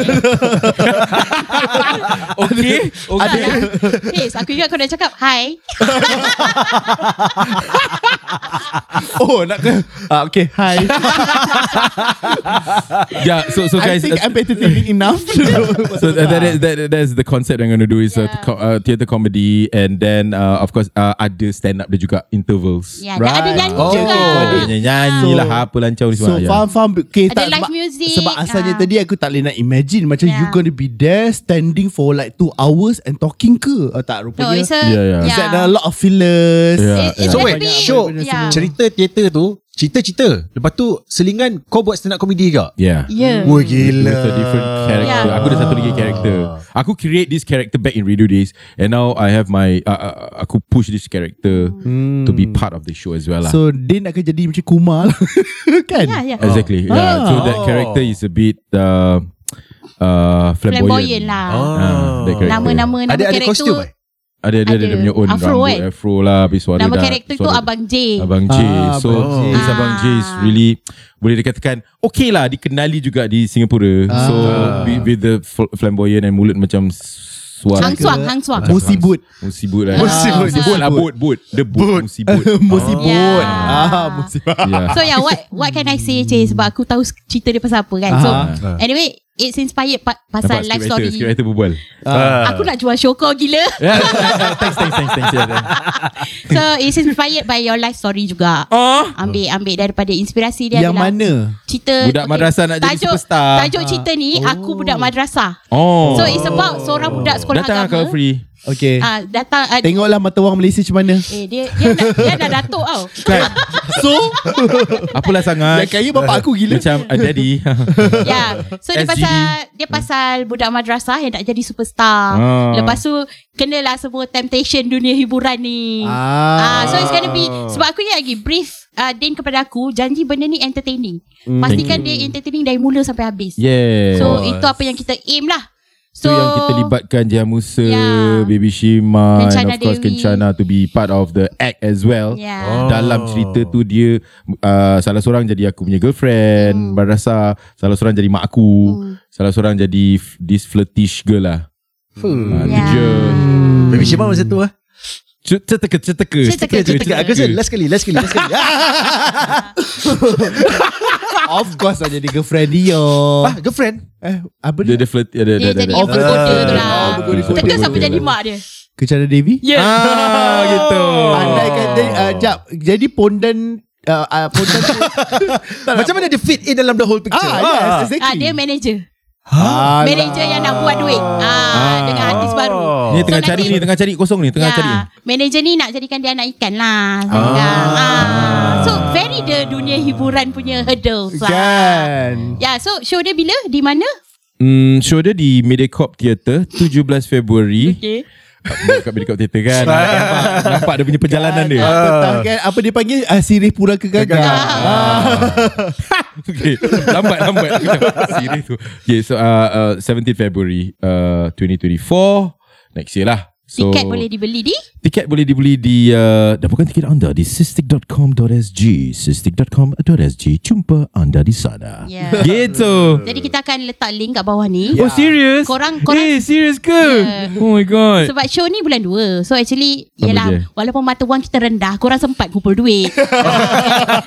Okay,
tak
okay.
lah. Fiz, aku ingat kau dah cakap hi.
Oh nak ke ah, Okay hi
yeah, Ya, so so
I
guys, uh,
think I'm entertaining enough
so uh, that, that, that, that is the concept I'm going to do is yeah. a co- uh, theater comedy and then uh, of course uh, ada stand up dia juga intervals.
Ya, dan ada nyanyi
Oh.
juga.
Dia nyanyi
So-
lah apa lancar ni
So
semua.
faham faham okay,
Ada
tak,
live
sebab-
music,
Sebab asalnya
ah. Ya.
tadi aku tak boleh nak imagine Macam
Yeah.
you gonna be there Standing for like 2 hours And talking ke oh, Tak
No,
rupanya
it's a... ya.
Yeah, yeah.
yeah.
Is that there are a lot of fillers
Yeah.
It- it's
So
like
wait,
big,
show
yeah.
Cerita teater tu, cerita-cerita. Lepas tu, selingan kau buat stand up comedy ke?
Yeah.
Yeah.
Wah
With a
gila.
different character.
Yeah.
Aku ada satu lagi character.
Ah.
Aku create this character back in Radio Days and now I have my uh, uh, aku push this character to be part of the show as well lah.
Hmm. So Din akan jadi macam Kumar lah Kan
Yeah, yeah.
Oh. exactly. Yeah. So that character is a bit uh, uh,
Flamboyant
flamboyant.
lah.
Ah, that character.
Nama-nama nama
Ada ada
karakter.
kostum eh?
Ada ada ada
Ada.
dia punya own
Afro,
rambut
eh?
afro lah habis suara
Nama
dah-
karakter tu
suara-
Abang J.
Abang J.
Ah,
so
Abang J.
this Abang J is
Ah.
really boleh dikatakan okay lah dikenali juga di Singapura. So with, with the fl- flamboyant and mulut macam suara.
Hang Suang, Hang Suang.
Macam
Musibut.
Hang- Musibut
Ah.
lah.
Musibut.
Musibut lah boot boot. The boot musibut.
Musibut
Yeah.
ah, Musibut
yeah.
So yeah, what what can I say, Cik? Sebab aku tahu cerita dia pasal apa kan. So anyway, it's inspired pa- pasal
Ah. Nampak
life
script writer,
story.
script writer berbual.
Ah.
Aku nak jual show kau gila.
Yeah, Ah. thanks, thanks, thanks, thanks. Yeah, thanks.
So it's inspired by your life story juga.
Ah.
Ambil ambil daripada inspirasi
Yang
Ya, dia lah. adalah
mana
cerita
Budak madrasah nak jadi
tajuk,
superstar.
Tajuk cerita ni aku budak madrasah.
Oh.
So it's about seorang budak sekolah
Datang
agama.
akal free.
Okay
Ah datang ah,
Tengoklah mata wang Malaysia macam mana
eh dia dia nak, dia nak datuk tau.
Kan?
So
Apalah sangat.
Yang kaya bapak aku gila
Macam uh, daddy.
Ya. So dia
SGD.
pasal dia pasal budak madrasah yang nak jadi superstar.
Ah.
Lepas tu kenalah semua temptation dunia hiburan ni. Ah, so it's gonna be
Oh.
sebab aku ingat lagi brief uh, Din kepada aku janji benda ni entertaining.
Hmm.
Pastikan dia entertaining dari mula sampai habis.
yeah.
So itu apa yang kita aim lah. So
So,
ya.
yang kita libatkan Jihan Musa,
Yeah.
Baby Shima
Kencana
and of course
Dewi. Ya.
Kencana to be part of the act as well.
Yeah.
Dalam cerita tu dia uh, salah seorang jadi aku punya
Hmm.
girlfriend, madrasah, salah seorang jadi mak aku, salah seorang jadi f- this flirtish girl lah.
Yeah.
Uh, Tu je.
Baby Shima masa tu ah.
Cer- Certeka, certeka.
Certeka, certeka.
Aku rasa last kali, last Ah, kali, last kali.
Of course lah jadi girlfriend dia
Ah, girlfriend.
Eh apa
Dia
dia
ada flirt ada
dia
ada
jadi
Oh,
yang bergoda
Ah,
tu lah.
Oh, bergoda-goda.
Tekan sampai jadi mak dia. Ah,
Kecara Devi
Ya. Yeah.
Ah gitu.
Pandai kan jadi, uh, jap, jadi pondan uh, uh, pondan tu,
Macam mana dia fit in dalam the whole picture?
ah, yes, exactly. Ah, lah.
Ah, dia manager.
Alah.
Manager yang nak buat duit. Ah, dengan artis baru.
Ni tengah
So,
cari
nanti-
ni, tengah cari kosong ni, tengah
Ya,
cari.
Manager ni nak jadikan dia anak ikan lah. Ah. ah. So very the dunia hiburan punya hurdles lah.
Kan
Ya, yeah, so show dia bila? Di mana?
Hmm, show dia di Mediacorp Theatre 17 Februari.
Okay.
Buat kat Mediacorp Theatre kan. nampak, nampak dia punya perjalanan dia.
apa,
Ah.
tak, kan, apa dia panggil uh, Sirih pura kegagalan
Ah, okay. Lambat, lambat. Siri tu. Okay, so uh, uh, 17 Februari uh, 2024. Next year lah. So,
Tiket boleh dibeli di?
Tiket boleh dibeli di uh, Dah bukan tiket anda Di sistic.com.sg sistic.com.sg Jumpa anda di sana
Ya.
Gitu
Jadi kita akan letak link kat bawah ni.
Oh serious?
Korang- korang- Ya.
Eh serious ke?
Yeah.
Oh my god
Sebab show ni bulan 2 So actually
Sama je.
Yelah Walaupun mata wang kita rendah Korang sempat kumpul duit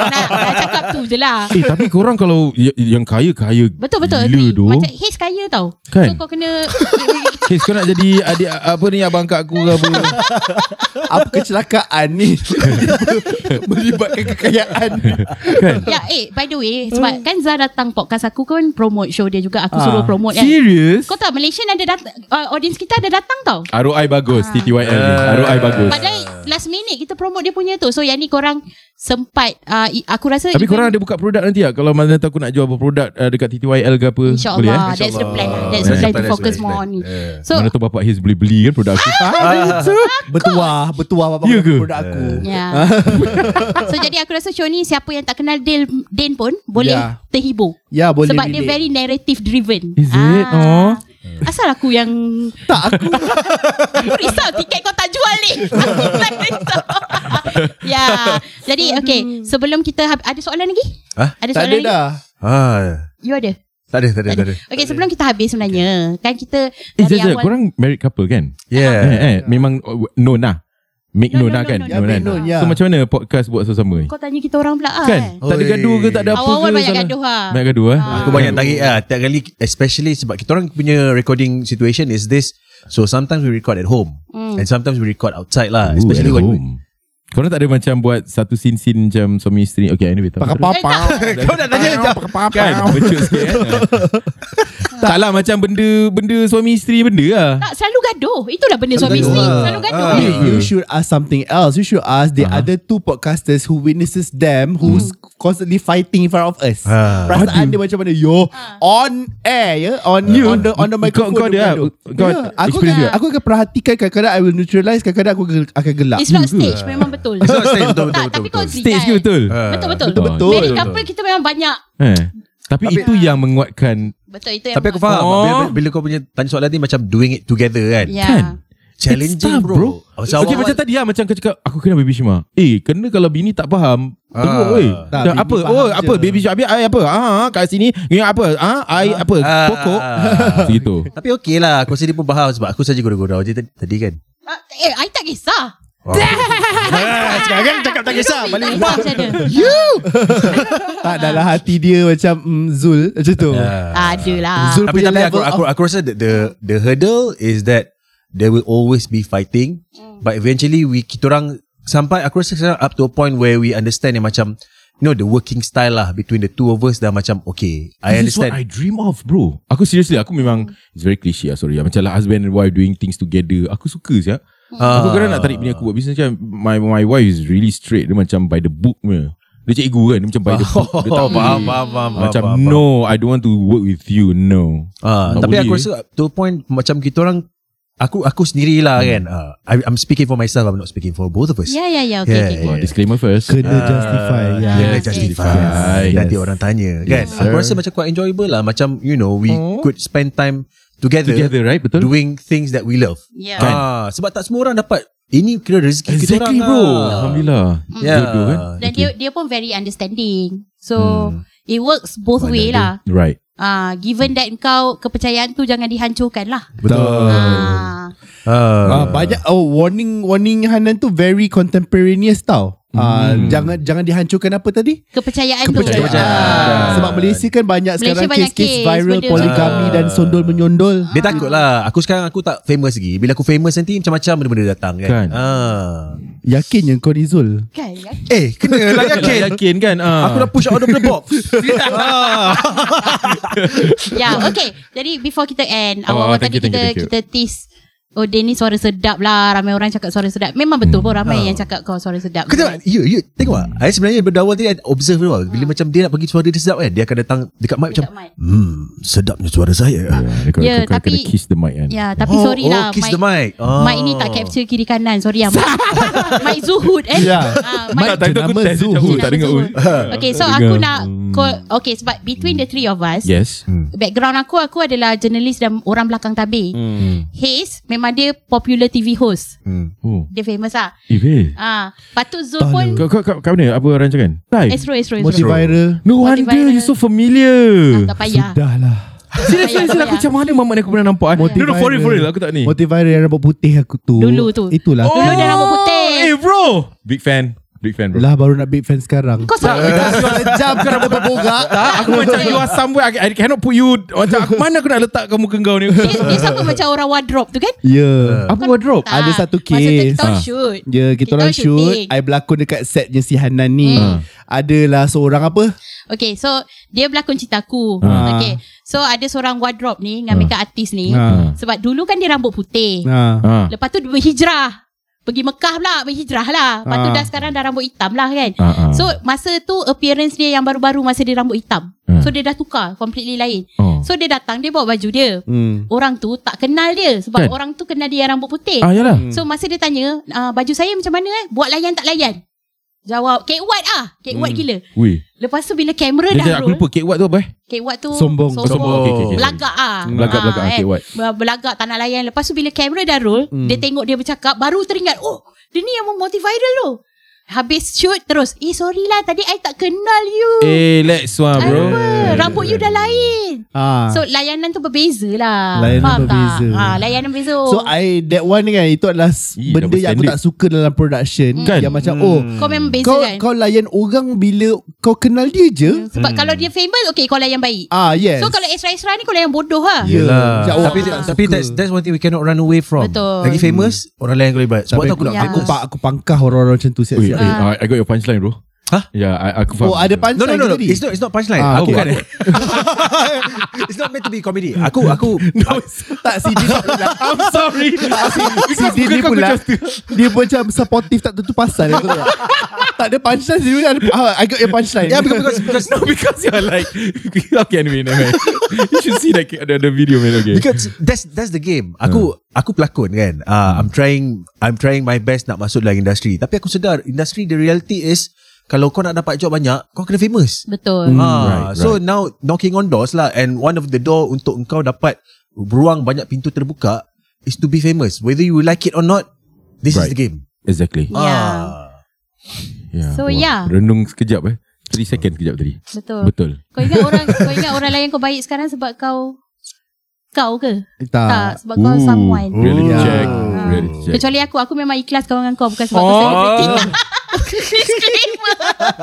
nak, nak cakap tu je lah
Eh tapi korang kalau y- Yang kaya-kaya
Betul betul
Gila
agree.
tu
Macam Haze kaya tau So
Kan?
kau kena
Kes kau nak jadi adik apa ni abang kak aku ke apa?
Apa kecelakaan ni Melibatkan kekayaan
kan?
Ya eh by the way Sebab kan Zah datang podcast aku kan Promote show dia juga
Ah,
Aku suruh promote kan
Serius
Kau tahu Malaysian ada datang uh, Audience kita ada datang tau
ROI bagus TTYL ni. ROI bagus.
Ah. Padahal last minute Kita promote dia punya tu So yang ni korang Sempat uh, i- Aku rasa
Tapi
even-
korang ada buka produk nanti tak? Kalau mana tahu aku nak jual apa produk uh, dekat TTYL ke apa? Boleh eh?
InsyaAllah That's the plan lah. That's the
That's
plan
the
To
plan,
focus
that's the
more
plan.
on
So,
So Ah.
mana tu bapak Hiz boleh beli kan produk aku?
Bertuah Bertuah apa
Ya ke?
produk aku
Ya. so jadi aku rasa show ni siapa yang tak kenal Dale, Dan pun boleh
Ya.
terhibur.
Ya boleh
Sebab dia
relate.
very narrative driven.
Is it?
Ah.
Oh.
Asal aku yang
Tak aku
aku risau tiket kau tak jual ni. Aku plan risau. ya. Jadi okay, sebelum kita hab- ada soalan lagi?
Hah?
Ada
Tak
soalan
ada
lagi?
dah
Ah,
You ada?
tak ada, tak ada, tak ada.
Okay, sebelum kita habis sebenarnya, kan kita
Eh,
dari
Zazak,
awal
korang married couple kan? Eh,
Yeah.
eh, memang oh, known lah. Make
No,
known
no,
lah
no,
kan?
no,
Ya
Benar.
Benon ya
So macam mana podcast buat sama-sama ni?
kau tanya kita orang pula ah.
Kan? Tak ada
Oi.
gaduh ke tak ada apa
Awal-awal
ke?
banyak
salah?
gaduh ah.
Banyak gaduh eh?
Aku banyak tarik lah Tiap kali Especially sebab Kita orang punya recording situation Is this So sometimes we record at home
Hmm.
And sometimes we record outside lah
Ooh,
Especially
at
when
home. Ah, Korang tak ada macam buat satu scene-scene macam suami isteri? Okay, anyway. tak apa.
Pakai papa. Eh, Kau nak tanya macam pakai papa.
Kan? Becus sikit eh? Tak lah macam benda benda suami isteri benda lah.
Tak selalu gaduh. Itulah benda suami
gaduh
isteri.
lah.
Selalu gaduh.
Ah.
kan?
Babe, you should ask something else. You should ask the
Uh-huh.
other two podcasters who witnesses them who's
Hmm.
constantly fighting in front of us.
Ah.
Perasaan dia macam mana? Yo,
Ah.
on air ya, on on the on the microphone.
Ah, kau ada,
dia gaduh.
kau
Ya, aku
experience
akan,
juga?
aku akan perhatikan kadang-kadang I will neutralize, kadang-kadang aku akan- akan gelak.
It's not stage Memang betul
It's not stage,
Tak,
betul, betul,
Tapi
betul,
kau
betul.
agree
Stage
kan?
ke betul?
Betul betul
Betul,
Betul
betul.
Married
Betul.
couple kita memang banyak
Eh. Tapi, itu yang menguatkan
Betul itu yang
Tapi aku
buat.
faham
Oh.
bila, bila kau punya Tanya soalan ni Macam doing it together kan
Ya
Kan?
Challenging
It's tough,
bro, Macam
okay,
awal-awal-
macam tadi lah Macam kau cakap Aku kena baby Shima Eh kena kalau bini tak faham Tengok
Ah.
weh
Tak,
Dah
bini
Apa
faham
Oh
je.
apa Baby Shima Habis I apa ah, Kat sini Ni apa ah, I apa
Ah.
Pokok Begitu
Tapi okay lah Aku sendiri pun faham Sebab aku saja gurau-gurau je tadi, tadi kan
Ah, Eh I tak kisah
Sekarang cakap tak kisah
Tak kisah macam mana
tak dalam hati dia macam mm, Zul macam tu.
Ya.
Ah.
Ada lah
Zul
Tapi
punya
tapi aku,
level
aku, aku rasa the, the the hurdle is that there will always be fighting but eventually we kita orang sampai aku rasa sekarang up to a point where we understand yang macam you know the working style lah between the two of us dah macam okay I
This is
understand
what I dream of bro Aku seriously Aku memang It's very cliche lah sorry lah. Macam lah husband and wife Doing things together Aku suka siap
Ah.
Aku kadang nak tarik bini aku buat bisnes kan My my wife is really straight Dia macam by the book punya Dia cikgu kan Dia macam by the book Dia tak
Oh, faham, faham, faham,
Macam
faham, faham.
no I don't want to work with you No
Ah,
Tak
tapi
boleh,
aku
eh.
rasa up to a point macam kita orang aku aku sendirilah
Hmm.
kan Ah, I, I'm speaking for myself I'm not speaking for both of us
Ya ya ya Okay
Yeah,
okay, okay.
Wah, Disclaimer first Ah,
kena justify. Ya.
Kena
Yes,
justify
yes.
Nanti
Yes.
orang tanya kan
Yes,
Aku
sir. Oh.
rasa macam quite enjoyable lah Macam you know We could spend time Together,
Together right betul
Doing things that we love
Ya
Kan?
ah, Sebab tak semua orang dapat Ini kira rezeki kita orang
Exactly bro
lah.
ah, Alhamdulillah
yeah.
Jodoh kan
Dan dia dia pun very understanding So
Hmm.
It works both
Mana
way
ada.
lah
Right
Ah, Given that kau Kepercayaan tu Jangan dihancurkan lah
Betul
Ah,
ah.
Ah, banyak oh warning warning Hanan tu very contemporaneous tau. Ah,
Hmm.
jangan jangan dihancurkan apa tadi?
Kepercayaan, tu
Kepercayaan.
Ah.
Sebab Malaysia kan banyak
Malaysia
sekarang
banyak
kes-kes
kes, Ah.
viral
benda-
poligami dan sondol menyondol.
Dia takut lah Aku sekarang aku tak famous lagi Bila aku famous nanti Macam-macam benda-benda datang kan,
Kan.
Ah.
Yakin yang kau ni Zul?
Kan, kan?
Eh kena lah yakin
Yakin kan ah.
Aku dah push out of the box
Ya, yeah, okay. Jadi before kita end,
Oh,
awal-awal
oh, thank
tadi
you, thank
kita
you,
kita tease Oh dia ni suara sedap lah Ramai orang cakap suara sedap Memang betul pun
Ah.
Ramai yang cakap kau suara sedap
Kau tengok You, you tengok tak I sebenarnya daripada awal tadi I observe tu tau. Bila macam dia nak bagi suara dia sedap kan Dia akan datang dekat mic macam
Dekat mic.
Hmm Sedapnya suara saya
Kau-
Ya,
kau- kau
tapi-
kena kiss the mic kan
Ya tapi oh, sorry
oh,
lah
Oh kiss the mic oh.
Mic ni tak capture kiri kanan Sorry lah Mic Zuhud eh
Ya.
Ah, mic
Tak, time tu aku
Jenama
test
Zuhud.
macam, oh, Tak dengar pun
Okay so
Tak
aku
dengar.
nak call, Okay sebab between the three of us
Yes
Background aku Aku adalah jurnalis Dan orang belakang tabir
Hmm.
Haze Memang dia popular TV host
Hmm.
Oh
Dia famous lah
Ibe
Ah, Patut Zul pun
Kau kau kau kau mana? Apa orang cakap?
Eh,
Thai.
Astro Astro Astro
Multiviral.
No wonder
Multiviral.
you so familiar.
Ah, eh, Ya. tak payah.
Dah lah.
Sila sila sila aku macam mana mamak ni aku pernah nampak. eh? No no for real for real aku tak ni. Oh!
Multiviral yang rambut putih aku tu.
Dulu tu.
Itulah.
Dulu dah rambut putih.
Eh bro Big fan Big fan bro.
Lah baru nak big fan sekarang.
Kau sama
Sejam kau dah bergak.
Tak, aku macam you are somewhere. I, I cannot put you. Macam aku mana aku nak letak kamu ke kau ni?
dia, dia sama macam orang wardrobe tu kan
Ya. Apa wardrobe?
Ah,
Ada satu
Masa tu
kes.
kita orang
Ah.
shoot
Ya, kita,
Kita
orang
shooting.
shoot. I berlakon dekat setnya si Hanan ni.
Hmm.
Adalah seorang apa?
Okay so Dia berlakon cerita aku
Ah.
Okay So ada seorang wardrobe ni Dengan makeup artist ni
Ah.
Sebab dulu kan dia rambut putih
Ha.
Ha.
Lepas tu dia berhijrah Pergi Mekah pula Berhijrah lah Lepas tu
Ah.
dah sekarang dah rambut hitam lah kan
Ha, ha.
So masa tu appearance dia yang baru-baru masa dia rambut hitam.
Hmm.
Ha.
So dia dah tukar completely lain.
Oh.
So dia datang dia bawa baju dia.
Hmm.
Orang tu tak kenal dia sebab
Kan?
orang tu kenal dia yang rambut putih.
Ah, yalah.
So masa dia tanya, ah, baju saya macam mana eh? Buat layan tak layan? Jawab, cake what ah. Cake what gila.
Ui.
Lepas tu bila kamera
Dia,
dah
dia, aku
roll,
lupa cake what tu apa eh?
cake what tu
Sombong.
sombong.
Sombong. Okay, okay, okay.
Belagak ah.
Belagak, belagak, ah, cake what.
Ber- Belagak tanah layan. Lepas tu bila kamera dah roll,
Hmm.
dia tengok dia bercakap, baru teringat, oh, dia ni yang multiviral tu. Habis shoot terus, eh sorry lah tadi I tak kenal you.
Eh, let's one bro.
Apa? Rambut you dah lain.
Ha.
So layanan tu berbeza lah.
Layanan
Faham
berbeza.
Tak? Ha, layanan berbeza.
So I that one ni kan Itu adalah s-
Ih,
Benda
double
yang aku
standard.
tak suka Dalam production
Kan?
Yang macam
Hmm.
oh
kau memang beza
Kau
Hmm. kan?
kau layan orang Bila kau kenal dia je
Sebab kalau dia famous, okay kau layan baik.
Ah yes
So kalau extra-extra ni kau layan bodoh lah.
Ya.
Yelah
Macam, oh,
Tapi
aku tak
tapi
suka.
that's that's one thing we cannot run away from
Betul.
Lagi famous Orang lain boleh buat Sebab
Sampai
tu aku nak
Ya.
aku,
famous
pa, aku pangkah orang-orang macam tu
Ui,
siap-siap. Ah.
eh, I- I got your punchline bro.
Hah?
Yeah, I, aku
Oh
faham.
ada
No
punchline
no no, no.
tadi.
It's not it's not punchline.
Ah,
Ah,
okay.
aku bukan. it's not meant to be comedy. Aku aku
tak si dia pula.
I'm sorry.
Si dia, dia pula. Dia pun macam supportive tak tentu pasal. Aku tak, tak ada punchline. Dia ada, ah, I got your punchline.
yeah because because because,
No, because you're like okay. Anyway, never mind. you should see that the, the video, man. Okay.
because that's that's the game. Aku
Hmm.
aku pelakon kan. Ah I'm trying I'm trying my best nak masuk dalam industri. Tapi aku sedar industri the reality is kalau kau nak dapat job banyak, kau kena famous.
Hmm.
Betul.
Ah,
Hmm, right,
so now knocking on doors lah and one of the door untuk engkau dapat ruang banyak pintu terbuka is to be famous whether you like it or not this
Right.
is the game.
Exactly.
Yeah.
Ah.
Yeah.
So,
Wah,
yeah.
Renung sekejap eh. 3 second sekejap tadi.
Betul.
Betul.
Kau ingat orang kau ingat orang lain kau baik sekarang sebab kau kau ke?
tak.
Tak, sebab kau someone.
Reality
Ah. Ooh.
check.
Oh, Yeah.
Reality check.
Kecuali aku Aku memang ikhlas kawan dengan kau Bukan sebab oh. kau celebrity Disclaimer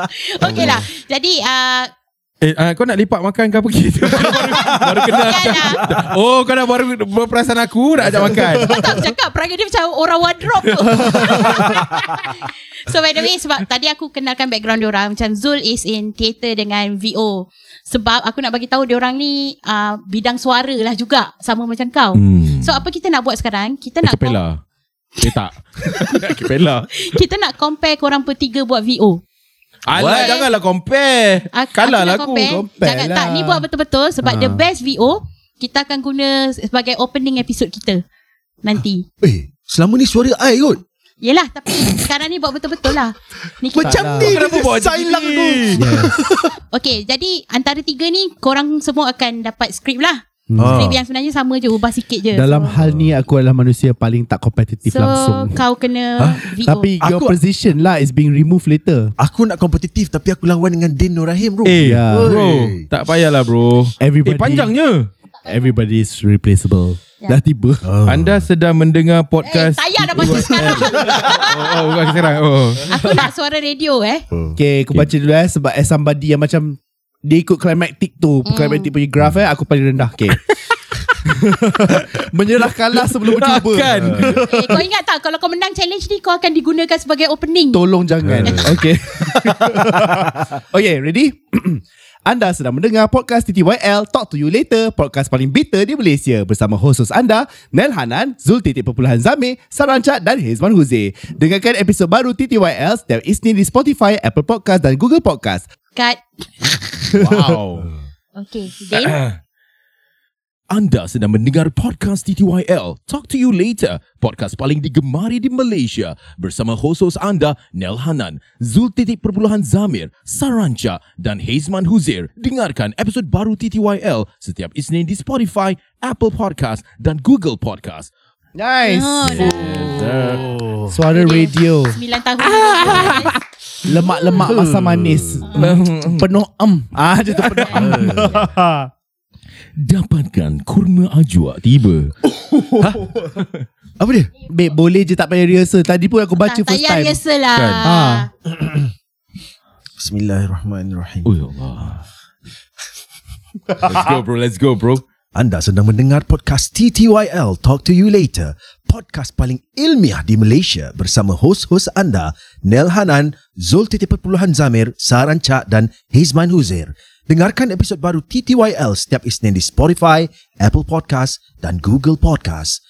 Okay lah Jadi uh,
Eh, uh, kau nak lipat makan ke apa kita? baru, baru kena.
Kan lah
Oh, kau dah baru berperasan aku nak ajak makan.
Kau tak cakap Perangai dia macam Orang wardrobe tu So by the way Sebab tadi aku kenalkan Background diorang Macam Zul is in Theatre dengan VO Sebab aku nak bagi tahu Diorang ni uh, Bidang suara lah juga Sama macam kau
Hmm.
So apa kita nak buat sekarang Kita nak
Acapella. Eh tak. Acapella.
Kita nak compare Korang bertiga buat VO
Alah,
What?
janganlah compare.
Ak-
Kalah lah
nak
aku.
compare.
compare
Jangan
lah. Ah.
tak ni buat betul-betul sebab the best VO kita akan guna sebagai opening episode kita nanti.
Eh, selama ni suara I kot.
Yelah tapi sekarang ni buat betul-betul lah. Ni kita,
Macam ni.
lah. Kenapa buat macam ni?
okay jadi antara tiga ni korang semua akan dapat skrip lah.
Ah.
Skrip yang sebenarnya sama je ubah sikit je.
Hmm. Dalam hal ni aku adalah manusia paling tak kompetitif
ya, so,
langsung. Ah,
kau kena VO.
Tapi your
Aku-
position lah is being removed later.
Aku nak kompetitif tapi aku lawan dengan Din Norahim bro.
Eh,
Ya.
bro.
Oi.
Tak payahlah, bro.
Everybody-
Eh, panjangnya.
Everybody is replaceable.
Ya.
Dah tiba.
Anda sedang
eh,
mendengar podcast.
tayar dah masa sekarang.
Oh, oh, bukan sekarang. Oh.
Aku nak suara radio eh.
Okay, aku baca dulu eh sebab as somebody yang macam dia ikut climatic tu, mm. climatic punya graph eh aku paling rendah. Okay. Menyerah kalah sebelum cuba.
Kan?
eh. Kau ingat tak kalau kau menang challenge ni kau akan digunakan sebagai opening.
Tolong jangan. okay. okay, ready? anda sedang mendengar podcast TTYL Talk to you later, podcast paling bitter di Malaysia bersama host-host anda Nel Hanan, Zul Titik Perpuluhan Zamir, Sarancat dan Hezman Huzi. Dengarkan episod baru TTYL setiap Isnin di Spotify, Apple Podcast dan Google Podcast.
Kat
Wow.
Okay Then
Anda sedang mendengar podcast TTYL. Talk to you later. Podcast paling digemari di Malaysia. Bersama hos-hos anda, Nel Hanan, Zul Titik Perpuluhan Zamir, Saranca dan Hazman Huzir. Dengarkan episod baru TTYL setiap Isnin di Spotify, Apple Podcast dan Google Podcast.
Nice.
Oh, nice.
Suara radio.
9 tahun
Ah. Lemak-lemak masa manis.
Hmm.
Penuh em. Ah, dia tu penuh em.
Dapatkan kurma ajwa tiba.
Apa dia? Babe, boleh je tak payah rehearsal. Tadi pun aku baca
tak,
first
tak payah
time.
biasa lah.
Kan?
Ha.
Bismillahirrahmanirrahim.
Oh ya Allah. Let's go bro, let's go bro.
Anda sedang mendengar podcast TTYL Talk To You Later. Podcast paling ilmiah di Malaysia bersama hos-hos anda Nel Hanan, Zul Titi Perpuluhan Zamir, Saran Cak dan Hizman Huzair. Dengarkan episod baru TTYL setiap Isnin di Spotify, Apple Podcast dan Google Podcast.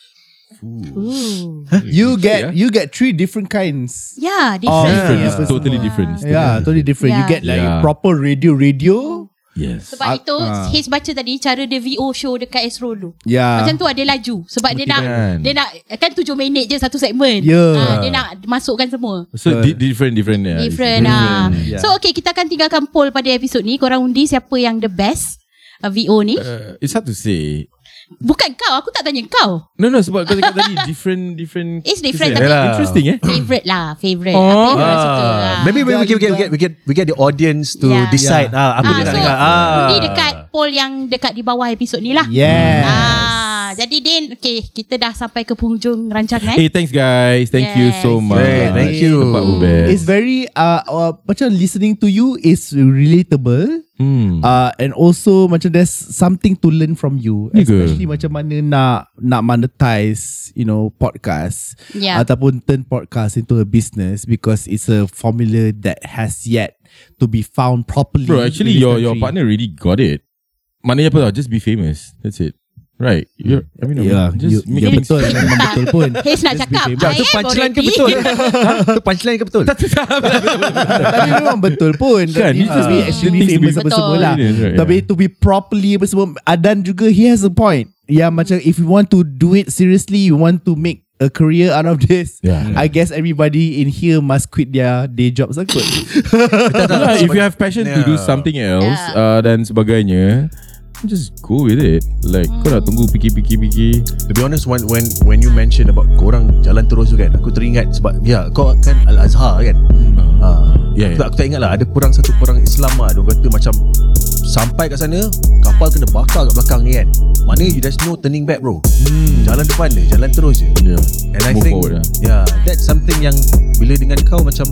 You
Yeah.
get you get three different kinds.
Ya,
Oh, different.
different.
It's
Yeah.
totally different. It's
Yeah, totally different. You
Yeah.
get like
Yeah.
proper radio radio.
Yes.
Sebab
Ah,
itu
ah.
Hiz baca tadi cara dia VO show dekat Astro dulu.
Yeah.
Macam tu ada laju sebab dia
Betul
nak
kan?
dia nak kan 7 minit je satu segmen.
Ya.
Ah, dia nak masukkan semua.
So di- different, different. Yeah. It's
Different lah.
Yeah.
So okay kita akan tinggalkan poll pada episod ni. Korang undi siapa yang the best uh, VO ni.
Uh, it's hard to say.
Bukan kau, aku tak tanya kau.
No, no. Sebab kau cakap tadi different, different.
It's different,
Yeah.
tapi-
Interesting eh.
Favorite lah, favorite. Oh. Apa yang orang suka lah.
Ah, Maybe we, we, can, we, can, we, can, we can we get the audience to
Yeah.
yeah. decide yeah.
Ah,
Ah, apa ah, dia nak
so,
dengar.
undi
Ah.
dekat poll yang dekat di bawah episod ni lah.
Yes.
Mm.
Ah, jadi Din, okay, kita dah sampai ke penghujung rancangan.
Hey, thanks guys. Thank you
Yes.
so much.
Hey, thank you.
Tempat Ubed.
It's very uh, uh macam listening to you is relatable
Hmm.
uh and also macam there's something to learn from you
Ya ke?
especially macam mana nak nak monetize you know podcast
Yeah.
ataupun turn podcast into a business because it's a formula that has yet to be found properly
Bro,
in
actually
this
your your
country.
partner really got it. Maknanya apa tau, just be famous. That's it. Right. You're, I mean,
Ya, you,
just make
ya
things.
betul memang betul pun.
Hez nak
Let's
cakap,
be famous.
I
Itu
am
punchline ke
already.
betul? Itu punchline ke betul?
Tapi memang betul pun.
Kan,
It
you
needs to
just
be
be-
actually
it needs to be
famous apa
betul.
semua lah.
Yes, right,
Tapi to be properly apa semua. Adan juga, he has a point. Yeah, macam if you want to do it seriously, you want to make a career out of this,
Yeah.
I guess everybody in here must quit their day jobs lah kot.
Lah, if you have passion to do
Yeah.
something else
Yeah.
uh, dan sebagainya, just go with it. Like kau nak tunggu
To
fikir-fikir-fikir.
be honest when when when you mention about korang jalan terus tu kan aku teringat sebab ya kau kan Al Azhar kan. Ha. Yeah,
Yeah, yeah.
aku, tak, aku tak ingat lah ada kurang satu kurang Islam lah dia kata macam sampai kat sana kapal kena bakar kat belakang ni kan. Mana you there's no turning back bro. Hmm. Jalan depan dia, jalan terus je.
Yeah.
And I
Move
think
forward lah.
yeah, that's something yang bila dengan kau macam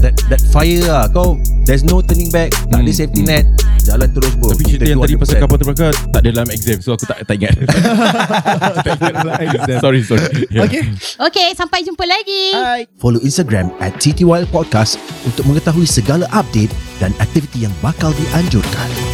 that that fire lah kau there's no turning back tak ada
Hmm,
safety
hmm.
net jalan terus bro
Tapi cerita yang tadi pasal
32%.
kapal terbakar tak ada dalam exam so aku tak tak ingat. Tak ingat. sorry sorry. Yeah.
okay.
Okay, sampai jumpa lagi.
Bye.
Follow Instagram at TTYL Podcast untuk mengetahui segala update dan aktiviti yang bakal dianjurkan.